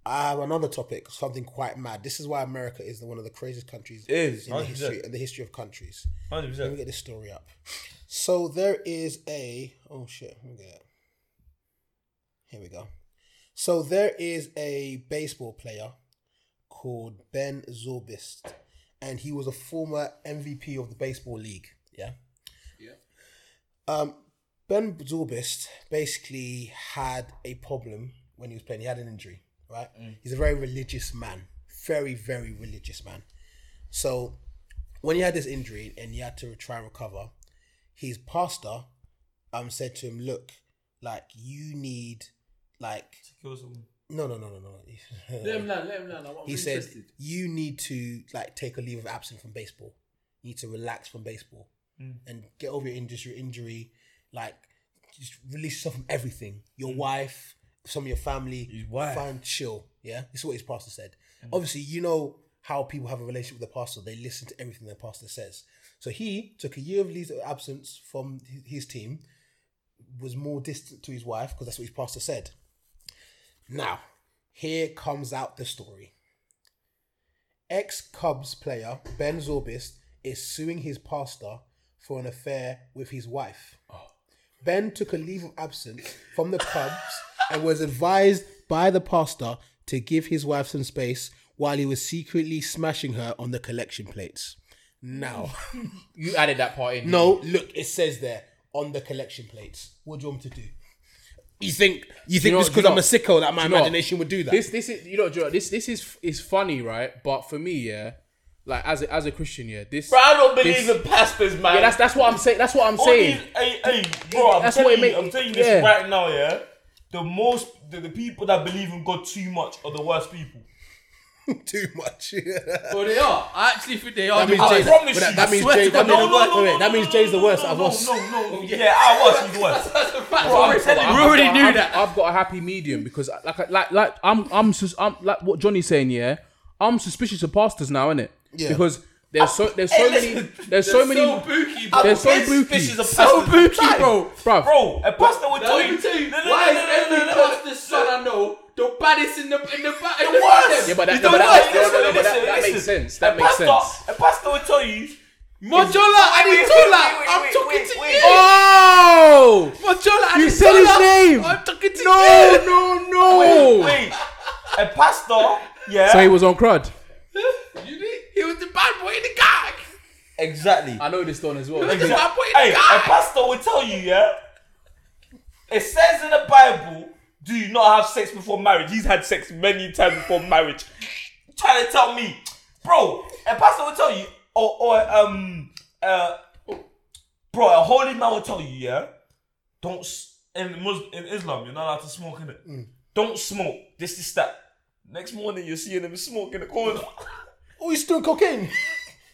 C: I have another topic, something quite mad. This is why America is one of the craziest countries
D: Is,
C: in the
D: 100%.
C: history in the history of countries.
D: Hundred
C: Let me
D: percent.
C: get this story up. So there is a oh shit, let me get it. Here we go. So there is a baseball player called Ben Zorbist, and he was a former MVP of the baseball league. Yeah. Yeah. Um, Ben Zorbist basically had a problem when he was playing. He had an injury, right? He's a very religious man, very very religious man. So when he had this injury and he had to try and recover, his pastor um said to him, "Look, like you need, like
D: Kill someone.
C: no, no, no, no, no."
E: Let him learn. Let him learn. I'm, I'm
C: he said,
E: interested.
C: "You need to like take a leave of absence from baseball. You need to relax from baseball and get over your injury. Injury, like just release yourself from everything. Your wife, some of your family.
D: Mm. His wife. Mm.
C: Find chill. Yeah, this is what his pastor said. Obviously, you know how people have a relationship with their pastor. They listen to everything their pastor says. So he took a year of leave of absence from hi- his team. Was more distant to his wife because that's what his pastor said. Now, here comes out the story. Ex Cubs player Ben Zorbist is suing his pastor for an affair with his wife. Ben took a leave of absence from the Cubs and was advised by the pastor to give his wife some space while he was secretly smashing her on the collection plates. Now,
H: You added that part in.
C: no, look, it says there on the collection plates. What do you want me to do? You think you think
H: know-
C: just
H: do
C: because
H: you
C: I'm a
H: know-
C: sicko that my
H: do you know-
C: imagination would do that?
H: This this is you know Joe, this this is is funny right, but for me yeah, like as a, as a Christian yeah, this
D: Bro, I don't believe
H: this-
D: in pastors, man.
H: yeah that's that's what I'm saying. That's what I'm
D: All these-
H: saying.
D: Hey, hey, bro, I'm
H: That's what
D: telling you,
H: it make-
D: I'm telling you this
H: yeah.
D: right now, yeah. The most, the, the people that believe in God too much are the worst people.
C: Too much.
E: Oh, they are. I actually think they are.
C: That means
E: the
C: Jay-
E: worst.
D: I
C: but
D: promise
C: that-
D: you.
C: that
D: I
C: means
E: swear to
C: Jay's-
E: God,
C: that means-
E: no, no,
C: wait, wait, that means Jay's the worst.
D: no,
C: I've
D: no,
C: lost.
D: No, no, yeah. I was. He's worse.
E: That's a fact.
D: Bro, I'm
E: Sorry, we
D: telling you.
E: already knew
H: I've-
E: that.
H: I've got a happy medium because like like like I'm I'm sus- I'm like what Johnny's saying. Yeah, I'm suspicious of pastors now, innit? Yeah. Because there's so there's so many there's so many
E: So booky, bro.
H: They're so
D: This
H: booky.
D: fish is a
E: So
D: pastor.
E: booky, bro.
H: bruv.
D: Bro, a pastor would tell
E: Let
D: you.
E: me tell you,
D: No, no,
E: why
D: no,
E: is
D: no, no,
E: every
D: no, no.
E: pastor's son I know the baddest in the in the ba- in the
D: Worse.
H: Yeah,
D: You
H: but that- but
D: don't
H: that-
D: know. Listen,
H: no, no, but that-
D: listen,
H: that makes
D: listen.
H: sense. That
D: A
H: makes
D: pastor-
H: sense.
D: A pastor would tell you.
E: Mojola Aditola.
D: wait, wait,
E: I'm
D: wait,
E: talking
D: wait,
E: to
D: wait.
E: you.
H: Oh!
E: Mojola Aditola.
H: You said his name.
E: I'm talking to
H: No,
E: you.
H: no, no!
D: Wait, a pastor. Yeah.
H: So he was on crud.
E: You did. He was the bad boy in the gang.
D: exactly.
H: I know this one as well.
E: Exactly. Why put it
D: Hey,
E: in
D: a
E: the guy?
D: pastor will tell you, yeah. It says in the Bible, do you not have sex before marriage? He's had sex many times before marriage. Trying to tell me, bro, a pastor will tell you, or, or um, uh, bro, a holy man will tell you, yeah. Don't s- in Mus- in Islam, you're not allowed to smoke in it. Don't smoke. This is that. Next morning, you're seeing him smoke in the corner.
C: Oh, he's doing cocaine.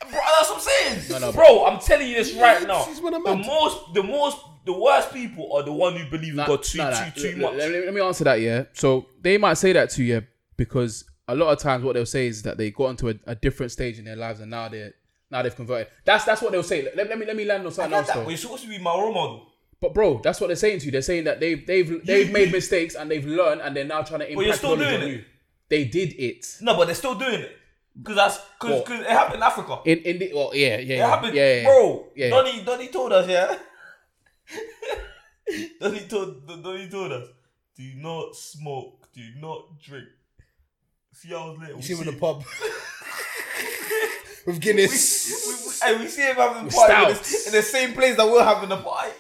D: Bro, that's what I'm saying. bro, I'm telling you this right now.
C: this is what I'm
D: the
C: at.
D: most, the most, the worst people are the one who believe in
H: Nah,
D: God too,
H: nah, nah.
D: too, too
H: Let-
D: much.
H: Let, let- let me answer that, yeah. So they might say that to you because a lot of times what they'll say is that they got into a, a different stage in their lives and now they're now they've converted. That's that's what they'll say. Let, let me let me land on
D: I
H: something
D: get
H: else
D: that, but
H: though.
D: you're supposed to be my role model.
H: But bro, that's what they're saying to you. They're saying that they've they've they've
D: You-
H: made
D: you-
H: mistakes and they've learned and they're now trying to impact
D: you're still
H: knowledge
D: doing
H: on
D: it.
H: you. They did it.
D: No, but they're still doing it because that's because
H: What?
D: cause it happened in Africa. It,
H: In in the well, yeah, yeah, yeah,
D: happened,
H: yeah, yeah,
D: bro.
H: yeah.
D: Donny, Donny told us, yeah. Donny told, Donny told us, do not smoke, do not drink. See hours later, we
C: See
D: see,
C: him in the
D: him.
C: pub with
D: we,
C: Guinness,
D: we, hey, we see him having a party in
H: stouts.
D: the, in the same place that we're having a party,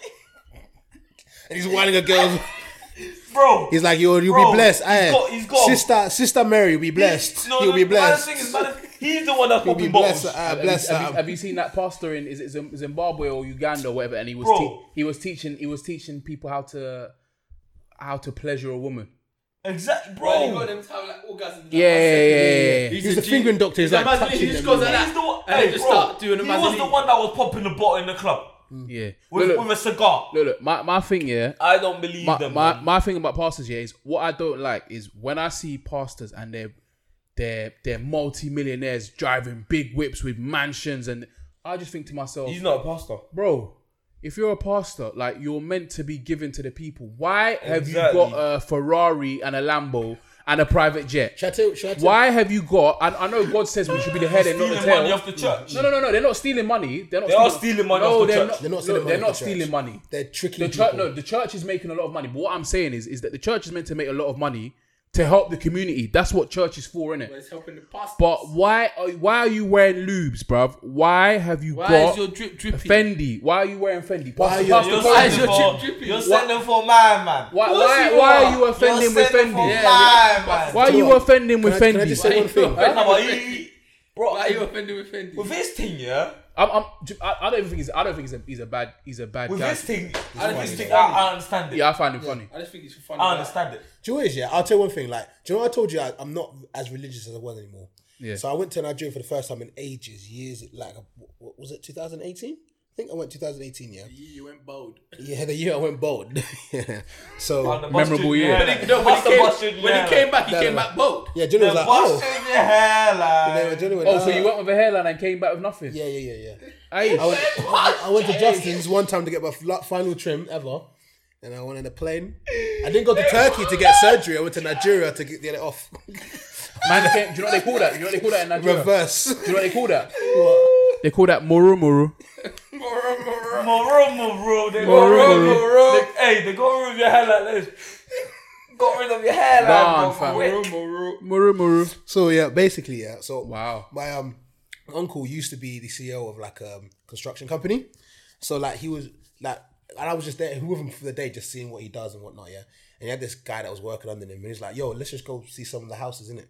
C: and he's whining at girls.
D: bro.
C: He's like, "You'll, you'll
D: Bro,
C: be blessed."
D: he's
C: Aye.
D: got- he's got-
C: sister, sister Mary, will be blessed.
D: No,
C: He'll
D: no,
C: be
D: the man
C: blessed.
D: thing is, man, he's the one that's
C: He'll be
D: popping bottles.
C: blessed. aye,
H: Have you-
C: blessed.
H: have,
D: uh,
H: you,
C: um,
H: have you seen that pastor in is it Zim- Zimbabwe or Uganda or whatever? And he was
D: Bro.
H: te- he was teaching he was teaching people how to how to pleasure a woman.
D: exactly,
E: Bro, you
D: bro.
E: got them time like orgasms.
H: Yeah, yeah, yeah, yeah.
C: He's a fingering doctor, he's like touching
E: He just
C: them,
E: goes like
C: you know.
E: that.
D: He's the one.
E: And
D: hey,
E: they just
D: bro,
E: start doing a
D: He was the
E: manzanita.
D: one that was popping the bottle in the club
H: Yeah.
D: with,
H: look,
D: with
H: look,
D: a cigar.
H: look, look, my, my thing, yeah.
D: I don't believe
H: My,
D: them.
H: my,
D: man.
H: my thing about pastors, yeah, is what I don't like is when I see pastors and they're they're they're multi-millionaires driving big whips with mansions and I just think to myself,
D: He's not a pastor.
H: bro, if you're a pastor, like you're meant to be given to the people. Why have
D: Exactly.
H: you got a Ferrari and a Lambo and a private jet?
C: Should I tell- should I tell-
H: Why have you got? And I know God says we should be the head and not the
D: Stealing
H: tail.
D: money off the church.
H: No, no, no, no. They're not stealing money. They're not.
D: They are stealing money
H: No,
D: off the
H: they're
D: church.
H: not.
C: They're not
H: no,
C: stealing
H: they're
C: money
H: not
C: off the church.
H: stealing money.
C: They're tricking
H: The church.
C: people.
H: No, the church is making a lot of money. But what I'm saying is, is that the church is meant to make a lot of money to help the community. That's what church is for, innit?
E: It's helping the pastor.
H: But why are why are you wearing lubes, bruv? Why have you
E: Why
H: got
E: is your drip dripping?
H: Fendi? Why are you wearing Fendi?
C: Why are
H: Pastor,
C: you-
H: Pastor
D: You're
H: Coleman,
E: Why is your
D: sending for,
E: chip dripping?
D: you're sending for my man.
H: Why,
D: Of
H: why,
D: course
H: why are you
D: You're
H: offending with
D: sending for
H: Fendi?
D: my man.
H: Why are you
C: Sure.
H: offending with
C: Can I- can I
H: Fendi?
C: just say one thing?
H: Huh?
D: No, but he, bro,
E: Why are you offended with Fendi?
D: with his thing, yeah.
H: I'm, I'm, I I don't even think he's, I don't think he's a, he's a bad, he's a bad
D: With
H: guy.
D: his thing, I don't think I, I understand it.
H: Yeah, I find him funny.
E: I just think it's funny.
D: I understand it.
C: Do you know what it is, yeah? I'll tell you one thing. Like, do you know what I told you? I, I'm not as religious as I was anymore.
H: Yeah.
C: So I went to Nigeria for the first time in ages, years. Like, w- w- was it 2018? I think I went 2018. Yeah.
E: You went bold.
C: Yeah, the year I went bold. yeah. So
D: On the
H: Memorable
D: busted
H: year.
D: hairline.
H: When
E: No, when he
D: Pastor
E: came,
D: busted
E: when he
D: hairline.
E: came back, he
C: No,
E: came
C: no,
E: back bold.
C: yeah, Johnny
D: The
C: was like,
D: busted
C: oh.
D: hairline.
C: Yeah, Johnny went,
H: Oh, so
C: "Ah."
H: you went with a hairline and came back with nothing?
C: Yeah, yeah, yeah, yeah.
H: Hey,
C: I went, I, I went to Justin's one time to get my fl- final trim ever, and I went in a plane. I didn't go to Turkey to get surgery. I went to Nigeria to get, get it off.
H: man came, do you know what they call that? Do you know what they call that in Nigeria?
C: Reverse.
H: Do you know what they call that?
C: What?
H: They call that muru muru.
D: Moro, moro, they go
H: Moro,
D: room,
H: moro.
D: They, hey, they go room your hair like this. Got rid of your hairline,
H: Nah,
D: bro.
H: fam.
D: Quick.
H: Muru Muru.
C: So yeah, basically yeah. So
H: Wow.
C: my um uncle used to be the CEO of like um construction company. So like he was like, and I was just there with him for the day, just seeing what he does and whatnot. Yeah, and he had this guy that was working under him, and he's like, "Yo, let's just go see some of the houses in it."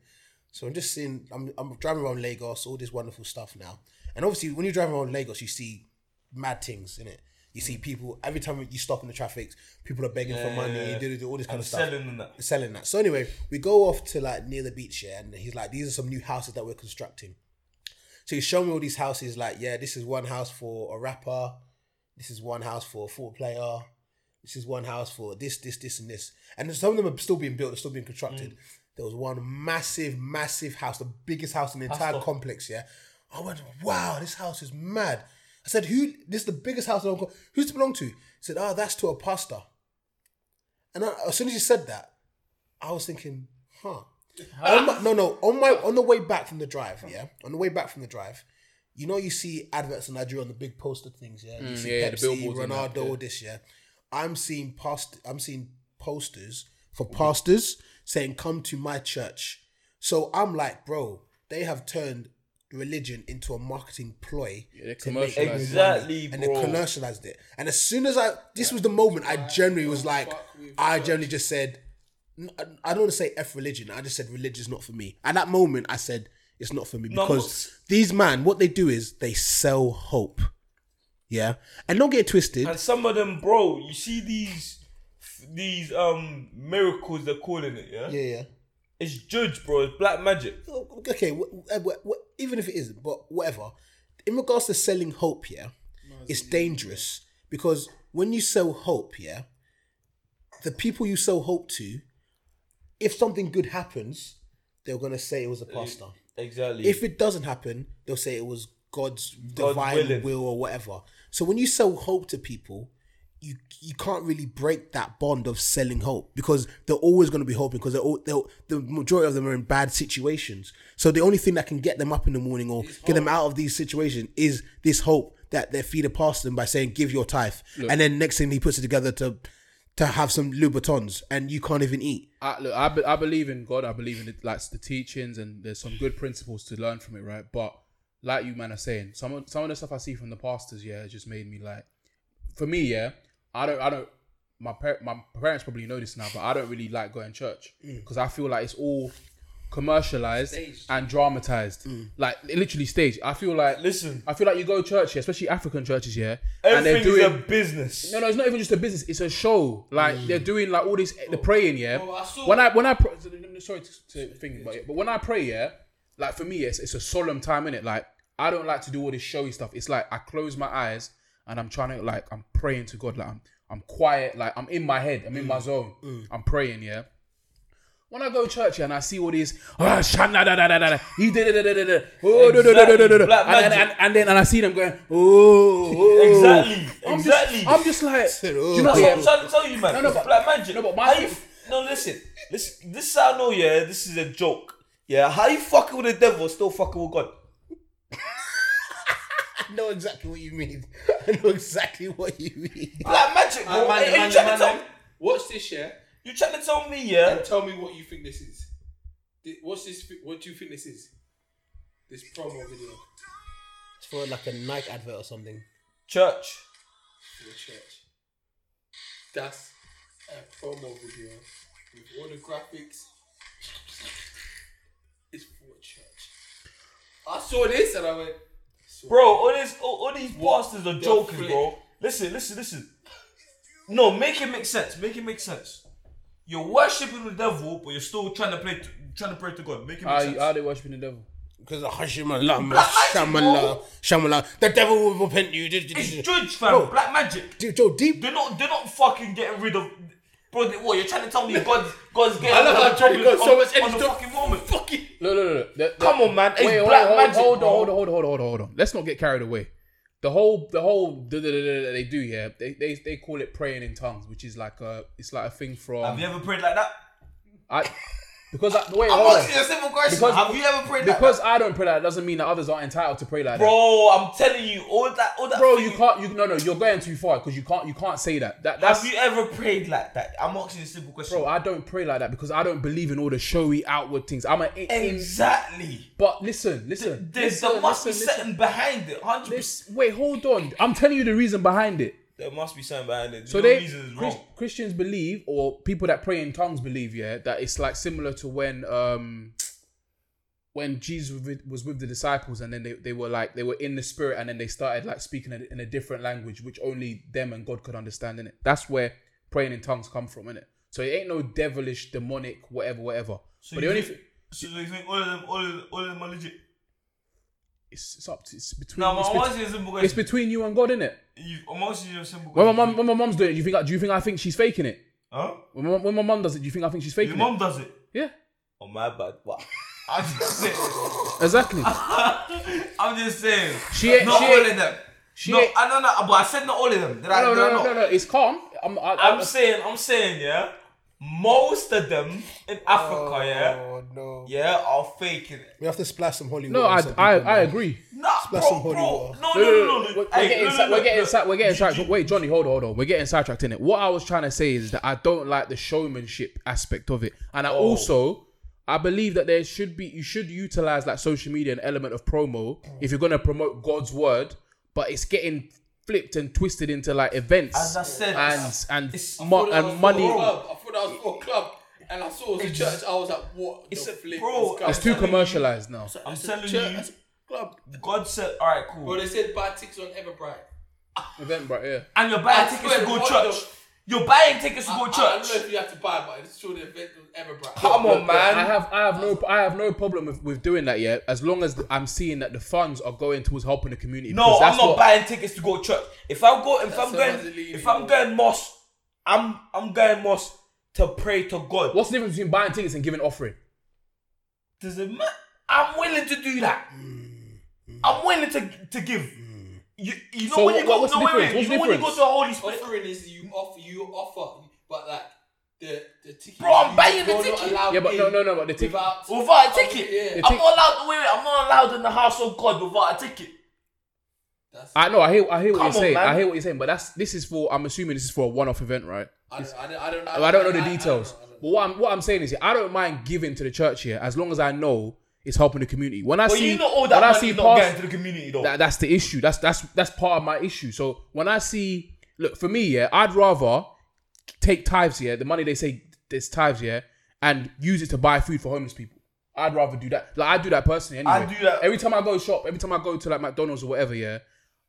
C: So I'm just seeing, I'm I'm driving around Lagos, all this wonderful stuff now, and obviously when you're driving around Lagos, you see mad things in it. You see people every time you stop in the traffic, people are begging for money, do- do all this kind of stuff
D: Selling and that.
C: selling that. So anyway, we go off to like near the beach here, and he's like, "These are some new houses that we're constructing." So he's showing me all these houses. Like, yeah, this is one house for a rapper. This is one house for a football player. This is one house for this, this, this, and this. And some of them are still being built. They're still being constructed. There was one massive, massive house, the biggest house in the entire complex. Yeah, I went, "Wow, this house is mad." I said, "Who? This is the biggest house in the whole co- Who's it belong to?" He said, "Oh, that's to a pastor." And I, as soon as he said that, I was thinking, huh. On my- no, no. On my on the way back from the drive, yeah. On the way back from the drive, you know, you see adverts in Nigeria on the big poster things, yeah. You see
H: Mm, yeah, the
C: Pepsi,
H: billboards and that,
C: Ronaldo, this year. I'm seeing past. I'm seeing posters for pastors saying, "Come to my church." So I'm like, bro, they have turned religion into a marketing ploy
H: they
C: to make
H: commercialized it.
D: Exactly,
C: money, and
D: bro.
C: they commercialized it. And as soon as I, this was the moment I generally was like, I generally just said, n- I don't want to say F religion. I just said religion's not for me. At that moment, I said it's not for me
D: No,
C: because these man, what they do is they sell hope. Yeah, and don't get it twisted.
D: And some of them, bro, you see these these um miracles they're calling it, yeah?
C: Yeah, yeah.
D: It's judge, bro, it's black magic.
C: Oh, okay, wh- wh- wh- wh- even if it isn't, but whatever. In regards to selling hope, yeah, it's dangerous because when you sell hope, yeah, the people you sell hope to, if something good happens, they're gonna say it was a pastor.
D: Exactly.
C: If it doesn't happen, they'll say it was God's divine
D: willing.
C: will or whatever. So when you sell hope to people, you you can't really break that bond of selling hope because they're always going to be hoping because they're all they're, the majority of them are in bad situations. So the only thing that can get them up in the morning or get them out of these situations is this hope that their feeder passed them by saying give your tithe, and then next thing he puts it together to to have some Louboutins and you can't even eat.
H: I, look, I, be, I believe in God. I believe in it, like the teachings, and there's some good principles to learn from it, right? But like you, man, are saying some of, some of the stuff I see from the pastors, yeah, it just made me like, for me, yeah, I don't, I don't. My par- my parents probably know this now, but I don't really like going to church
D: Mm.
H: because I feel like it's all commercialized and dramatized, like literally staged. I feel like
D: Mm. Listen.
H: I feel like you go to church, yeah, especially African churches, yeah, and
D: Everything
H: they're
D: is
H: doing.
D: a business.
H: No, no, it's not even just a business. It's a show. Like they're doing like all this, the praying. Yeah. when I when I pr- sorry to, to think about it, but when I pray, yeah, like for me, it's it's a solemn time in it. Like I don't like to do all this showy stuff. It's like I close my eyes and I'm trying to like I'm praying to God. Like I'm I'm quiet. Like I'm in my head. I'm in my zone. I'm praying. Yeah. When I go to church yeah, and I see all these, oh, shana, da, da, da, da, da, he did it, da, da, da, da, oh, da, da, da, da, da, da,
D: Black
H: and, and,
D: magic.
H: and, and then and I see them going, oh, oh.
D: Exactly.
H: I'm
D: exactly.
H: Just, I'm just like, you know,
D: That's
H: yeah,
D: what I'm trying to tell you, man.
H: no,
D: it's
H: but-
D: black magic.
H: no, but my-
D: How you, f- no, listen. Listen. This is how I know, yeah, this is a joke. Yeah, how you fucking with the devil still fucking with God?
C: I know exactly what you mean. I know exactly what you mean.
D: Black magic, bro.
E: Man, man,
D: Hey, hey,
E: man,
D: you trying to
E: man,
D: tell
E: man. Watch this, yeah,
D: you trying to tell me, yeah?
E: and tell me what you think this is. Thi- What's this? What do you think this is? This promo video
C: It's for like a Nike advert or something.
D: Church.
E: for the church. That's a promo video with all the graphics. It's for a church. I saw this and I went,
D: Bro, all this, all, all these bastards are
E: the
D: joking,
E: flip?
D: bro. Listen, listen, listen. No, make it make sense. Make it make sense. You're worshipping the devil, but you're still trying to play, trying to pray to God. Make it make
H: How
D: sense.
H: you- how they worshiping the devil?
C: Because of Hashimallah, Shamallah, Shamallah. The devil will repent you.
D: it's judge, fam.
C: Bro.
D: Black magic.
C: Dude, Joe, deep.
D: They're not. They're not fucking getting rid of. Bro, they, what you're trying to tell me? God's God's getting
E: I love
D: rid of
E: how Johnny
D: problems
E: got so much
D: on, on
E: energy.
D: the fucking moment. Fucking.
H: Look, look, look, look. The- the-
D: Come on, man. It's
H: Wait, hold,
D: black
H: hold,
D: magic.
H: hold on,
D: bro.
H: hold on, hold on, hold on, hold on. Let's not get carried away. The whole, the whole, da, da, da, da, da, they do, yeah. They, they, they call it praying in tongues, which is like a, it's like a thing from.
D: Have you ever prayed like that?
H: I, Because I, wait,
D: I'm
H: hold on.
D: asking you a simple question.
H: Because-
D: Have you ever prayed like
H: Because I don't pray like that doesn't mean that others aren't entitled to pray like
D: that? Bro, I'm telling you, all that, all that.
H: that. Bro,
D: thing-
H: you can't. You no, no. You're going too far because you can't. You can't say that. That that's.
D: Have you ever prayed like that? I'm asking you a simple question.
H: Bro, I don't pray like that because I don't believe in all the showy outward things. I'm an in, in-
D: exactly.
H: but listen, listen.
D: There's
H: listen,
D: there must
H: listen,
D: be something behind it. Hundred percent.
H: listen. Wait, hold on. I'm telling you the reason behind it.
D: There must be something behind it.
H: So
D: So
H: they
D: reason is
H: Chris-
D: wrong.
H: Christians believe, or people that pray in tongues believe, yeah, that it's like similar to when um when Jesus was with- was with the disciples, and then they, they were like they were in the spirit, and then they started like speaking in a, in a different language, which only them and God could understand. In it, that's where praying in tongues come from. In it, so it ain't no devilish, demonic, whatever, whatever.
D: So
H: but
D: you
H: the only
D: think-
H: thing
D: So you think all of them, all of them, all of them are legit?
H: it's, it's up to it's between
D: No,
H: it's,
D: I'm
H: bet-
D: asking you a simple
H: it's
D: question.
H: between you and God, in it.
D: You- I'm asking you a simple
H: When my
D: question.
H: mom when my mom's doing it, do you think I- do you think I think she's faking it?
D: Huh?
H: When my, when my mom does it, do you think I think she's faking
D: Your
H: it?
D: mom does it.
H: Yeah,
D: Oh my bad. Wow. I'm just saying.
H: exactly.
D: I'm just saying.
H: She ain't-
D: not
H: she
D: all
H: ain't-
D: of them.
H: she
D: no,
H: ain't-
D: I don't know. But I said not all of them. Did I?
H: no,
D: did I
H: no,
D: not?
H: no, no, no, it's calm. I'm, I,
D: I'm saying, I'm saying, yeah. Most of them in Africa, yeah,
C: Oh no.
D: yeah, are faking it.
C: We have to splash some holy
H: no,
C: water
H: I,
C: on some
H: I,
C: people,
H: I
C: man.
H: agree.
D: Nah,
C: Splash
D: bro,
C: some holy
D: bro.
C: water.
D: No, no,
H: No,
D: no, no. no.
H: We're,
D: Hey,
H: we're getting,
D: no, no,
H: side,
D: no,
H: we're getting,
D: no.
H: side, we're getting
D: You-
H: sidetracked.
D: you-
H: Wait, Johnny, hold on, hold on. We're getting sidetracked in it. What I was trying to say is that I don't like the showmanship aspect of it, and I
D: Oh.
H: also I believe that there should be you should utilize like social media an element of promo if you're going to promote God's word, but it's getting flipped and twisted into like events
D: As I said, it's-
H: and
D: it's-
H: and mo-
D: I thought it was
H: and money.
D: for all.
E: club. I thought that was for a club, and I saw it was a church. I was like, what?
D: It's
E: the
D: a-
E: flip
D: bro,
E: is going
H: It's too
E: on?
H: commercialized now.
E: That's
D: I'm
E: a
D: telling
E: church,
D: you.
E: that's a club.
D: God said, all right, cool.
E: Bro, they said buy tickets on Everbright.
H: Event, right? Yeah.
D: and you're buying
E: I
D: tickets to
E: swear,
D: go
E: what
D: church. You're buying tickets to
E: I,
D: go
E: I- I don't know
D: church.
E: if you have to buy, but it's sure the event was Everbright.
D: Come on,
H: I
D: man.
H: have I have no I have no problem with, with doing that yet, as long as I'm seeing that the funds are going towards helping the community.
D: No,
H: because that's
D: I'm not
H: what-
D: buying tickets to go church. If I go, if I'm
E: a
D: going,
E: Mazzolini,
D: if I'm
E: bro.
D: going mosque, I'm I'm going mosque to pray to God.
H: What's the difference between buying tickets and giving offering?
D: Does it matter? I'm willing to do that. I'm willing to to give. You, you know
H: So
D: when you
H: what-
D: go
H: what's
D: no
H: the
D: wait, wait,
H: difference?
D: you know when
H: What's the
D: you go to
H: difference?
D: the Holy Spirit
E: Offering is you offer, you offer, but like the the ticket.
D: Bro, I'm
E: you-
D: buying the
E: you're not
D: ticket. Oh.
E: allowed
H: Yeah, but no,
E: in
H: no, no, but the ticket-
E: without-
D: without a ticket.
E: Yeah,
H: The
D: I'm
H: tic-
D: not allowed. Wait, wait, I'm not allowed in the house of God without a ticket.
E: that's, I,
H: I know I hear I hear what
D: Come
H: you're
D: on,
H: saying.
D: man.
H: I hear what you're saying, but that's this is for I'm assuming this is for a one-off event, right?
E: don't, I, don't, I don't know.
H: Oh, I don't know the
E: I- I don't
H: details.
E: know, I don't know.
H: But what I'm what I'm saying is I don't mind giving to the church here as long as I know it's helping the community. When I
D: But
H: see
D: you know all that
H: when I
D: money
H: see
D: not
H: past-
D: getting to the community though.
H: That, that's the issue. That's that's that's part of my issue. So when I see, look for me, yeah, I'd rather take tithes, yeah, the money they say there's tithes, yeah, and use it to buy food for homeless people. I'd rather do that. Like I do that personally. Anyway.
D: I do that-
H: every time I go shop. Every time I go to like McDonald's or whatever, yeah.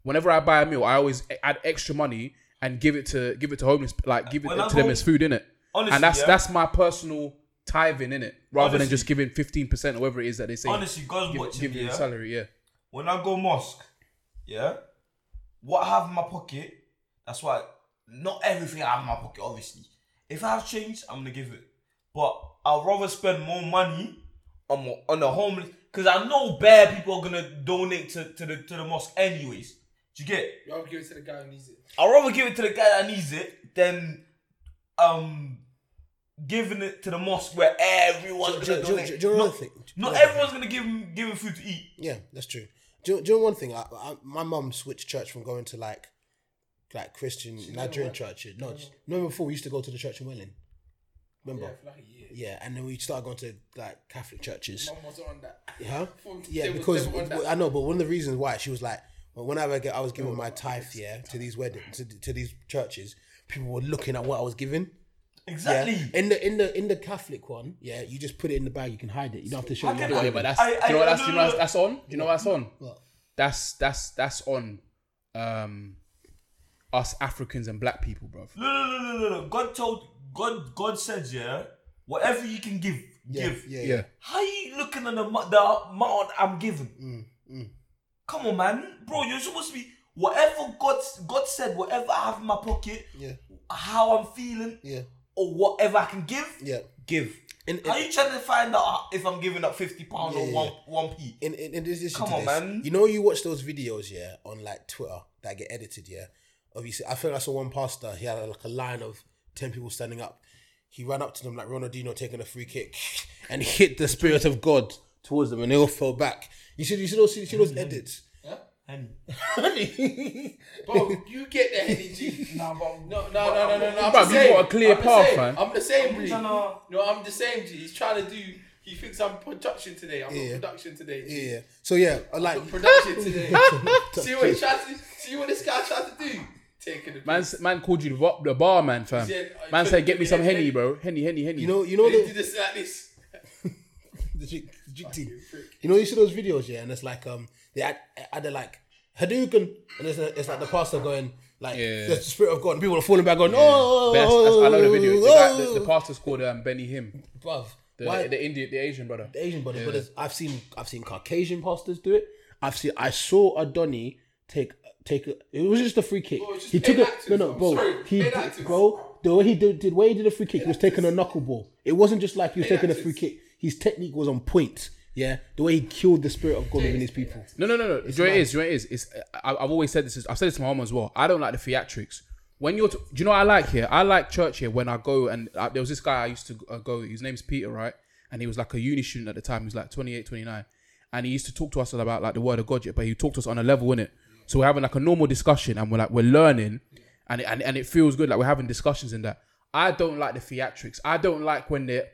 H: Whenever I buy a meal, I always add extra money and give it to give it to homeless, like give it
D: When
H: to
D: I
H: them
D: go-
H: as food in it.
D: Honestly,
H: and that's
D: yeah.
H: that's my personal tithing in it, rather than
D: Honestly.
H: just giving fifteen percent or whatever it is that they say.
D: Honestly, God's
H: give,
D: watching
H: give
D: me.
H: you
D: yeah?
H: your salary, yeah.
D: when I go mosque, yeah, what I have in my pocket, that's why not everything I have in my pocket, obviously. If I have change, I'm gonna give it. But I'd rather spend more money on on the homeless because I know bare people are gonna donate to, to the to the mosque anyways. Do you get? it?
E: You have to give it to the guy who needs it.
D: I'd rather give it to the guy that needs it than um giving it to the mosque where everyone's
C: Do- do-
D: gonna
C: do-
D: donate.
C: do- do you know
D: not,
C: the thing? Do you
D: not
C: know the thing?
D: everyone's gonna give him give him food to eat.
C: Yeah, that's true. Do, you- do you know one thing? I, I, my mum switched church from going to like like Christian Nigerian church. No, she- remember before we used to go to the church in Welling. Remember?
E: For like a year.
C: Yeah, and then we started going to like Catholic churches.
E: Mum was on that.
C: Huh?
E: From-
C: Yeah,
E: they was-
C: because
E: they were on that. Oh,
C: I know, but one of the reasons why she was like, well, whenever I get, I was giving my tithe, yeah, to these weddings, to, to these churches, people were looking at what I was giving. Yeah.
D: Exactly.
C: In the in the in the Catholic one, yeah, you just put it in the bag. You can hide it. You don't have to show.
D: I can-
C: them.
H: Yeah, yeah, but that's
D: I-
H: do
D: I-
H: you know what that's,
D: no,
H: do
D: no,
H: you know that's,
D: no.
H: that's on. Do you know what that's on?
C: What?
H: That's that's that's on um us Africans and black people, bro.
D: No, no, no, no, no, no. God told God. God said, yeah, whatever you can give,
C: Yeah,
D: give.
C: yeah, yeah.
H: Yeah.
D: How you looking at the mu- the amount I'm giving? Come on, man, bro. You're supposed to be whatever God God said. Whatever I have in my pocket,
C: Yeah.
D: how I'm feeling,
C: Yeah.
D: or whatever I can give,
C: Yeah.
D: give.
C: In-
D: How you trying to find out if I'm giving up fifty pounds
C: Yeah,
D: or
C: yeah,
D: one one p?
C: in, in, in this issue
D: Come
C: to
D: on,
C: this,
D: man.
C: you know you watch those videos, yeah, on like Twitter that get edited, yeah. Obviously, I think I saw one pastor. He had like a line of ten people standing up. He ran up to them like Ronaldinho taking a free kick and hit the spirit of God towards them, and they all fell back. You should you should all see, you should
D: Mm-hmm.
C: all see those edits.
E: Bro, you get the energy.
D: Nah, but
E: No, no, no, no, no, no. I'm
H: Bruv,
E: the
H: you
E: same.
H: got a clear
E: I'm the
H: path,
E: same.
H: man.
E: I'm the same, G.
D: tryna-
E: No, I'm the same, G. He's trying to do. He thinks I'm production today. I'm
C: Yeah.
E: not production today. G.
C: Yeah. So yeah, I like
E: I'm Production today. see what he tries to. See what this guy tries to do. Taking the.
H: Man, s- man called you the, bar, the bar man, fam.
E: Yeah,
H: Man
E: I-
H: said, "Get me some
E: yeah,
H: henny,
E: yeah.
H: bro. Henny, henny, henny."
C: you know you know
E: They do
C: the
E: this like this.
C: the jig, the jig team. You know you see those videos, yeah, and it's like um they add, added like Hadouken, and it's, it's like the pastor going like
H: Yeah.
C: the spirit of God, and people are falling back going oh.
H: Best- that's- I know the video. The, guy, the, the
C: oh,
H: pastor's called um, Benny Him,
C: bruv.
H: the,
C: Why-
H: the Indian, the Asian brother.
C: the Asian brothers, but it's- I've seen I've seen Caucasian pastors do it. I've seen I saw Adoni take take a, it was just a free kick.
E: just
C: he took
E: paid
C: it no
E: actors,
C: no
E: I'm
C: bro
E: sorry,
C: he
E: paid
C: did-
E: actors.
C: bro the way he did, did way he did a free kick he was taking a knuckleball. It wasn't just like he was taking a free kick. His technique was on point. Yeah, the way he killed the spirit of God within his people.
H: No, no, no, no. Do you know what it is? Do you know what it is? It's, I, I've always said this. Is, I've said this to my mom as well. I don't like the theatrics. When you're, t- do you know what I like here? I like church here. When I go and uh there was this guy I used to uh, go. His name's Peter, right? And he was like a uni student at the time. He was like 28, 29, and he used to talk to us about like the word of God. Yeah, but he talked to us on a level in it. So we're having like a normal discussion, and we're like we're learning, and it, and and it feels good. Like we're having discussions in that. I don't like the theatrics. I don't like when they're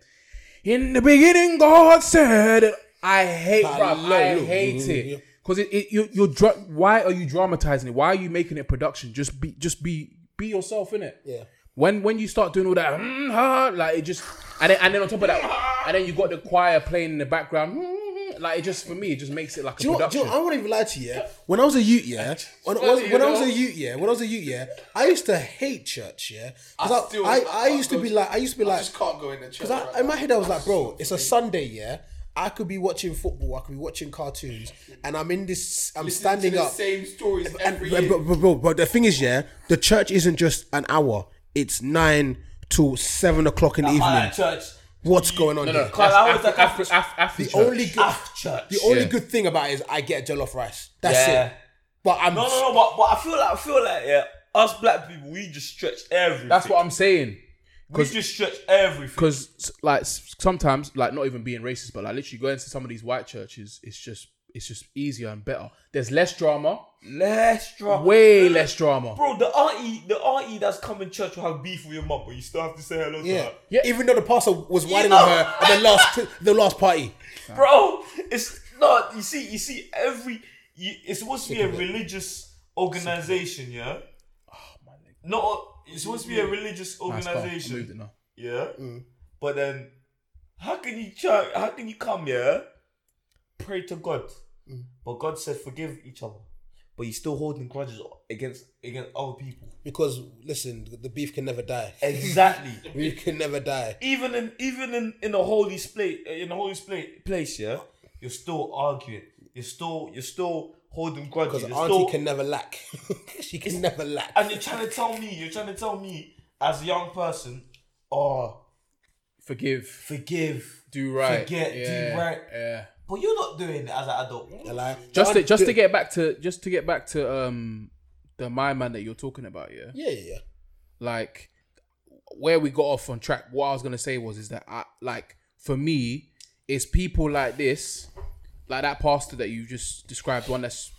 H: in the beginning, God said. it. I hate, bruv, I
C: Hallelujah.
H: hate it because it, it you, you're dra- Why are you dramatizing it? Why are you making it production? Just be, just be, be yourself in it.
C: Yeah.
H: When when you start doing all that, mm, ha, like it just, and then and then on top of that, and then you got the choir playing in the background, mm, like it just for me, it just makes it like a
C: Do you, know, what- do
H: production.
C: you know, I won't even lie to you. Yeah? When I was a youth, yeah. When, when,
E: you
C: when I was
E: know.
C: a youth, yeah. When I was a youth, yeah. I used to hate church, yeah. 'Cause
E: I
C: I,
E: still-
C: I, I,
E: I
C: used to
E: go-
C: be like, I used to be
E: I
C: like,
E: just can't go in the church.
C: Because
E: right
C: I, in my
E: now.
C: head, I was like, bro, it's a Sunday, yeah. I could be watching football. I could be watching cartoons, and I'm in this. I'm
E: Listen to
C: standing
E: the
C: up.
E: Same stories
C: And,
E: every
C: but,
E: year.
C: but, but- but the thing is, yeah, the church isn't just an hour. It's nine to seven o'clock in the
D: Evening.
C: evening.
D: church.
C: What's going on? here?
D: Cause I was like,
H: Afri- Af- Afri-
C: The
H: church.
C: only good,
D: Af church.
C: the only
H: Yeah.
C: good thing about it is I get jollof rice. That's
D: Yeah.
C: it. But I'm
D: No, no, no. But, but I feel like I feel like yeah, us black people, we just stretch everything.
H: That's what I'm saying.
D: We just stretch everything.
H: Because like s- sometimes, like not even being racist, but like literally going to some of these white churches, it's just it's just easier and better. There's less drama,
D: Less drama.
H: way less drama.
D: Bro, the auntie, the auntie that's come in church will have beef with your mum, but you still have to say hello to
C: yeah.
D: her.
C: yeah. Even though the pastor was whining
D: know-
C: on her at the last the last party.
D: Bro, it's not. You see, you see, every you, it's supposed to be a religious organization, yeah. Oh, Not it's supposed to be a religious
H: Nice car. I moved it
D: organization,
H: now.
D: yeah. But then, how can you church? How can you come here, pray to God, but God said forgive each other, but you're still holding grudges against against other people.
C: Because listen, the beef can never die.
D: Exactly.
C: Beef can never die.
D: even in even in in a holy plate in a holy plate place, yeah, you're still arguing. You're still you're still holding grudges.
C: Because
D: You're
C: auntie
D: still,
C: can never lack. she can never lack.
D: and you're trying to tell me, you're trying to tell me as a young person, oh,
H: Forgive,
D: forgive,
H: do right,
D: forget,
H: yeah,
D: do right.
H: Yeah.
D: But you're not doing it as an adult.
C: A lie.
H: Just to, just to get back to just to get back to um the my man that you're talking about, yeah.
C: Yeah, yeah, yeah.
H: Like where we got off on track. What I was gonna say was is that I like for me, it's people like this, like that pastor that you just described, one that's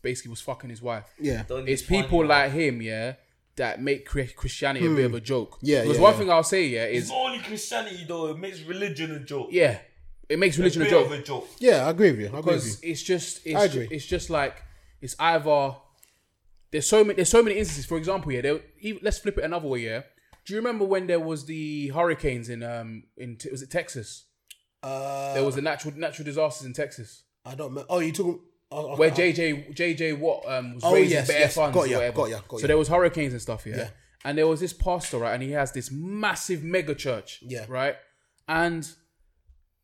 H: basically was fucking his wife.
C: Yeah.
D: Don't
H: it's
D: define
H: people
D: it.
H: like him, yeah, that make Chri- Christianity a bit of a joke.
C: Hmm. Yeah,
H: because
C: yeah,
H: one
C: yeah.
H: thing I'll say, yeah,
D: It's
H: is
D: not only Christianity though. It makes religion a joke.
H: yeah, it makes religion a
D: bit
H: joke
D: of a joke.
C: Yeah, I agree with you. I agree with you.
H: because it's just it's,
C: I agree.
H: it's just like it's either there's so many there's so many instances. For example, yeah, there, even, let's flip it another way. Yeah, do you remember when there was the hurricanes in um in Te- was it Texas?
C: Uh,
H: There was the natural natural disasters in Texas
C: I don't. Me- oh, you talking? Oh, okay.
H: where JJ JJ Watt um was
C: Oh,
H: raising
C: yes,
H: bare
C: yes.
H: funds
C: Got
H: or
C: ya,
H: whatever.
C: got ya, got
H: so
C: ya.
H: there was hurricanes and stuff, yeah?
C: Yeah.
H: And there was this pastor, right, and he has this massive mega church,
C: Yeah.
H: right, and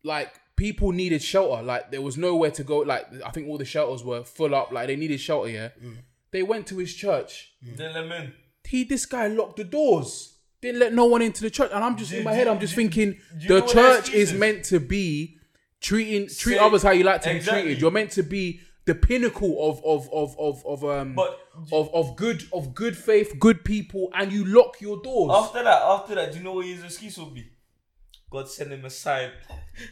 H: like people needed shelter, like there was nowhere to go, like I think all the shelters were full up, like they needed shelter, yeah.
C: Mm.
H: They went to his church.
D: Then let me in.
H: He, this guy, locked the doors. Didn't let no one into the church, and I'm just in my head. I'm just thinking
D: you
H: the
D: know what their
H: church
D: excuse
H: is
D: is?
H: meant to be treating treat
D: Say-
H: others how you like to be
D: Exactly.
H: treated. You're meant to be the pinnacle of of of of of um
D: But-
H: of of good of good faith, good people, and you lock your doors.
D: After that, after that, do you know what his excuse will be? God send him a sign.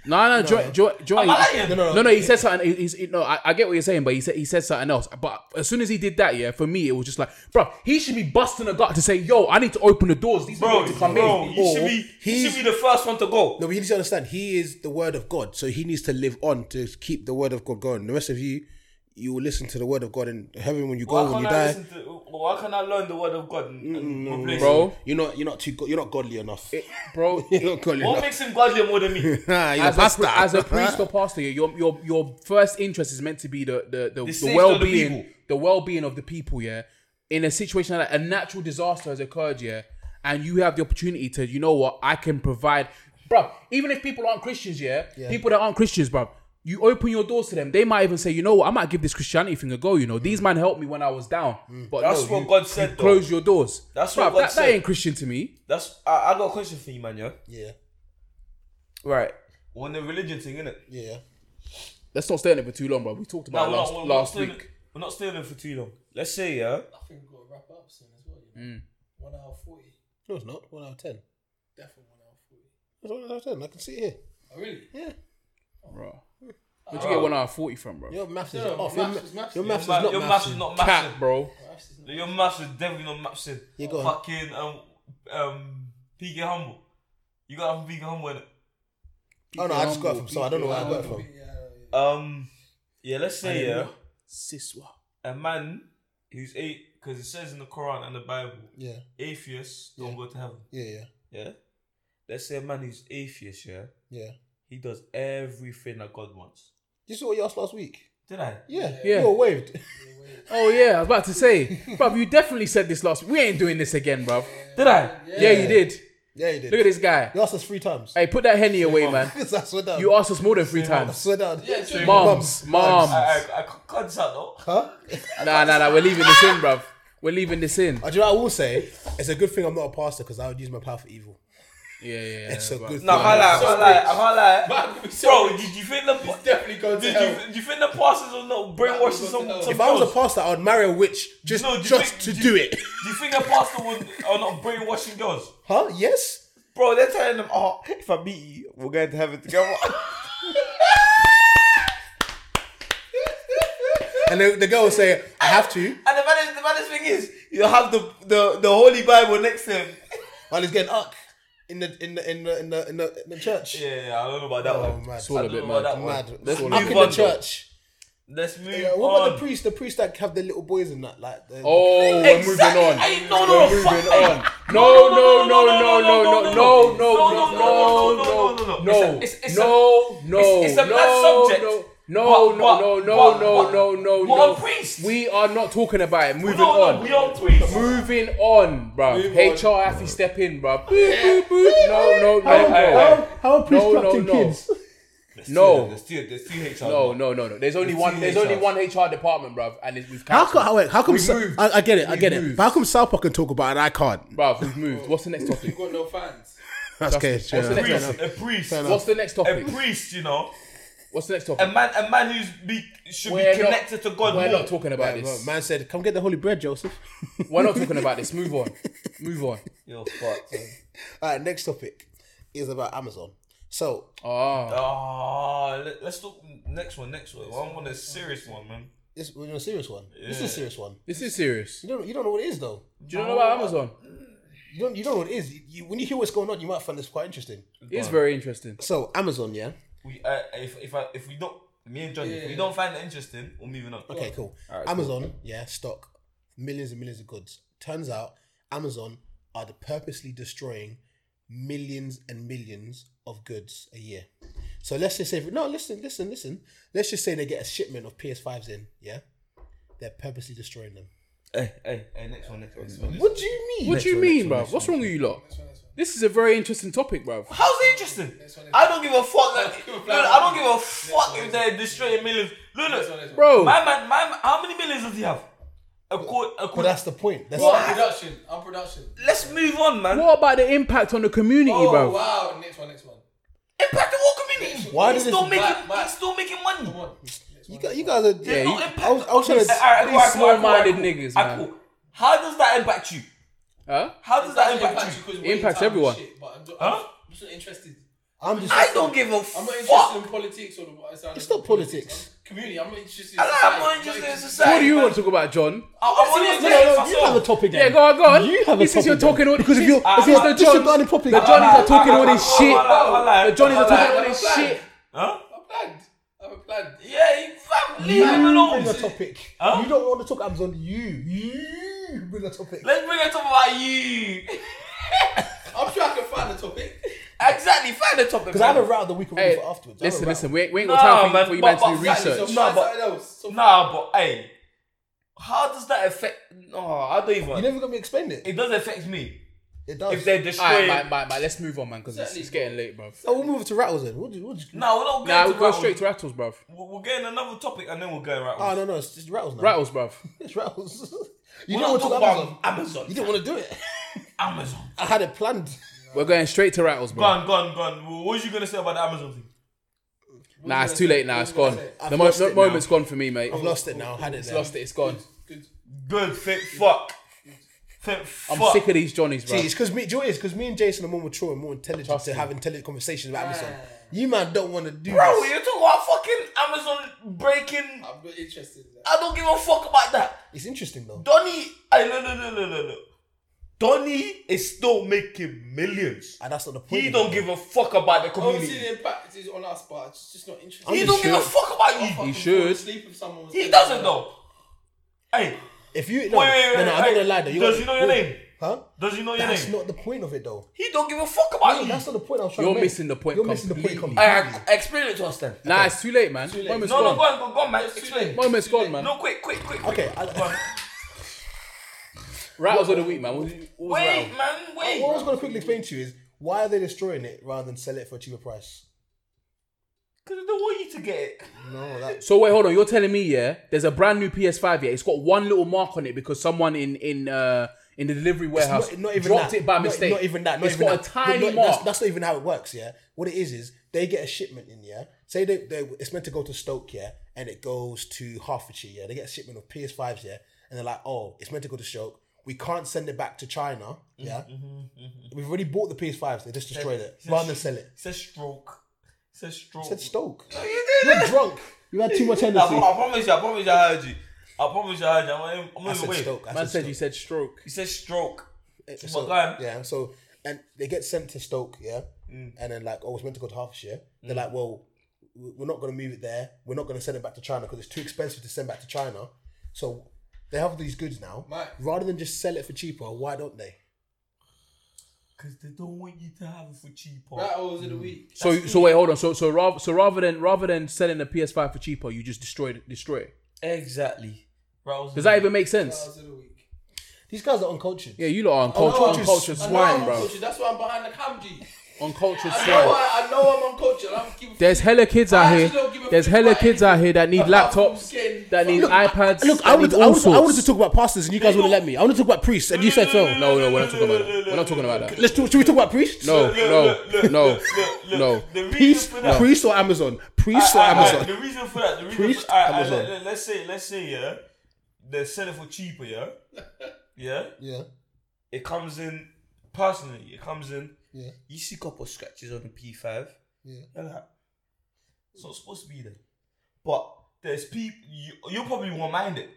H: no, no, Joy, Joy, Joy,
D: Am I lying?
H: no, no, no, no. He said something. he- He's, he- no, I, I get what you're saying, but he said he said something else. But as soon as he did that, yeah, for me it was just like, bro, he should be busting a gut to say, yo, I need to open the doors. These people
D: Bro,
H: need to come
D: bro,
H: in.
D: you should
C: Or
D: be you
C: he's-
D: should be the first one to go.
C: No, but you need to understand, he is the word of God, so he needs to live on to keep the word of God going. The rest of you, you will listen to the word of God in heaven when you go,
D: Why
C: when
D: can't
C: you
D: I
C: die.
D: listen to? Why can't I learn the word of God and, and replace
H: Mm, Bro,
C: You're not, you're not too, go- you're not godly enough.
H: bro,
C: you're not godly
D: it? What
C: enough.
D: makes him godly more than me?
C: Nah, you're a
H: as a,
C: pastor.
H: pri- as a priest or pastor, your your your first interest is meant to be the the the, the,
D: safety of the
H: well being
D: people.
H: the well being of the people. Yeah, in a situation like that, a natural disaster has occurred. Yeah, and you have the opportunity to, you know what, I can provide, bro. Even if people aren't Christians, yeah, people that aren't Christians, bro. You open your doors to them. They might even say, "You know what? I might give this Christianity thing a go." You know, these man helped me when I was down. But
D: Mm. That's
H: no,
D: what
H: you-
D: God
H: you
D: said, though.
H: Close your doors.
D: That's
H: Bruv,
D: what God
H: that,
D: said.
H: That ain't Christian to me.
D: That's I, I got a question for you, man. Yeah,
C: yeah,
H: Right.
D: on the religion thing, innit?
C: yeah.
H: Let's not stay in it for too long, bro. We talked
D: Nah,
H: about
D: we're
H: it last,
D: not, we're,
H: last
D: not
H: week.
D: stealing, we're not stealing for too long. Let's say yeah.
F: I think we've got to wrap up soon as well. You know? One hour forty,
C: No, it's not. One out of ten.
F: definitely one hour forty.
C: It's one out of ten. I can see it here.
F: Oh really?
C: Yeah.
H: Bro. Where'd you get one hour forty from, bro?
C: Your maths is
F: No,
C: off.
F: maths
C: your,
F: was
C: ma-
F: maths.
C: your
F: Your
C: maths is
D: Ma-
C: not
D: your maths
C: maths.
D: is not massive.
H: Cap, bro.
D: Your maths is definitely not massive.
C: Yeah, go on.
D: Fucking um um PK humble. You got it from PK humble innit?
C: Oh no, I just got it from. So I don't know where I got it from.
D: Um, yeah, let's say yeah,
H: Siswa.
D: a man who's eight because it says in the Quran and the Bible,
C: Yeah,
D: atheists don't
C: Yeah.
D: go to heaven.
C: yeah, yeah,
D: Yeah, let's say a man who's atheist, yeah,
C: yeah.
D: he does everything that God wants.
C: You saw what you asked last week.
D: Did I?
C: Yeah,
H: Yeah.
C: You were waved.
H: Oh yeah, I was about to say, bro. You definitely said this last. We ain't doing this again, bro.
D: Did I?
H: Yeah. you did.
C: Yeah, you did.
H: Look at this guy.
C: You asked us three times.
H: Hey, put that henny away, man.
C: I swear down.
H: You asked us more than three
C: I
H: times.
C: swear down.
H: Moms, moms.
D: I, I, I cut this out though.
C: Huh?
H: Nah, nah, nah. We're leaving this in, bro. We're leaving this in.
C: Uh, Do you know what I will say? It's a good thing I'm not a pastor because I would use my power for evil.
H: Yeah, yeah.
C: It's a
H: bruv.
C: good
D: No, I can't lie, I can't lie, I can't lie. Bro, did you think the pa-
F: definitely going to
D: did
F: hell.
D: you, do you think the pastors are not brainwashing
F: Man,
D: some,
F: we go to
D: some
C: If I was
D: girls?
C: a pastor, I would marry a witch just
D: No, do you
C: just
D: think-
C: to do,
D: do you-
C: it.
D: Do you think a pastor would, are not brainwashing girls?
C: Huh? Yes.
D: Bro, they're telling them, oh, if I beat you, we're going to heaven together.
C: And the, the girl will say, "I have to."
D: and the baddest, the baddest thing is, you have the, the, the Holy Bible next to him.
C: While he's getting up in the in the in the in the, in the, in the church.
D: Yeah, yeah, I don't know about that
C: Oh,
D: one.
C: mad.
H: It's all a
D: I don't
H: bit
D: know about
H: mad.
D: that
C: Mad.
D: one.
C: Up
D: Let's
C: in the
D: move on. though.
C: church.
D: Let's move
C: Yeah, what about the
D: on.
C: priest? The priest that have the little boys and that, like. The,
H: Um, Oh, we're moving
D: Exactly.
H: on.
D: Hey, no, no,
H: we're
D: fuck-
H: moving
D: hey.
H: on. No, no, no, no, no, no, no, no, no, no, no, no, no,
D: It's- it's a-
H: no, no.
D: it's a mad
H: no,
D: subject.
H: no,
D: But-
H: No,
D: but-
H: no,
D: but-
H: no, no, no,
D: but-
H: no, no,
D: we're
H: no.
D: on priests.
H: We are not talking about it. Moving
D: No, no, we
H: on.
D: on priests.
H: Moving on, bro. HR have to step in, bro. No, no, no, no.
C: How are priests
H: No, no,
C: corrupting
H: no.
C: kids?
H: No.
D: There's two, there's two HR.
H: No, no, no, no. There's only
D: It's
H: one.
D: two
H: There's only
D: HRs.
H: one HR department, bruv, and it's, we've
C: How
H: cancelled.
C: come? Wait, how come?
H: We've
C: Sa-
H: moved.
C: I, I get it. I
H: We've
C: get it.
H: moved.
C: But how come South Park can talk about it and I can't?
H: bruv? We've moved. What's the next topic?
F: got no fans.
C: That's okay.
H: Justin,
C: sure.
H: what's the next
D: Priest, a priest.
H: What's the next
D: A
H: topic?
D: priest, you know.
H: What's the next
D: A
H: topic?
D: man, a man who's be, should
H: We're
D: be
H: not-
D: connected to God
H: We're
D: more.
H: not talking about this.
C: Man said, "Come get the holy bread, Joseph."
H: We're not talking about this. Move on. Move on.
D: Yo, fuck. man.
C: All right, next topic is about Amazon. So
H: Ah,
D: Ah, let, us talk next one. Next one. I want a serious one, man.
C: this we're on a serious one. This is a serious one.
H: this is serious.
C: You don't you don't know what it is though.
H: Do you know
D: Ah,
H: about Amazon?
C: You don't you don't know what it is. You, you- when you hear what's going on, you might find this quite interesting.
H: It's very interesting.
C: So Amazon, yeah.
D: We, uh, if if I, if we don't, me and Johnny, if we don't find it interesting, we're moving on.
C: Okay, cool. Amazon, yeah, stock, millions and millions of goods. Turns out Amazon are the purposely destroying millions and millions of goods a year. So let's just say, no, listen, listen, listen. Let's just say they get a shipment of PS5s in, yeah? They're purposely destroying them.
D: Hey, hey, hey. Next one. Next one. Next
H: Mm.
D: one.
C: What do you mean?
H: What do you mean, bruv? What's wrong with you lot? This is a very interesting topic, bruv.
D: How's it interesting? I don't give a fuck. Like, look, I don't give a fuck if they're destroying millions. Look, look,
H: Bro.
D: My man, my man, how many millions does he have? A quarter. A
C: But
D: quarter.
C: that's the point. That's
F: Production. I'm production.
D: Let's move on, man.
H: What about the impact on the community,
F: Oh
H: bruv?
F: wow! Next one. Next one.
D: Impact the whole community.
C: Why
D: he's
C: does
D: still
C: this-
D: making?
F: Why- why-
D: He's still making money.
F: Come on.
C: You guys, you guys are. Yeah,
D: They're
C: you,
D: not impact-
C: I was, I was trying
D: All
C: to.
D: right, all right, all right,
H: small-minded
D: all right, cool.
H: niggas,
D: All right,
H: man.
D: cool. How does that impact you?
H: Huh?
D: How does that impact you?
F: we're in
H: Impacts
F: time and
H: everyone.
F: shit, but I'm just-
D: Huh?
F: I'm just not interested.
C: I'm just.
D: I don't give a
F: I'm not interested
D: fuck.
F: in politics or the what side
C: It's
F: of
C: not politics.
F: I'm- Community. I'm not interested. In
D: I'm not- I'm
F: society.
D: not interested in society.
H: What do you want to talk about, John?
D: I, I
C: No,
D: want to
C: no, no,
D: explain
C: you have a
D: myself.
C: topic. Then.
H: Yeah, go on, go on.
C: You have a
H: He says
C: topic.
H: you're talking all
C: because if
H: shit.
C: you
H: Ah,
C: if you're
H: ah,
C: the
H: the
C: disregarding properly,
H: The Johnnies
D: Ah,
H: are talking
D: ah,
H: all
D: ah,
H: this
D: ah,
H: shit.
D: ah, ah,
H: The Johnnies are
D: ah,
H: talking
D: ah,
H: all this
D: ah,
H: shit.
D: Huh?
F: I'm planned. I'm planned.
D: Yeah, you fam, leave him alone.
C: bring a topic.
D: Huh?
C: You don't want to talk Amazon. You you bring a topic.
D: Let's bring it up about you.
F: I'm sure I can find a topic.
D: exactly, find the topic.
C: Because I have a route the week
H: Hey,
C: for afterwards. I have a
H: listen,
C: row.
H: listen. We ain't, we ain't
D: Nah,
H: got time for,
D: man,
H: you- for you
D: but-
H: man
D: but
H: to do
D: exactly, so
H: research.
D: No,
F: Try
D: but-
F: something else. So
D: Nah, but hey, how does that affect? No, I don't even.
C: You're never gonna be explained it.
D: it does affect me
C: It does.
D: if they're
H: Alright,
D: destroying.
H: man, man, man, let's move on, man, because it's,
F: Certainly,
H: it's getting late, bro.
C: oh, we'll move to rattles then. What do you? What do you
D: nah, we're not going
H: Nah,
D: to
H: we'll go
D: rattles.
H: straight to Ah, rattles, bro.
D: We're we're getting another topic and then we'll go right.
C: Oh no no, it's just rattles now.
H: Rattles, bro.
C: It's rattles. you don't
D: We're not
C: want to
D: talking
C: talk Amazon.
D: about Amazon.
C: You didn't want to do it.
D: Amazon.
C: I had it planned.
H: We're going straight to rattles, bro.
D: Gone, gone, gone. Well, What was you gonna say about the Amazon thing?
H: Nah, it's too late now. It's gone.
C: I've
H: The mo-
C: lost it
H: the
C: now.
H: moment's gone for me, mate.
C: I've lost it now. I had it.
H: It's
C: there.
H: lost it. It's gone.
D: Good, fit, fuck, fit,
H: I'm
D: fuck.
H: sick of these Johnnies, bro.
C: See, it's because me, do you know what it is? 'Cause me and Jason are more mature and more intelligent to have intelligent conversations about Amazon. You man don't want to do
D: Bro,
C: this.
D: you're talking about fucking Amazon breaking.
F: I'm not interested in that.
D: I don't give a fuck about that.
C: It's interesting though.
D: Donny, I no no no no no no. Donny is still making millions.
C: And that's not the point.
D: He
C: of
D: don't
C: it.
D: give a fuck about
F: Obviously,
D: the community.
F: the impact is on us, but it's just not interesting.
D: He don't give a
H: should.
D: fuck about
F: fucking
D: you.
H: should.
F: fall asleep if someone was
D: He
F: telling
D: doesn't
F: me
D: though. Hey,
C: If you no,
D: wait, wait, wait,
C: no, no, I'm
D: wait.
C: not gonna lie though.
D: Does
C: got-
D: he know your
C: wait.
D: name?
C: Huh?
D: does he know your
C: That's
D: name?
C: not the point of it though.
D: He don't give a fuck about you.
C: That's not the point I was trying
H: You're
C: to make.
H: missing the point
C: You're missing the point
H: completely.
C: completely.
D: Alright, explain it to us then.
H: Nah, it's too late, man.
F: late.
H: Moment's
D: No, no, go
H: gone.
D: on, go on, go on, man. Explain.
H: Moment's gone, man.
D: No, quick, quick, quick. quick.
C: Okay, I-
D: Go on.
H: Rattles of the week, man. What was- what was
D: wait,
H: rattle?
D: man, wait.
C: What I was gonna quickly explain to you is why are they destroying it rather than sell it for a cheaper price?
D: Because I don't want you to get it.
C: No, that's
H: So wait, hold on. You're telling me, yeah? There's a brand new PS5, yeah? It's got one little mark on it because someone in in uh in the delivery warehouse
C: not, not even
H: dropped
C: that.
H: it by
C: Not-
H: mistake.
C: Not, even that. Not
H: It's
C: even
H: got
C: that.
H: a tiny
C: Not-
H: mark.
C: That's, that's not even how it works. Yeah. What it is is they get a shipment in. Yeah. Say they, they it's meant to go to Stoke. Yeah, and it goes to Hertfordshire. Yeah, they get a shipment of PS5s. Yeah, and they're like, oh, it's meant to go to Stoke. We can't send it back to China. Yeah.
H: Mm-hmm,
C: We've already bought the PS5s. They just destroyed it rather than sell it.
D: It's a stroke. It's a stroke.
C: Said Stoke.
D: You did
C: You're drunk. You had too much
D: I,
C: Hennessy.
D: pro- I promise you, I promise you, I heard you. I promise you, I heard you. I'm not even, I'm
C: I
D: not even
C: said
D: waiting.
C: Stoke. I
H: man
C: said
H: said
C: Stoke.
H: you said stroke.
D: You said stroke.
C: So,
D: go on.
C: yeah, so and they get sent to Stoke, yeah, and then like, oh, it's meant to go to Hertfordshire. They're like, well, w- we're not going to move it there. We're not going to send it back to China because it's too expensive to send back to China. So they have these goods now.
F: Mate.
C: Rather than just sell it for cheaper, why don't they?
D: Because they don't want you to have it for cheaper.
F: that. Battles of the week.
H: So so wait, hold on. So so rather so rather than rather than selling a PS5 for cheaper, you just destroyed it, destroy it.
D: Exactly. Rousing.
H: Does that even make sense?
F: Battles of the week.
C: These guys are uncultured.
H: Yeah, you lot are
C: Oh, no,
H: uncultured,
C: I'm
H: uncultured
C: just-
H: swine,
F: I'm
H: bro.
F: uncultured, That's why I'm behind the cam, G.
H: Uncultured
F: Oh, I know,
H: swine.
F: I, I know I'm uncultured. I'm giving
H: There's hella kids out
F: actually
H: here.
F: don't give a
H: There's
F: fuck
H: hella
F: about
H: kids out here that need
F: Apart from
H: laptops,
F: getting-
H: that need
F: Look,
H: iPads.
C: Look, I wanted,
H: that need
C: I,
H: all
C: wanted, I wanted
H: sorts.
C: to talk about pastors and you guys wouldn't let me. I wanted to talk about priests and you said no.
H: No, no, we're not talking about that. We're not talking about that.
C: Let's talk, should we talk about priests?
H: No,
D: look,
H: no,
D: look,
H: no,
D: look, look, look.
H: no.
D: The reason
C: Priests,
D: for that.
C: priests or Amazon? Priests or
D: Alright, alright,
C: Amazon?
D: the reason for that. The reason
C: Priest,
D: for, alright, alright,
C: Amazon.
D: let, us say, let's say, yeah, they sell it for cheaper, yeah, yeah.
C: Yeah,
D: It comes in personally. It comes in.
C: yeah,
D: You see a couple of scratches on the P5.
C: yeah.
D: You're like, it's not supposed to be there. But there's people. You, you probably won't mind it.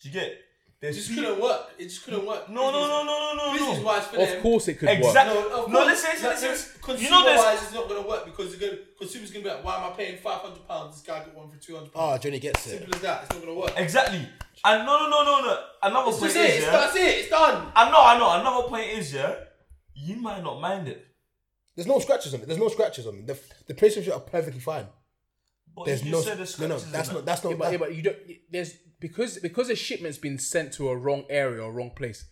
D: Do you get? It?
F: It
D: There's
F: just
D: people.
F: couldn't work. It just couldn't work.
D: No, no, no, no, no, no,
F: Business
D: no.
F: wise for them.
H: Of course, it could work.
D: Exactly.
F: No,
D: No,
F: of course.
D: listen,
F: Like,
D: listen, listen. You
F: Consumer
D: know there's.
F: wise, it's not going to work because you're gonna, consumers going to be like, why am I paying five hundred pounds? This guy got one for two hundred pounds.
C: Oh, Johnny gets it.
F: Simple as that. It's not going to work.
D: Exactly. And no, no, no, no, no. Another
F: That's
D: point
F: it.
D: is,
F: It's,
D: yeah.
F: that's it. It's done.
D: I know, I know. Another point is, yeah. You might not mind it.
C: There's no scratches on it. There's no scratches on it. The, the PlayStation are perfectly fine.
D: But
C: There's
D: Oh, you
C: no,
D: just said there's
C: no, no.
D: scratches in
C: That's
D: it.
C: not. That's not.
H: Yeah, but, yeah,
C: that-
H: but you don't. There's because because a shipment's been sent to a wrong area or wrong place,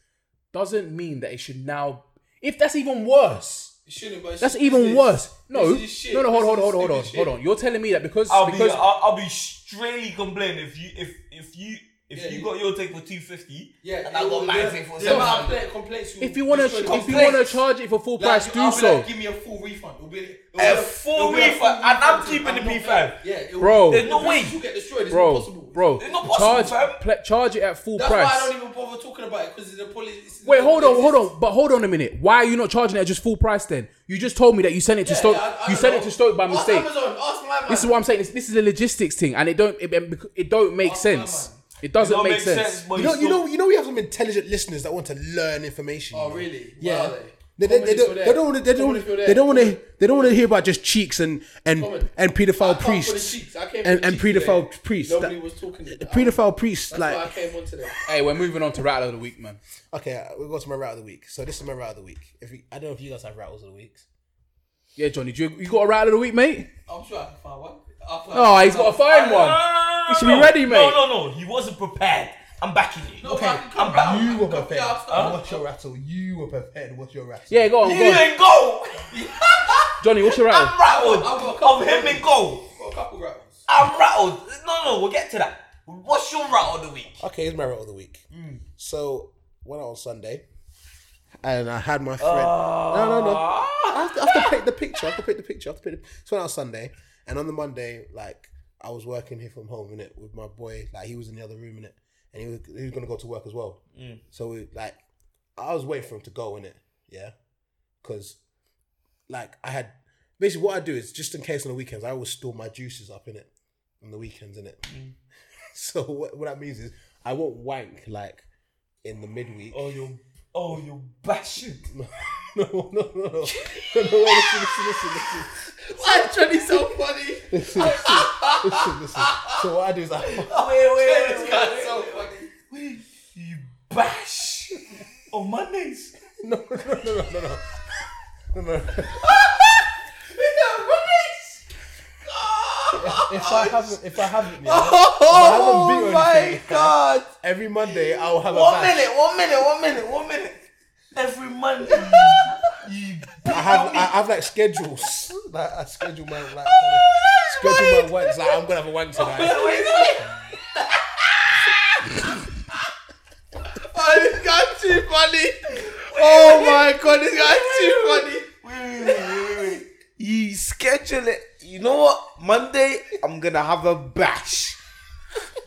H: doesn't mean that it should now. If that's even worse,
F: It shouldn't. But it's
H: that's
F: just
H: even
F: business.
H: worse. No,
F: This is shit.
H: no, no. Hold, hold,
F: This is
H: hold, hold on,
F: stupid
H: hold
F: shit.
H: on. You're telling me that because
D: I'll be,
H: because
D: I'll, I'll be straightly complaining if you, if, if you, If you got your take for two fifty,
E: Yeah,
D: and I got my take for
E: yeah,
D: seven
E: but I'll
D: hundred.
E: play complaints. with
H: If you wanna,
E: straight
H: if you
E: complaints.
H: wanna charge it for full
E: Like,
H: price,
E: I'll
H: do
E: be
H: so,
E: Like, give me a full refund. It'll be, it'll be
D: A
E: like-
D: full
E: it'll be like
D: refund, and I'm
E: refund to me.
D: keeping the
E: I'm not
D: P5.
E: paying. Yeah, it'll-
H: Bro.
D: There's no
E: the
D: way.
E: business will get destroyed. It's
H: bro,
E: impossible.
H: bro,
D: It's not possible, fam.
H: charge, pl- charge it at full
E: That's
H: price.
E: why I don't even bother talking about it because the police.
H: Wait, hold on, hold on, but hold on a minute. Why are you not charging it at just full price then? You just told me that you sent it to Stoke. you sent it to Stoke by mistake.
E: Ask Amazon. Ask my man.
H: This is what I'm saying. This, this is a logistics thing, and it don't it, it don't make sense. It doesn't
D: don't
H: make,
D: make
H: sense.
D: sense, but
C: You know, you know, you know, we have some intelligent listeners that want to learn information.
E: Oh
C: you know.
E: really? Where
C: Yeah.
E: are they?
C: They, they, they,
E: Communists were
C: don't, they
E: there.
C: don't want to. They don't.
E: Communists were there.
C: They don't want to. They don't want to hear about just cheeks and and
E: Comment.
C: and
E: I
C: paedophile
E: come for the
C: priests
E: cheeks. I came for
C: and
E: the
C: and
E: cheeks today.
C: paedophile priests.
E: Nobody
C: That-
E: was talking.
C: the Paedophile priests.
E: That's why I
C: like
E: came on today.
H: Hey, we're moving on to rattle of the week, man.
C: okay, uh, we go to my route of the week. So this is my route of the week. If you, I don't know if you guys have rattles of the weeks.
H: Yeah, Johnny, do you, you got a rattle of the week, mate?
E: I'm sure I can find one. I'll find
H: Oh, he's got to find
D: No, no,
H: one.
D: no, no,
H: You should
D: no.
H: be ready,
D: No,
H: mate.
D: no, no. He wasn't prepared. I'm backing you.
E: No, but I can come
D: I'm
E: round.
D: back.
E: I
D: You
E: can
C: were
E: come-
C: prepared.
E: yeah, I'll start.
C: What's your rattle? You were prepared. What's your rattle?
H: Yeah, go on,
D: He
H: go on.
D: didn't go.
H: Johnny, what's your rattle?
D: I'm rattled.
E: I've got a couple
D: Of him in goal.
E: I've got a couple rounds.
D: I'm rattled. No, no. We'll get to that. What's your rattle of the week?
C: Okay, here's my route of the week. So went out on Sunday, and I had my friend. no, no, no. I have, to, I have to pick the picture. I have to pick the picture. I have to pick. The, so went out on Sunday, and on the Monday, like I was working here from home in it with my boy. Like he was in the other room in it, and he was he was gonna go to work as well. So we like, I was waiting for him to go in it. Yeah, because like I had basically what I do is just in case on the weekends I always store my juices up in it on the weekends in it. So what, what that means is I won't wank like in the midweek.
D: Oh, you. Oh, you bashing.
C: No, no, no, no. no, no listen, listen, listen, listen.
E: Why Johnny so funny?
C: Listen, listen, listen, listen. So what I do is I,
D: Wait, Oh, wait,
E: This
D: wait,
E: guy's
D: wait.
E: so funny.
D: You bash on Mondays.
C: no, no, no, no, no, no, no, no. If I haven't, if I haven't, yeah,
E: Oh
C: beat or
E: my
C: anything.
E: god!
C: every Monday I will have a
D: One
C: bash.
D: minute, one minute, one minute, one minute. Every Monday, you
C: I have, I have like schedules. Like I schedule my like
E: Oh
C: kinda, schedule my wanks. Like I'm gonna have a wank tonight.
E: Wait, wait. oh, this guy's too funny. Oh my god, this guy's too funny.
D: wait, wait, wait, wait, wait. You schedule it. You know what? Monday, I'm gonna have a bash.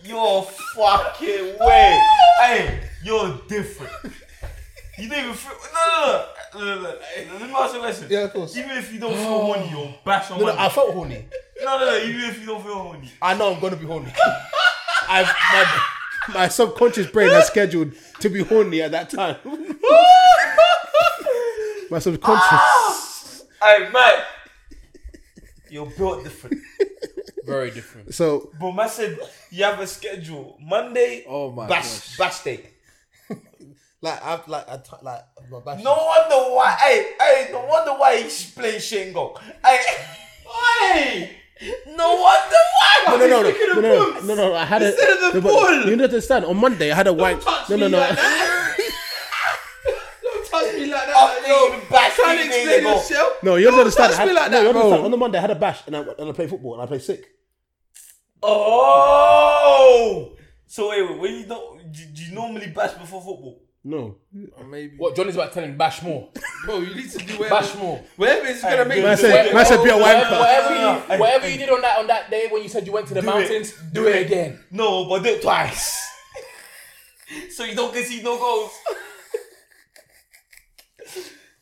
D: You're fucking way. hey, you're different. You don't even feel. No, no, no. no, no, no. Let me ask you a question.
C: Yeah, of course.
D: Even if you don't feel horny, you'll bash on
C: No, no,
D: Monday.
C: I felt horny.
D: No, no, no. Even if you don't feel horny.
C: I know I'm gonna be horny. I've my, my subconscious brain has scheduled to be horny at that time. my subconscious.
D: Hey, mate. You're built different.
H: Very different.
C: So
D: But man said you have a schedule. Monday,
H: Oh my
D: bash, bash day.
C: like I've like I t- like my bash.
D: No wonder why. Hey, hey, no wonder why he's playing Shingo. Hey, hey. No wonder why.
C: No, no, no,
D: He's picking
C: no, no,
D: the
C: no,
D: boots.
C: no, no, I had
D: Instead
C: a,
D: of
C: no,
D: the
C: but
D: ball.
C: You don't understand. On Monday, I had a wank. No, no, no.
E: Touch me like
D: After
E: that.
D: you bash
E: Trying to
D: three days
E: explain
D: ago.
E: yourself.
C: No, you don't understand. I
E: touch me
C: had-
E: like that,
C: no, you don't
E: bro.
C: understand. On the Monday, I had a bash and I and I played football and I played sick.
D: Oh. So wait, wait. When you don't, do, do you normally bash before football?
C: No,
E: Maybe.
H: What Johnny's about telling bash more.
E: Bro, you need to do whatever.
H: Bash more.
E: Whatever is gonna make
C: man
E: you
C: said,
E: sweat.
C: man said, be a
H: Whatever,
C: wanker.
H: whatever
D: No, no,
H: you,
D: no.
H: whatever you did on that on that day when you said you went to the
D: Do it.
H: mountains, do it again.
D: No, but do it twice. so you don't concede no goals.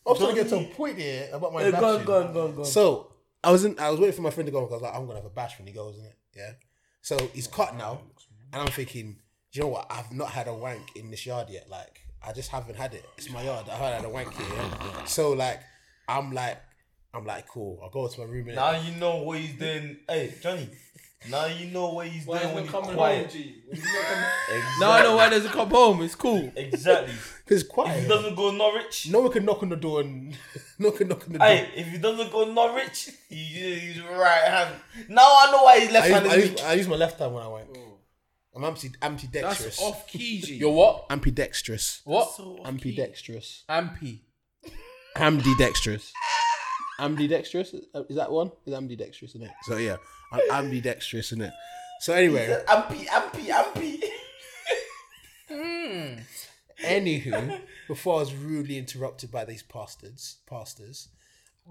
C: I'm trying to get to a point here about my bash.
D: Gone, gone, gone, gone.
C: So I was in, I was waiting for my friend to go. 'cause I was like, I'm gonna have a bash when he goes in it. Yeah. So he's cut now, and I'm thinking, do you know what? I've not had a wank in this yard yet. Like I just haven't had it. It's my yard. I haven't had a wank here. yeah? So like, I'm like, I'm like, cool. I'll go to my room. And
D: Now you know what he's doing. Hey, Johnny. Now you know what he's
E: Why
D: doing
E: is
D: when
E: it
D: he's
E: coming
D: quiet.
E: home, G? When you not coming-
D: Exactly.
E: No, no, why doesn't come home? It's cool.
D: Exactly.
C: because
D: If he
C: quiet.
D: doesn't go Norwich,
C: No one can knock on the door and no one can knock on the door.
D: hey, if he doesn't go Norwich, he, he's right hand. Now I know why he's
C: I
D: left
C: use, I,
D: handed.
C: use, I use my left hand when I wank. I'm amp- ambidextrous.
E: That's off key, G.
H: You're what?
C: Ambidextrous.
H: What?
C: Ambidextrous.
H: Ampy.
C: Ambidextrous. Ambidextrous? Uh, Is that one? Is ambidextrous, isn't it? So yeah, I'm ambidextrous, isn't it? So anyway,
D: Ampy, ampy, ampy.
C: Anywho, before I was rudely interrupted by these bastards, pastors,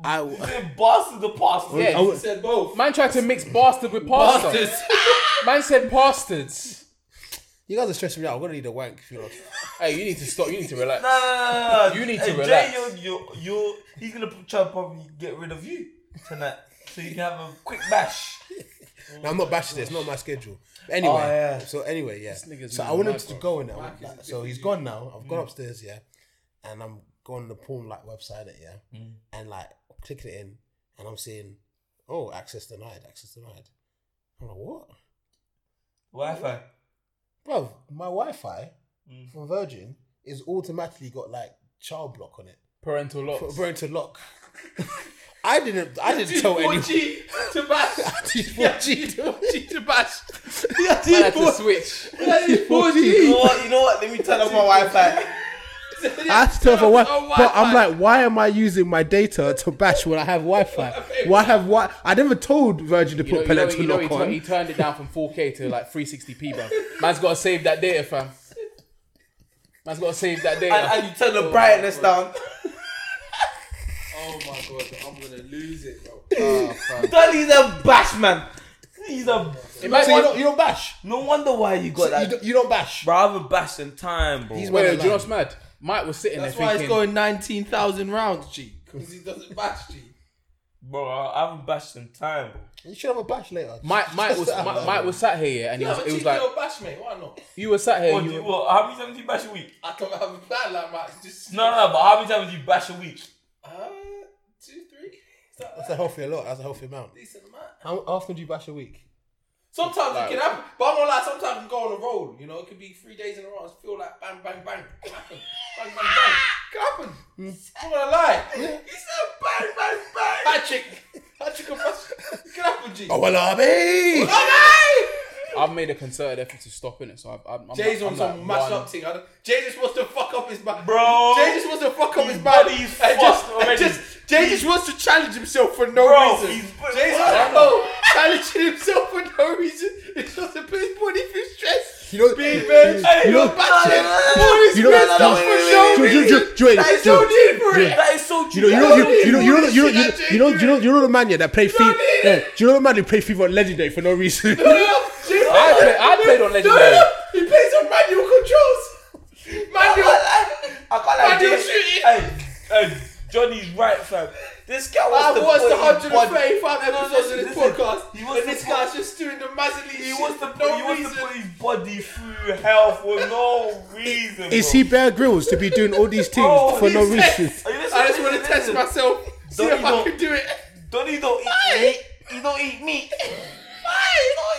C: I w-
D: Bastard the pastor.
H: Yeah.
D: you said both.
H: Man tried to mix bastard with pasta.
E: Bastards.
H: Man said bastards.
C: you guys are stressing me out. I'm gonna need a wank. If you're not.
H: Hey, you need to stop. You need to relax.
D: Nah, nah, nah, nah, nah.
H: You need to
D: Hey,
H: relax.
D: Jay, you're, you're, you're, he's gonna p- try to probably get rid of you tonight, so you can have a quick bash.
C: No, I'm not bashing it. It's not my schedule. But anyway,
D: Oh, yeah.
C: so anyway, yeah.
H: nigga's
C: So
H: mad,
C: I wanted
H: mad,
C: to go in now. Like, so he's gone now. I've
D: Mm.
C: gone upstairs, yeah, and I'm going on the porn like website, it, yeah,
D: Mm.
C: and like clicking it in, and I'm seeing, oh, access denied, access denied. I'm like, what,
D: Wi-Fi.
C: bro? My Wi-Fi
D: Mm.
C: from Virgin is automatically got like child block on it,
H: Parental
C: but
H: locks.
C: bro, to lock. I didn't. I didn't tell anyone.
E: 4G to bash.
C: It's 4G.
E: 4G to bash.
H: Man had to switch.
D: You know
E: 4G.
D: what? You know what? Let me turn off my Wi-Fi.
C: I had to tell for what,
E: Oh,
C: but I'm
E: Wi-Fi.
C: like, why am I using my data to bash when I have Wi-Fi? Why have Wi? I never told Virgin to
H: You know,
C: put
H: you know,
C: parental
H: you know he,
C: lock
H: tur-
C: on.
H: he turned it down from 4K to like 360p, bro. Man's got to save that data, fam. Man's got to save that data.
D: and, and you turn the brightness down.
E: Oh my god, I'm gonna lose it, bro.
D: That is a bash, man. He's a.
H: Imagine-
C: So you don't, you don't bash.
D: No wonder why you got
C: You
D: that.
C: don't, you don't bash.
D: bro, I haven't bashed in time, bro.
C: He's
H: Wait,
C: where
H: wait, do you know what's mad? Mike was sitting
E: That's
H: there
E: why
H: thinking.
E: he's going 19,000 rounds, G. Because he doesn't bash, G.
D: bro, I haven't bashed in time, bro.
C: You should have a bash later.
H: Mike, Mike was Mike, Mike was sat here yeah, and he
E: Yeah,
H: was,
E: but
H: it
E: you
H: was like
E: little bash, mate. Why not?
H: you were sat here.
D: What,
H: you
D: do you,
H: were-
D: what, how many times do you bash a week?
E: I can have a bad like Mike. Just
D: No, no, no, but how many times do you bash a week?
E: Uh, two, three. Is that
C: That's a healthy lot. That's a healthy amount.
E: decent amount?
C: How often do you bash a week?
E: Sometimes it can happen, but I'm not like sometimes you go on a roll. You know, it could be three days in a row. I just feel like bang, bang, bang. It can happen. Bang, bang, bang. It can happen.
H: Mm.
E: I'm not gonna lie. He said bang, bang, bang. Patrick, Patrick, and Patrick. It can happen, G.
C: Oh, well, I be.
E: Okay.
H: I've made a concerted effort to stop in it, so I, I'm. I'm
E: Jay's on
H: like- I'm
E: some
H: like
E: match
H: one-
E: up thing. I don't- Jay just wants to fuck up his man.
D: Bro.
E: Jay just wants to fuck up his man.
D: body is
E: And
D: fucked
E: just,
D: already.
E: and just, Jay just wants to challenge himself for no
D: Bro,
E: reason.
D: he's-
E: Jay's like, no, challenging himself for no reason. It's just a bit body through stress.
C: You know,
E: Being man,
D: Hey,
E: you know,
D: no,
E: batching.
D: no, no,
E: All this
C: you know-
E: messed
C: no,
E: up for no
C: no, no, no,
E: reason.
C: no, no, Joey,
E: That is
C: Joey,
E: no need for
C: Joey.
E: it.
D: That is so
C: You
D: true.
C: know, you know,
D: That
C: you,
D: is
C: you know,
D: so
C: you know, you know, you
E: Shit,
C: know,
E: I
C: you know, you know, you know the man yeah that played FIFA.
E: need
C: Yeah, do you know the man who played FIFA on legendary for no reason?
E: Jay-
H: I, play, I played on
E: No,
H: legendary.
E: no, no. He plays on manual controls. Manual.
D: I can't lie,
E: Man, you're
D: Jay-
E: shooting.
D: Hey, hey, Johnny's right, fam. This guy
E: I've
D: wants to
E: watched
D: put his body.
E: 135 episodes of this
D: listen.
E: podcast,
D: He
E: and
D: wants to
E: this
D: put-
E: guy's just doing the massively
D: He
E: shit
D: wants to
E: for
D: put, he
E: no
D: wants to
E: reason.
D: put his body through hell for no reason.
C: Is
D: bro.
C: he Bear Grylls to be doing all these things
D: Bro,
C: for no
D: he's-
C: reason?
D: Are you listening?
E: I just want to
D: Listen,
E: test
D: listen.
E: myself, see
D: Don't
E: if
D: you
E: I
D: don't-
E: can do it.
D: Donnie don't eat
E: Why?
D: meat. He don't eat meat.
E: Why? Don't eat me. Why?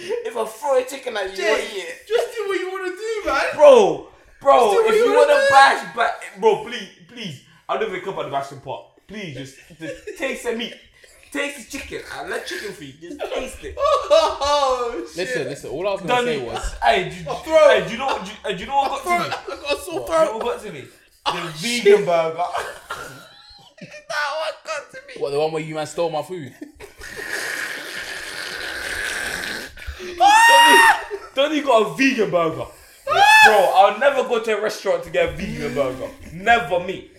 D: If I throw a chicken at you, you
E: Don't
D: won't
E: eat me.
D: eat
E: Jay,
D: it.
E: just do what you want to do, man.
D: Bro,
E: Just
D: bro,
E: do what
D: if
E: you
D: you
E: wanna
D: wanna
E: do.
D: bash, bash, bro, please, please. I don't wake up at the bashing part. Please, just, just taste the meat. Taste the chicken. I like chicken feet. Just taste it.
E: Oh, shit.
H: Listen, listen. All I was gonna
D: Donnie,
H: say was
D: hey, do, you-
E: throw.
D: hey, do you know what? Do, you- hey, do you know what got to me?
E: I've got a sore
D: Do you know
E: throat. Ah,
D: what got to me? The vegan burger.
E: That one got to me.
H: what the one where you man stole my food.
D: Donnie got a vegan burger. Bro, I'll never go to a restaurant to get a vegan burger. Never me.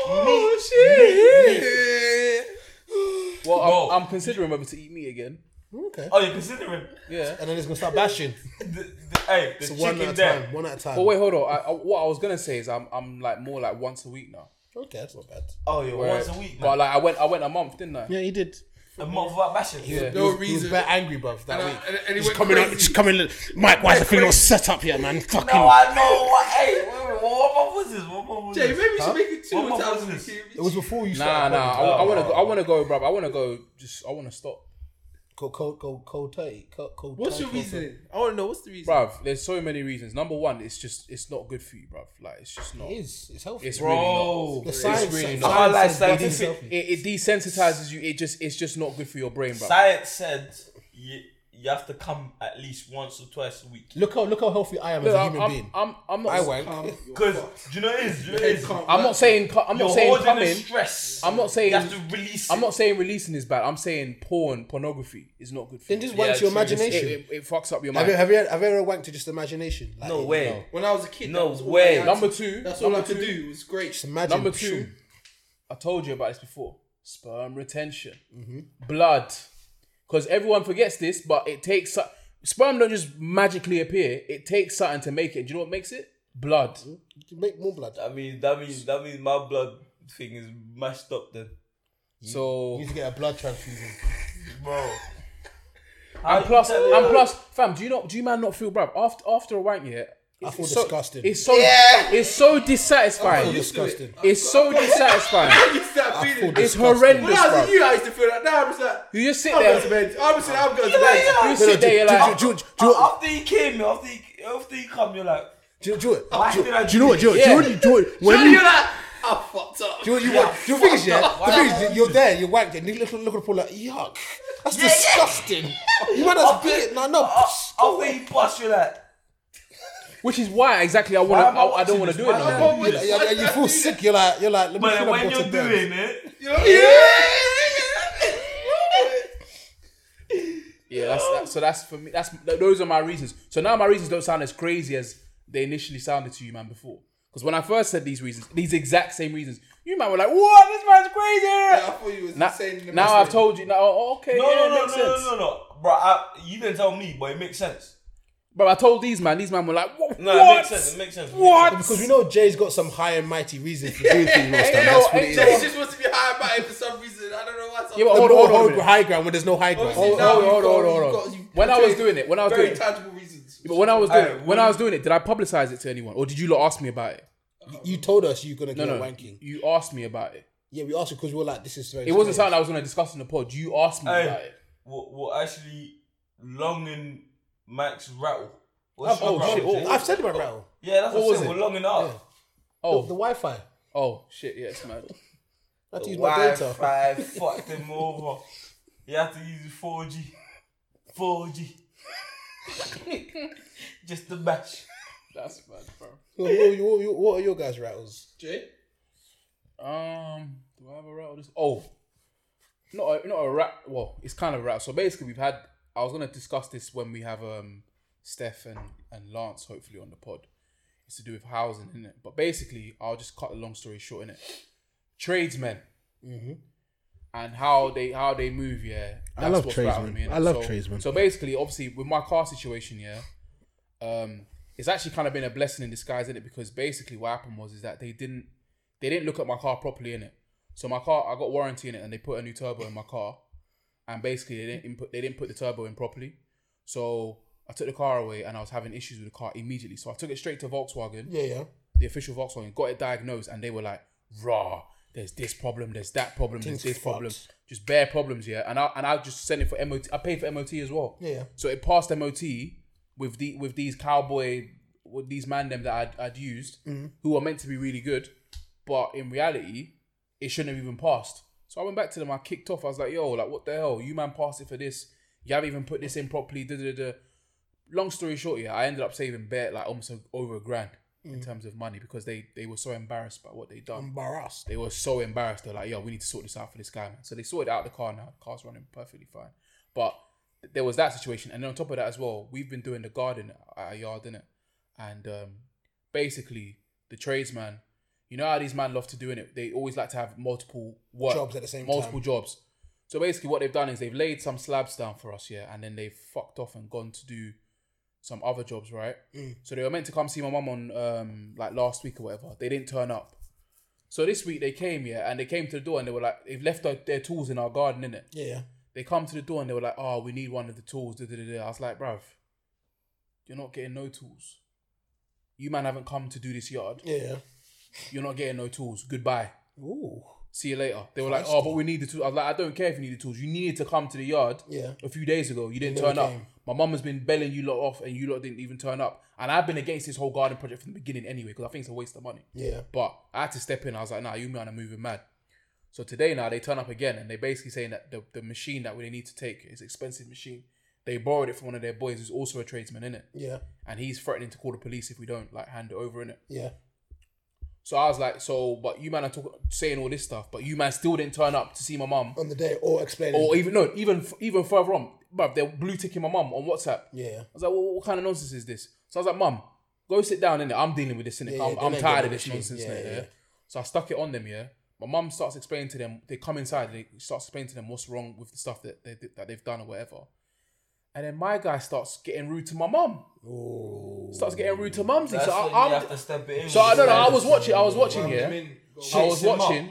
E: Oh, shit.
H: Well,
D: Bro.
H: I'm, I'm considering whether to eat meat again.
C: Okay.
D: Oh, you're considering?
H: Yeah.
C: And then it's gonna start bashing.
D: The, the, hey, the
C: So one at a
D: chicken
C: time.
D: there.
C: One at a time.
H: But wait, hold on. I, I, what I was gonna say is I'm I'm like more like once a week now.
C: Okay, that's not bad.
D: Oh, yeah,
H: Where-
D: once a week, man.
H: But like I went I went a month, didn't I?
C: Yeah, he did.
D: A month without bashing.
H: Yeah.
E: No
C: He was
E: reason.
C: bare angry, bruv, that
E: And I-
C: week.
E: and- and he
C: He's
E: went
C: coming, out,
E: crazy.
C: he's coming. Mike, why is the thing not set up yet, man? Fucking.
D: No, I know. What, hey, wait, wait, what month was this? What month was
E: Jay,
D: this?
E: maybe you should make it
D: What
E: two
D: more
E: times
D: business?
E: a week.
C: it was before you
H: Nah,
C: started.
H: nah. I, I wanna go. I wanna go, bro. I wanna go. Just I wanna stop,
C: Go cold, cold, cold, tight. Cold, cold,
E: What's
C: tight,
E: your
C: cold,
E: reasoning? I want to know what's the reason.
H: bruv. There's so many reasons. Number one, it's just it's not good for you, bruv. Like it's just not.
C: cold. It is. It's healthy.
H: It's
D: Bro.
H: really not.
C: The science,
H: it's really
C: science
H: not.
D: I like
C: says blood is
D: scientific-
C: healthy.
H: It, it desensitizes you. It just it's just not good for your brain, bruv.
D: Science said you, you have to come at least once or twice a week.
C: Look how look how healthy I am as
H: Look,
C: a
H: I'm,
C: human
H: I'm,
C: being.
H: I'm, I'm not.
C: I
H: s-
C: wank.
D: Because do you know it is? Do you know it is?
H: I'm not saying. cu- I'm
D: You're
H: not saying
D: holding the
H: coming.
D: stress.
H: I'm not saying.
D: you have to release.
H: I'm
D: it.
H: not saying releasing is bad. I'm saying porn, pornography is not good for
C: Then
H: you.
C: just wank
D: Yeah,
C: to your
D: true.
H: It,
C: imagination.
H: it, it fucks up your
C: have,
H: mind.
C: you, have you have you ever wanked to just imagination? Like,
D: No
C: you
D: way.
C: know,
E: When I was a kid,
D: No
E: that was all
D: way.
E: I had.
H: number two.
E: That's all I
H: number
E: could
H: two-
E: do. It was great.
C: Just imagine.
H: Number two. I told you about this before. Sperm retention,
D: Mm-hmm.
H: blood, because everyone forgets this, but it takes so- sperm don't just magically appear. It takes something to make it. Do you know what makes it? Blood.
D: Mm-hmm.
C: Make more blood.
D: I mean, that means that means my blood thing is mashed up then,
H: So
C: You need to get a blood transfusion.
D: bro.
H: and plus and plus, fam, do you not do you man not feel bruv after after a wank yet? I
C: feel disgusting.
H: It's so it's so dissatisfying.
C: I feel disgusting.
H: It's so dissatisfying.
E: I used to that
C: I feel
E: feeling.
H: It's
C: disgusting.
E: When
H: horrendous,
E: I was
H: bruv.
E: a youth, I used to feel that. Now I'm just like,
H: You just sit
E: I'm going to
H: there.
E: bed. I'm just saying, I'm going to bed.
H: You sit there. You're like,
C: Do you- do you- do you-
D: Uh, After he came, after he after he come, you're like,
C: do you- do you-
D: Why
C: do you-
D: did I
C: do you know what? Do you do you know what? Do you- when
E: Surely
C: you
E: You're like, I fucked up.
C: do you know what you want? Do you think it's yeah? The thing is, that you're there, you're wanked, and you look look at Paul like yuck. That's disgusting. You might as bit. No, no.
D: uh, after he bust, you're like,
H: which is why exactly I want
D: Why am
H: to.
D: I
H: I, I
D: watching
H: don't want
D: this?
H: to do it.
D: Why am I
H: No more.
C: You, you, you feel sick. You're like you're like. Let me feel
D: but
C: like
D: when
C: what's
D: you're
C: in bed.
D: doing it,
E: You know? Yeah.
H: Yeah, that's, that, so that's for me. That's th- those are my reasons. So now my reasons don't sound as crazy as they initially sounded to you, man, before. Because when I first said these reasons, these exact same reasons, you man were like, "What? This man's crazy."
E: I thought you was
H: Na-
E: insane. in the
H: now
E: best
H: I've
E: way.
H: told you. Now, oh, okay,
D: no,
H: yeah,
D: no, no,
H: makes
D: no,
H: sense.
D: no, no, no, bro. I, you didn't tell me, but it makes sense.
H: But I told these man. These man were like, "What?
D: No,
H: what?
D: it makes sense. It makes sense.
H: What?
C: Because we know Jay's got some high and mighty reason for doing things last time.
H: Yeah,
C: That's what
H: yeah,
C: it
H: yeah.
E: Jay
C: is.
E: just wants to be high about it for some reason. I don't know why.
H: Yeah, but
C: Hold on,
H: a
C: hold
H: minute.
C: high ground when there's no high ground.
E: Obviously,
H: Oh, hold-
E: now
H: hold-
E: you've
H: hold-
E: got-
H: hold-
E: you've
H: hold-
E: got-
H: hold.
E: you've
H: When I
E: got
H: was doing it, when I was
E: very
H: doing it.
E: tangible reasons.
H: But when I was doing,
D: Alright,
H: it,
D: when-
H: when I was doing it, did I publicize it to anyone, or did you lot ask me about it?
C: You told us you're gonna
H: No,
C: get
H: no,
C: wanking.
H: you asked me about it.
C: Yeah, we asked because we were like, this is very.
H: It wasn't
C: strange.
H: something I was going to discuss in the pod. You asked me
D: Hey.
H: about it.
D: What? What? Actually, Long and Max rattle.
C: I've,
D: What's your
C: oh,
D: rattle,
C: shit!
D: Jay?
C: I've said about rattle.
D: Yeah, that's what,
C: was
D: I'm saying.
C: it?
D: We're long enough.
C: Oh,
H: Oh,
C: the Wi-Fi.
H: oh, shit! Yeah, it's mad.
C: I had to use my data.
D: Wi-Fi fucked him over. You have to use 4G. 4G. Just the match.
H: That's bad, bro.
C: What, what- what- what are your guys' rattles?
E: Jay?
H: Um, do I have a rattle? This? Oh, not a, not a rat. Well, it's kind of a rat. So basically, we've had. I was gonna discuss this when we have um Steph and, and Lance hopefully on the pod. It's to do with housing, isn't it? But basically, I'll just cut the long story short, innit? Tradesmen
C: Mm-hmm.
H: and how they how they move. Yeah, that's
C: love
H: what's rattling
C: tradesmen.
H: me, innit?
C: I love
H: so,
C: tradesmen.
H: So basically, obviously, with my car situation, yeah, um, it's actually kind of been a blessing in disguise, isn't it? Because basically, what happened was is that they didn't they didn't look at my car properly in it. So my car, I got warranty in it, and they put a new turbo in my car, and basically they didn't input, they didn't put the turbo in properly. So I took the car away, and I was having issues with the car immediately. So I took it straight to Volkswagen,
C: Yeah, yeah.
H: the official Volkswagen, got it diagnosed, and they were like, "Raw, there's this problem, there's that problem,
C: Things
H: there's this problem,
C: fucked.
H: just bare problems here." And I and I just sent it for MOT. I paid for MOT as well.
C: Yeah, yeah.
H: So it passed MOT with the with these cowboy with these man them that I'd, I'd used who are meant to be really good, but in reality, it shouldn't have even passed. So I went back to them. I kicked off. I was like, "Yo, like what the hell? You man passed it for this. You haven't even put this in properly." Da da da. Long story short, yeah, I ended up saving bare like almost o- over a grand in terms of money because they they were so embarrassed by what they done.
C: Um, Embarrassed.
H: They were so embarrassed. They're like, yo, we need to sort this out for this guy, man. So they sorted out the car now. The car's running perfectly fine. But there was that situation. And then on top of that as well, we've been doing the garden at our yard, innit? And um, basically, the tradesman, you know how these men love to do it. They always like to have multiple work,
C: Jobs at the same
H: multiple
C: time.
H: jobs. So basically, what they've done is they've laid some slabs down for us, yeah, and then they've fucked off and gone to do some other jobs, right?
C: Mm.
H: So they were meant to come see my mum on um like last week or whatever. They didn't turn up. So this week they came, yeah, and they came to the door and they were like, they've left their, their tools in our garden, innit?
C: Yeah, yeah.
H: They come to the door and they were like, oh, we need one of the tools. Da, da, da, da. I was like, bruv, you're not getting no tools. You man haven't come to do this yard.
C: Yeah.
H: You're not getting no tools. Goodbye.
C: Ooh.
H: See you later. They were like, oh, but we need the tools. I was like, I don't care if you need the tools. You needed to come to the yard
C: Yeah.
H: a few days ago. You didn't
C: never
H: turn up.
C: came.
H: My mum has been belling you lot off and you lot didn't even turn up. And I've been against this whole garden project from the beginning anyway because I think it's a waste of money.
C: Yeah.
H: But I had to step in. I was like, nah, you man are moving mad. So today now they turn up again and they're basically saying that the, the machine that we need to take is expensive machine. They borrowed it from one of their boys who's also a tradesman in it,
C: Yeah.
H: and he's threatening to call the police if we don't like hand it over in it.
C: Yeah.
H: So I was like, so but you man are talk- saying all this stuff, but you man still didn't turn up to see my mum,
C: On the day or explaining.
H: or even no, even even further on, bruv, they're blue ticking my mum on WhatsApp.
C: yeah.
H: I was like, well, what kind of nonsense is this? So I was like, Mum, go sit down in it. I'm dealing with this innit?
C: Yeah, yeah,
H: I'm,
C: don't
H: I'm
C: let
H: tired
C: them
H: of this
C: shit.
H: nonsense
C: Yeah,
H: yeah,
C: yeah,
H: yeah.
C: yeah.
H: So I stuck it on them, yeah. My mum starts explaining to them. They come inside. They start explaining to them what's wrong with the stuff that they, that they've done or whatever. And then my guy starts getting rude to my mum. Starts getting rude to mumsy.
D: That's
H: So
D: when
H: I,
D: you
H: I'm,
D: have to step it in.
H: so I
D: with
H: don't know. I
D: standards.
H: was watching. I was watching. Yeah,
D: Shit,
H: I was
D: shit, mum.
H: watching.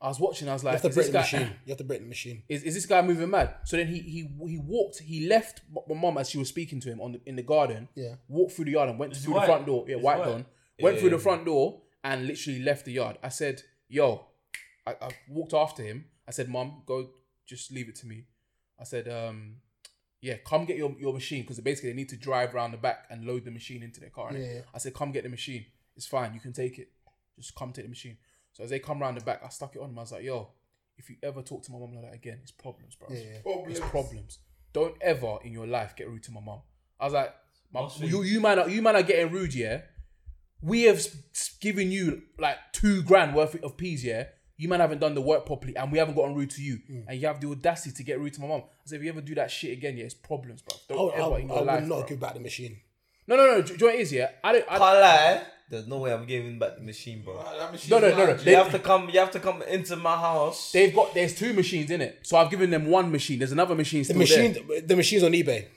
H: I was watching. I was
C: You
H: like,
C: have to
H: is
C: break
H: this
C: the
H: guy-
C: machine. You have to break the machine.
H: is, is this guy moving mad? So then he he he walked. He left my mum as she was speaking to him on the, in the garden.
C: Yeah.
H: Walked through the yard and went
D: Is he
H: through
D: white?
H: the front door. Yeah,
D: Is he
H: white
D: white?
H: don. Went through
D: Yeah.
H: the front door and literally left the yard. I said, "Yo," I, I walked after him. I said, "Mum, go, just leave it to me." I said, um, "Yeah, come get your your machine because basically they need to drive around the back and load the machine into their car." innit?
C: Yeah.
H: I said, "Come get the machine. It's fine. You can take it. Just come take the machine." So as they come round the back, I stuck it on them. I was like, "Yo." If you ever talk to my mum like that again, it's problems, bro.
C: Yeah.
H: It's problems. Don't ever in your life get rude to my mum. I was like, mum,
D: Must be.
H: you, you man are you man are getting rude, yeah. We have s- s- given you like two grand worth of peas, yeah. You man haven't done the work properly, and we haven't gotten rude to you,
C: Mm.
H: and you have the audacity to get rude to my mum. I said, if you ever do that shit again, yeah, it's problems, bro. Don't
C: I would, I
H: ever
C: would,
H: in
C: I
H: your
C: would
H: life.
C: not
H: bruv.
C: give back the machine.
H: No, no, no. Do, do you know what it is? Yeah, I don't. I, don't-
D: Can't lie. There's no way I'm giving back the machine, bro.
H: no, no, no, no.
D: You
H: They,
D: have to come. You have to come into my house.
H: they've got there's two machines in it, so I've given them one machine. There's another machine
C: The
H: still
C: machine.
H: there.
C: The machine's on eBay.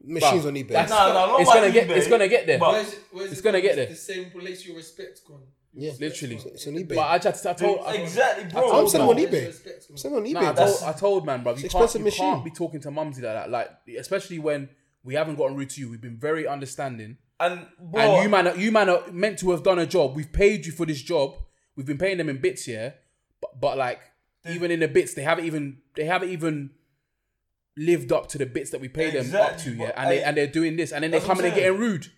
C: Machine's
H: Bruv,
C: on eBay.
H: that's-
D: No, no, not
H: it's gonna
D: on
H: get.
D: eBay.
H: It's gonna get there.
D: But-
E: Where's, where's
H: It's
E: it
H: gonna
E: gone?
H: get there.
E: The same place your respect's gone.
C: yeah.
H: Literally.
C: It's on eBay.
H: But I tried to. I told. I-
D: Exactly, bro.
C: I'm selling on
E: Where's your
C: eBay.
E: respect's gone?
C: Send on eBay.
H: Nah, I,
C: bro.
H: told, I told man, bro, you, can't,
C: expensive
H: you
C: machine.
H: can't be talking to mumsy like that. Like, especially when we haven't gotten rude to you. We've been very understanding.
D: And bro,
H: and you man, are- you man are meant to have done a job. We've paid you for this job. We've been paying them in bits, yeah. But but like even in the bits, they haven't even they haven't even lived up to the bits that we paid them up to,
D: Exactly,
H: yeah.
D: but
H: And they
D: I-
H: and they're doing this, and then they
D: That's what
H: come and they're
D: I'm
H: getting
D: saying.
H: rude.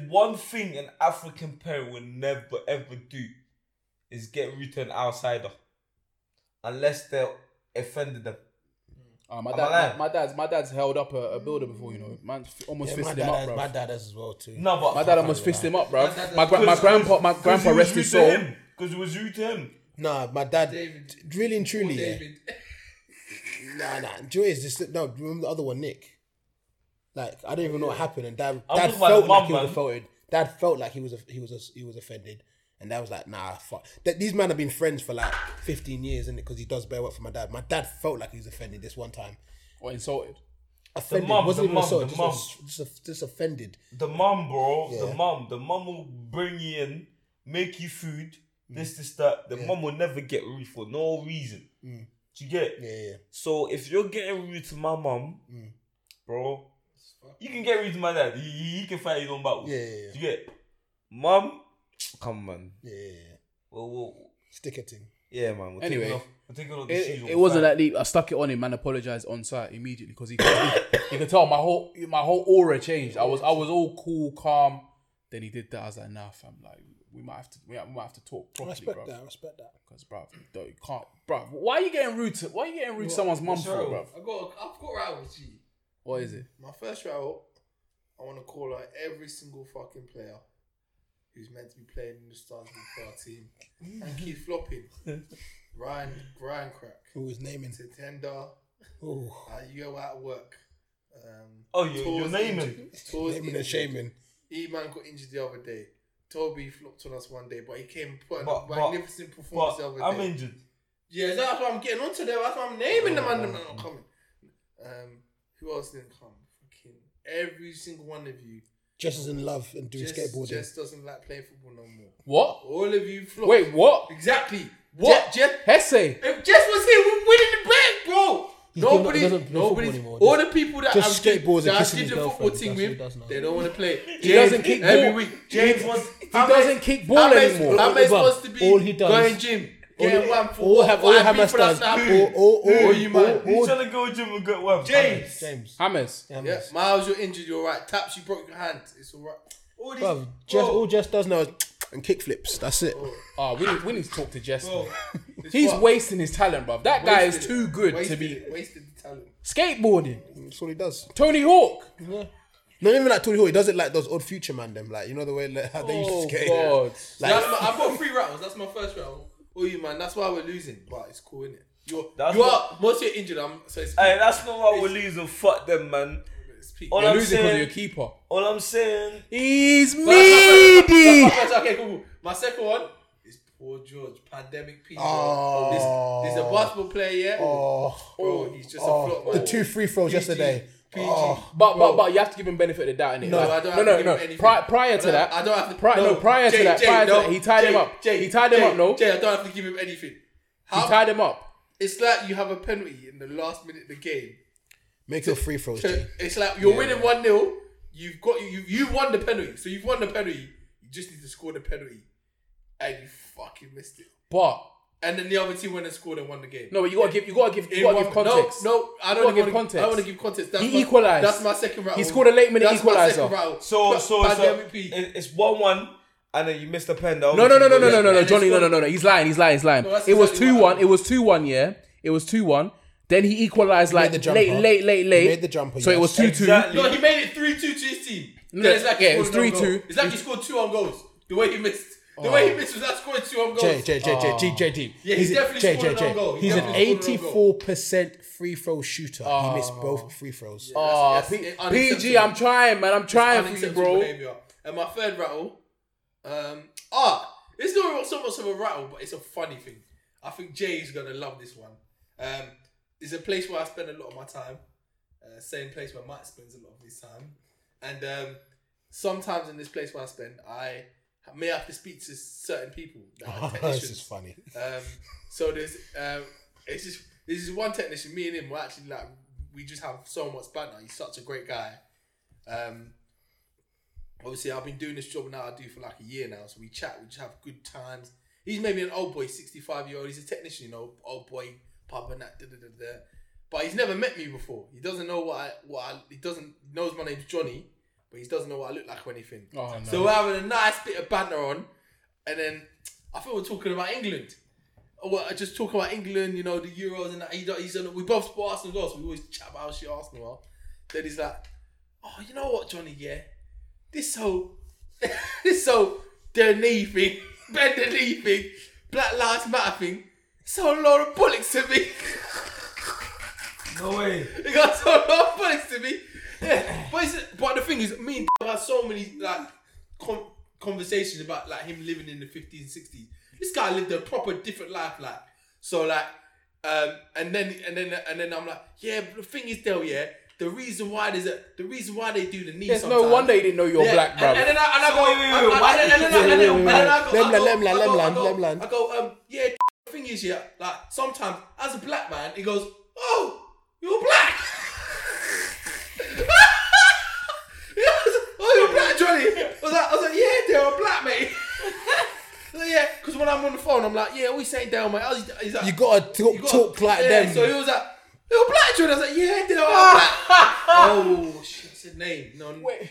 D: there's one thing an African parent will never ever do is get rude to an outsider, unless they offended them.
H: Uh, my,
D: Am I
H: dad,
D: lying?
H: my, my dad's my dad's held up a, a builder before, you know. Man f- almost
C: Yeah, my,
H: fisted
C: dad
H: him up,
C: has,
H: bro.
C: my dad has as well too.
D: No, but
H: My dad almost fisted him up, bro.
E: My dad
H: My, gra- my
E: does-
H: grandpa, my grandpa, rest his soul.
D: Because it was rude to him.
C: Nah, my dad.
E: David.
C: t- Really and
E: Poor
C: truly, yeah.
E: David.
C: Nah, nah. Joy is just no. Remember the other one, Nick. Like I don't even know what happened, and dad,
D: I'm
C: dad
D: talking about
C: felt
D: the
C: like
D: mum,
C: he was
D: man.
C: offended. Dad felt like he was he was he was offended, and dad was like, nah, fuck. That these men have been friends for like fifteen years, and because he does bear work for my dad, my dad felt like he was offended this one time.
H: Or insulted.
C: Offended
D: mum,
C: wasn't
D: the
C: even
D: mum,
C: assault,
D: the
C: just,
D: mum.
C: off- just off- just offended.
D: The mum, bro.
C: Yeah.
D: The mum. The mum will bring you in, make you food,
H: Mm.
D: this, this, that. The mum will never get rude for no reason.
H: Mm.
D: Do you get it?
C: Yeah, yeah.
D: So if you're getting rude to my mum,
H: Mm.
D: bro, you can get rude to my dad. He, he- he can fight his own battles.
C: Yeah, yeah, yeah.
D: Do you get it? Mum, come on, man.
C: yeah, yeah, yeah.
D: Well, well,
C: Sticker thing.
D: yeah, man. We're
H: Anyway,
D: taking off, we're taking off the shoes
H: It,
D: on
H: it wasn't
D: fire.
H: that deep. I stuck it on him and apologized on site immediately because he, he, he could tell my whole my whole aura changed. I was I was all cool, calm. Then he did that. I was like, nah, fam, like we might have to we might have to talk
C: I
H: properly,
C: respect
H: bro.
C: that. I respect that.
H: Because bro, don't, you can't, bro. Why are you getting rude to Why are you getting rude to someone's mum for,
E: Cheryl,
H: bro?
E: I got, a- I've got her out with you.
H: What is it?
E: My first route, I want to call out every single fucking player who's meant to be playing in the Stars League for our team and keep flopping. Ryan, Ryan Crack,
C: Who was naming?
E: Titenda,
C: Ooh,
E: uh, you go out of work. Um,
D: Oh, you- you're
E: Tours
D: naming.
E: injured- Tours
C: naming and
E: injured.
C: shaming.
E: E man got injured the other day. Toby flopped on us one day, but he came and put
D: But-
E: a
D: but-
E: magnificent performance the
D: But
E: other
D: I'm
E: day.
D: injured.
E: Yeah, that's why I'm getting onto them. That's why I'm naming them and them are not coming. Um, who else didn't come? Fucking every single one of you.
C: Jess is in love and doing
E: Jess,
C: skateboarding.
E: Jess doesn't like playing football no more.
H: What?
E: All of you flopped.
H: Wait, what?
E: Exactly.
H: What?
E: Je- Jess,
H: Hesse.
E: if Jess was here, we're winning the bet, bro.
C: He's given up-
E: Nobody,
C: doesn't play football
E: nobody,
C: anymore.
E: all the people that
C: Just
E: I've-
C: skateboards and
E: that I've
C: kissing
E: given
C: his
E: the football
C: girlfriend,
E: team
C: that's what he
E: with,
C: does now.
E: they don't want to play. James,
H: doesn't kick
E: every
H: ball.
E: week. James wants. How am I-
H: doesn't kick ball
E: how am I-
H: anymore.
E: How am I
C: Oliver,
E: supposed to be
C: all he does-
E: going gym? Getting one for
C: all have all
E: what I
C: have
E: beat for us
C: stars.
E: now?
C: All all all
E: Who are you, man?
C: all-
D: He's
C: all-
D: trying to go gym and get one.
E: James.
C: James.
H: Hammers.
E: Yeah, Miles, you're injured. You're all right. Taps, you broke your hand. It's all right. All these,
C: Bruv, Jess,
E: bro,
C: all Jess does now is and kickflips. That's it.
H: Oh, we need, we need to talk to Jess. man. He's wasting his talent, bruv. That guy is
E: Wasted it.
H: too good to
E: Wasted
H: be
E: it. wasted the talent.
H: skateboarding.
C: That's all he does.
H: Tony Hawk.
C: Not even like Tony Hawk. He does it like those old future man them. Like you know the way like, how they
H: Oh
C: used to skate.
H: God.
C: Like,
E: That's my, I've got three rattles. That's my first rattle. Oh, you man, that's why we're losing. But it's cool, innit? You're
D: That's
E: you
D: not-
E: are most of you injured. I'm so it's cool.
D: Hey, that's not why we're losing. Fuck them, man.
E: It's peak.
D: All
H: You're
D: I'm
H: losing because of your
D: saying,
H: keeper.
D: all I'm saying,
H: He's
E: That's my
H: meaty.
E: first- that's my first- okay, cool, cool. My second one is poor George, pandemic P.
C: Oh.
E: This, this is a basketball player, yeah.
C: oh,
E: Bro, he's just
C: oh,
E: a flop.
C: the
E: man.
C: two free throws
E: PG,
C: yesterday.
E: PG.
C: Oh,
H: But, but but you have to give him benefit of the doubt in it.
E: No, I don't have
H: no,
E: to give
H: no.
E: him anything.
H: Pri- prior
E: I
H: to
E: don't-
H: that,
E: I don't have to.
H: pri- no, prior to
E: Jay,
H: that,
E: Jay,
H: prior
E: no,
H: to that, he tied
E: Jay,
H: him up.
E: Jay,
H: he tied him
E: Jay,
H: up. No,
E: Jay, I don't have to give him anything.
H: he
E: How,
H: tied him up.
E: it's like you have a penalty in the last minute of the game.
C: make your free throws.
E: So
C: Jay.
E: it's like you're winning one 0 You've got you you won the penalty, so you've won the penalty. You just need to score the penalty, and you fucking missed it.
H: But
E: And then the other team went and scored and won the game.
H: no, but you gotta give you gotta give
E: In
H: you gotta
E: one-
H: give context.
E: No, no, I
H: You
E: don't
H: gotta give
E: want
H: context.
E: I want to give context. That's
H: He
E: my,
H: equalised.
E: That's my second round.
H: He scored a late minute
E: that's my
H: equaliser.
E: second rattle.
D: so
E: Pa-
D: so it's, a,
E: pandemic P.
D: it- it's one one, and then you missed the pen.
H: No, no, no, no, no, no, no,
E: And
H: no,
E: it's
H: Johnny,
E: one-
H: no, no, no, no. He's lying. He's lying. He's lying.
E: No, that's
H: it was
E: exactly
H: two
E: what
H: one.
E: happened.
H: It was two one. Yeah, it was two one. Then he equalized like
C: the jumper.
H: late, late, late, late.
C: made the jumper,
H: So it
C: yes.
H: was two two.
D: Exactly.
E: No, he made it three two to his team.
H: No,
E: Then it's like he
H: yeah, it was
E: scored an own
H: 3-2.
E: goal. It's like he scored two on goals. The way he missed. The way he missed was that scoring two on goals.
C: Jay, Jay, Jay, Jay, G, J, D.
E: Yeah, he's definitely scored an own goal. He
C: He's
E: Oh. definitely
C: an
E: scored an own
C: eighty-four percent free throw shooter. he missed both free throws.
H: Oh,
E: That's-
H: P-
E: that's unacceptable.
H: PG, I'm trying, man. I'm trying for you,
E: Unacceptable
H: bro.
E: behaviour. And my third rattle, um, ah, it's not so much of a rattle, but it's a funny thing. I think Jay is gonna love this one. Um, it's a place where I spend a lot of my time. Uh, same place where Mike spends a lot of his time, and um, sometimes in this place where I spend, I may have to speak to certain people. That are
C: Oh, this is
E: technicians.
C: funny.
E: Um, so there's um, it's just this is one technician. Me and him were actually like we just have so much banter. He's such a great guy. Um, obviously, I've been doing this job now. I do for like a year now. So we chat. We just have good times. He's maybe an old boy, sixty-five year old. He's a technician, you know, old boy, pub and that. Da, da, da, da. But he's never met me before. He doesn't know what I what I, he doesn't knows my name's Johnny, but he doesn't know what I look like or anything.
H: Oh, no.
E: So we're having a nice bit of banter on, and then I thought we we're talking about England. Oh, well, I just talk about England, you know, the Euros and that. He, don't- he's on, we both support Arsenal as well, so we always chat about how shit Arsenal are. Then he's like, oh, you know what, Johnny, yeah? This whole, this whole, the knee thing, bend the knee thing, Black Lives Matter thing, so Laura Bullocks to me.
D: No way.
E: He got so lot of bullets to me. Yeah. But, it's, but the thing is, me and have had so many like con conversations about like him living in the 50s and 60s. This guy lived a proper different life, like so like um and then and then and then I'm like, yeah, but the thing is though, yeah, the reason why there's a the reason why they do the knee
H: There's
E: sometimes,
H: no wonder he didn't know you're
E: yeah,
H: black,
E: and-
H: bro.
E: And then I and I go,
D: wait, wait, wait,
E: and- and-
D: why
E: and then-
D: did
E: and
D: you-
E: then- and then- and then I go, I
C: Lemla,
E: go,
C: Lemla,
E: I go, I
C: Lemland,
E: go,
C: Lemland.
E: I go, um, yeah, the thing is, yeah, like sometimes as a black man, he goes, oh, you're black. oh, you're black, Johnny. I was like, I was like, yeah, they are black, mate. I was like, yeah, because when I'm on the phone, I'm like, yeah, we saying down, mate. I was, he's like,
C: You gotta talk,
E: you gotta-
C: talk like
E: yeah,
C: them.
E: So he was like, you're black, Johnny. I was like, yeah, they are black. oh, shit, I said name. No,
H: Wait.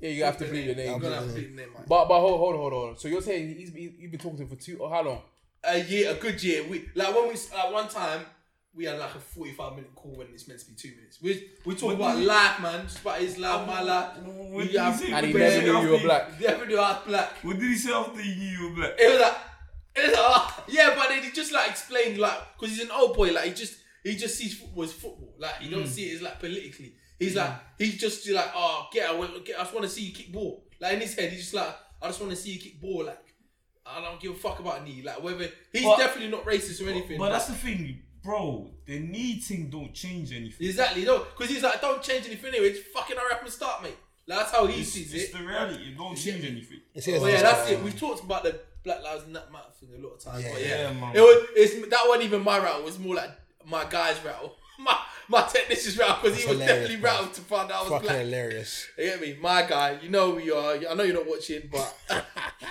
H: Yeah, you have to bleed your
E: I'm
H: name.
E: gonna have to bleep the name, mate.
H: But but hold hold hold on. So you're saying he's he- you've been talking to him for two or how long?
E: a year, a good year. We like when we like one time we had like a forty-five minute call when it's meant to be two minutes. We we talk about life, man. Just about his life, my life.
D: What
E: We
D: did he
E: have
D: say?
H: And he
D: What did
H: never knew
D: say
H: you were
D: after
H: black.
E: never do us black.
D: What did he say after he knew you were black?
E: It was like, it was like ah, yeah, but then he just like explained like because he's an old boy, like he just he just sees football as football. Like he don't
D: Mm.
E: see it as like politically. He's like he's just like oh get I want get I just want to see you kick ball. Like in his head, he's just like I just want to see you kick ball. Like I don't give a fuck about knee. Like whether he's
D: But-
E: definitely not racist or anything.
D: But that's the thing, bro. The knee thing don't change anything.
E: Exactly, no, because he's like, don't change anything anyway. Just fucking hurry up and start, mate. Like, that's how he
D: It's,
E: sees
D: it's
E: it.
D: the reality. It don't change anything.
C: It's his-
E: But Oh, yeah, that's it. We've talked about the Black Lives Matter thing a lot of times. but yeah,
D: Yeah, man.
E: it was it's, that wasn't even my rattle. It was more like my guy's rattle, my my technician's rattle, because he
C: That's
E: was
C: hilarious,
E: definitely
C: bro.
E: rattled to find out I was
C: fucking
E: black.
C: hilarious.
E: You get me, my guy. You know who you are. I know you're not watching, but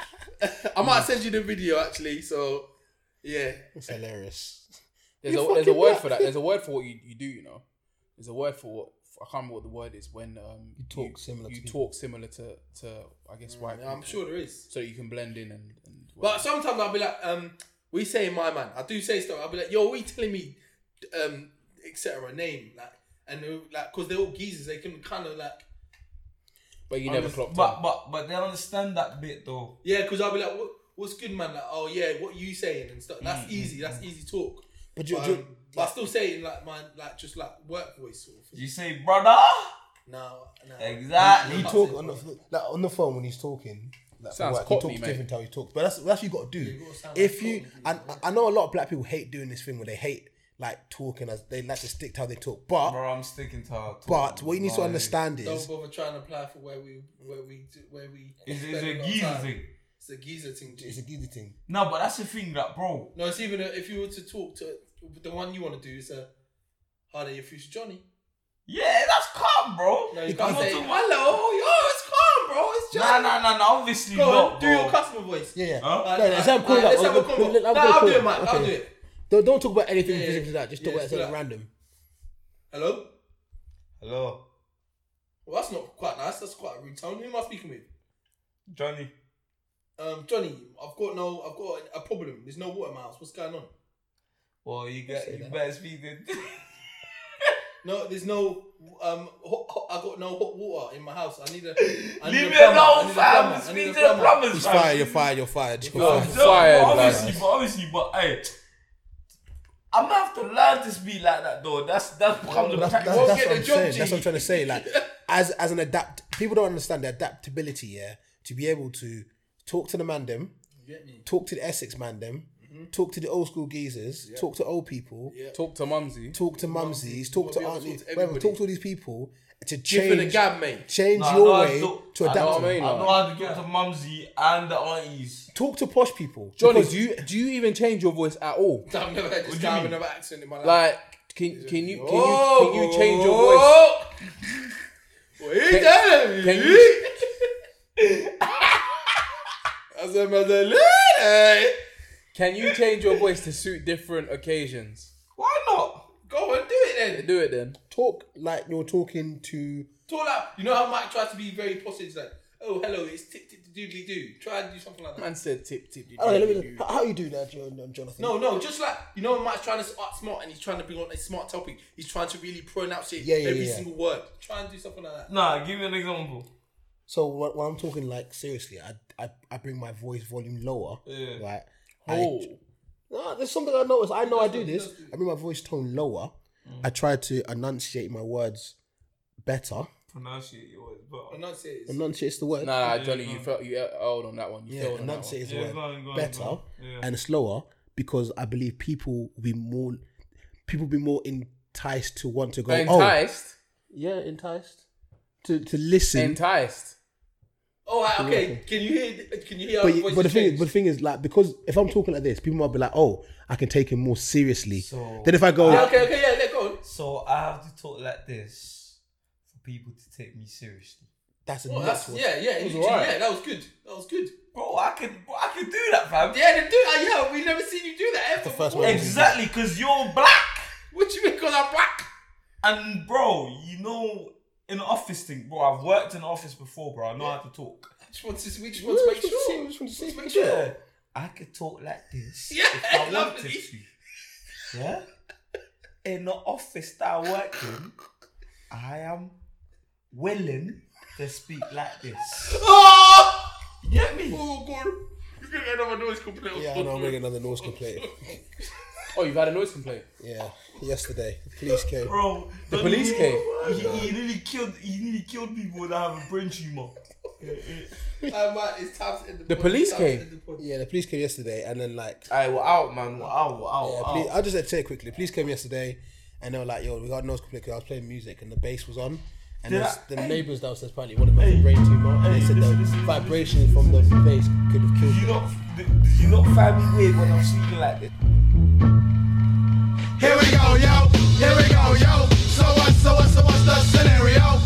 E: I might send you the video actually. So yeah,
C: It's hilarious.
H: There's
C: You
H: a there's a
C: fucking
H: word
C: black.
H: for that. There's a word for what you, you do. You know, there's a word for what I can't remember what the word is when um, you
C: talk similar to
H: You
C: people. Mm,
H: talk similar to to I guess white.
E: I'm
H: people.
E: sure there is.
H: So you can blend in and. and
E: But sometimes I'll be like, um, we saying my man. I do say stuff. I'll be like, yo, what you telling me, um, etc. Name like, and they're, like, cause they're all geezers. They can kind of like,
H: but you never
D: Underst-
H: clocked
D: but
H: up.
D: but but they understand that bit though.
E: yeah, cause I'll be like, what, what's good, man? Like, oh yeah, what you saying and stuff. That's easy. That's easy talk.
C: Mm, But you-
E: but,
C: you-
E: um, but I still say it in like my like just like work voice sort of thing.
D: You say, brother.
E: No, no.
D: Exactly.
C: He talk on the like on the phone when he's talking. Like,
H: Sounds
C: like,
H: cockney,
C: he talks
H: mate.
C: different to how he talks, but that's that's what you got to do. if you and I I know a lot of black people hate doing this thing where they hate like talking as they like to stick to how they talk, but
D: Bro, I'm sticking to our talk.
C: but what you need to
D: Like,
C: understand
E: Don't
C: is
E: bother trying to apply for where we where we do- where we.
D: It's, it's
E: spend lot
D: a
E: of
D: geezer
E: time.
D: thing.
E: It's a geezer thing. G.
C: it's a giddy thing.
D: No, but that's the thing that, bro.
E: No, it's even a, if you were to talk to the one you want to do is a how do you future Johnny?
D: Yeah, that's calm, bro.
E: No, you
D: I'm
E: can't
D: not
E: say
D: talking about.
E: hello. Yo, it's calm, bro. It's
D: Nah,
E: Johnny.
D: nah, nah, nah. Obviously
E: Go on,
D: not,
E: do
D: bro.
E: your customer voice.
C: Yeah, yeah.
D: Huh?
E: Alright,
C: No, no, let's have a call
E: alright,
C: up.
E: let's have a
C: Let-
E: combo.
C: let- let-
E: Nah,
C: let-
E: I'll
C: call
E: do it,
C: up.
E: Mike. I'll
C: Okay.
E: do it.
C: Don't don't talk about anything
E: Yeah,
C: specific
E: yeah.
C: to that. Just talk
E: Yeah,
C: about
E: just do
C: something
E: that.
C: random.
E: Hello.
D: Hello,
E: Well, that's not quite nice. That's quite a rude tone. Who am I speaking with?
D: Johnny.
E: Um, Johnny, I've got no, I've got a problem. There's no water in my house. What's going on?
D: Well, you get you better speak to.
E: No, there's no. Um, hot, hot, I got no hot water in my house. I need a. I need
D: Leave
E: a
D: me
E: plumber. I
D: alone,
E: need a
D: fam.
E: plumber. I need
D: Speak
E: a
D: to the
E: plumber.
D: plumbers,
C: He's
D: fam.
C: fired. You're fired. You're fired. You're
D: No,
C: fired.
D: no,
H: fired,
D: but obviously,
H: man.
D: but obviously, but hey, I'm gonna have to learn to speak like that, though. That's that's becomes a
C: That's,
D: practice.
C: that's,
E: Won't
C: that's
E: get
C: what
E: the
C: I'm
E: job,
C: saying.
E: G.
C: That's what I'm trying to say. Like, as as an adapt, people don't understand the adaptability. Yeah, to be able to talk to the man them, talk to the Essex man them, talk to the old school geezers, talk to old people,
H: Talk to Mumsy.
C: talk to mumsies, talk to
E: Well, we all
C: aunties,
E: talk to
C: whatever. Talk
E: everybody.
C: to all these people to
E: Give me the
C: change,
E: gab, mate.
C: change
D: Nah, I know
C: your
D: how
C: way
D: do-
C: to
D: I know,
C: adapt.
H: what I
C: to
H: mean?
C: it.
D: I know how to get to mumsy and the aunties.
C: Talk to posh people.
H: Johnny,
C: because
H: do you do you even change your voice at all?
E: I've never heard this
D: do you
E: guy with
D: mean?
E: another accent in my life.
H: Like, can can you can you, can you change your voice?
E: What are you telling
H: Can
E: me?
H: you
E: I said, mother lady.
H: can you change your voice to suit different occasions?
D: Why not?
E: Go and do it then.
H: Do it then.
C: talk like you're talking to
E: Talk like, you know how Mike tries to be very positive, like, oh, hello, it's tip tip doodly doo. Try and do something like that.
H: Man said tip tip. you
C: Oh,
H: do,
C: let
H: you
C: me
H: do.
C: know. How, how you do that, Jon- um, Jonathan?
E: No, no, just like, you know, Mike's trying to art smart and he's trying to bring on a smart topic. He's trying to really pronounce it,
C: Yeah, yeah,
E: every
C: yeah.
E: single word. Try and do something like that.
D: Nah, give me an example.
C: So when, when I'm talking like seriously, I, I I bring my voice volume lower.
D: Yeah.
C: Right.
H: Oh,
C: I, no, there's something I noticed. I know I do this. I bring my voice tone lower. I try to enunciate my words better.
D: Pronunciate your words, but
E: Enunciate is-
C: Enunciate's the word.
H: nah, nah, Johnny, you felt you held on that one. You
C: Yeah,
H: failed on that one.
C: enunciate is the
D: Yeah,
C: word.
D: go on, go on,
C: better
D: go on. Yeah.
C: and slower because I believe people will be more people will be more enticed to want to go. Oh,
H: Enticed,
C: yeah, enticed to to listen.
H: enticed.
E: Oh, right, okay. Can you hear? Can you hear?
C: but,
E: our
C: you-
E: voices
C: but the thing, is-
E: change?
C: but the thing is, like, because if I'm talking like this, people might be like, "Oh, I can take him more seriously." then if I go,
E: Yeah, Ah, okay, okay, yeah, let go.
D: So I have to talk like this for people to take me seriously.
C: that's a
E: Oh,
C: nuts
E: that's
C: one.
E: yeah, yeah, you-
H: alright.
E: yeah. That was good. That was good.
D: Bro, I can, bro, I can do that, fam.
E: Yeah, they do. Uh, yeah, we never seen you do that ever.
C: the first
E: before.
C: one.
D: Exactly, because you're black.
E: What you mean? Because I'm black.
D: And bro, you know, in the office thing, bro, I've worked in the office before, bro. I know how to talk.
E: I Just want to, we just want
C: Yeah,
E: to make
C: just want to see-
E: sure.
C: just want to see
E: make
C: if
E: sure.
C: you do it.
D: I could talk like this
E: Yeah,
D: if I
E: lovely.
D: wanted to. Yeah? In the office that I work in, I am willing to speak like this.
E: Oh,
D: You get me?
E: oh God! You're gonna get another noise complaint.
C: Yeah, I know I'm making another noise complaint.
H: Oh, you've had a noise complaint.
C: Yeah, yesterday the police came.
D: Bro,
H: The police came.
D: He, he nearly killed he nearly killed people that have a brain tumor.
E: Uh, man, it's time to end the,
H: The
E: pod.
H: police
E: It's time to
H: came.
E: end the pod.
C: Yeah, the police came yesterday, and then like,
H: Ah.
D: Alright, we're out, man. We're out, we're out.
C: yeah,
D: we're
C: police,
D: out.
C: I'll just say it quickly. The police came yesterday, and they were like, "Yo, we got a noise complaint because I was playing music and the bass was on." And
D: Did
C: there's-
D: I-
C: the
D: hey.
C: neighbours downstairs apparently wanted my brain tumor, and they
D: Hey,
C: said the
D: listen, listen, listen,
C: vibration from the bass could have killed
D: Did you not did you not find me weird when I'm speaking like this?
B: Here we go, yo. Here we go, yo. So what? So what? So what's the scenario?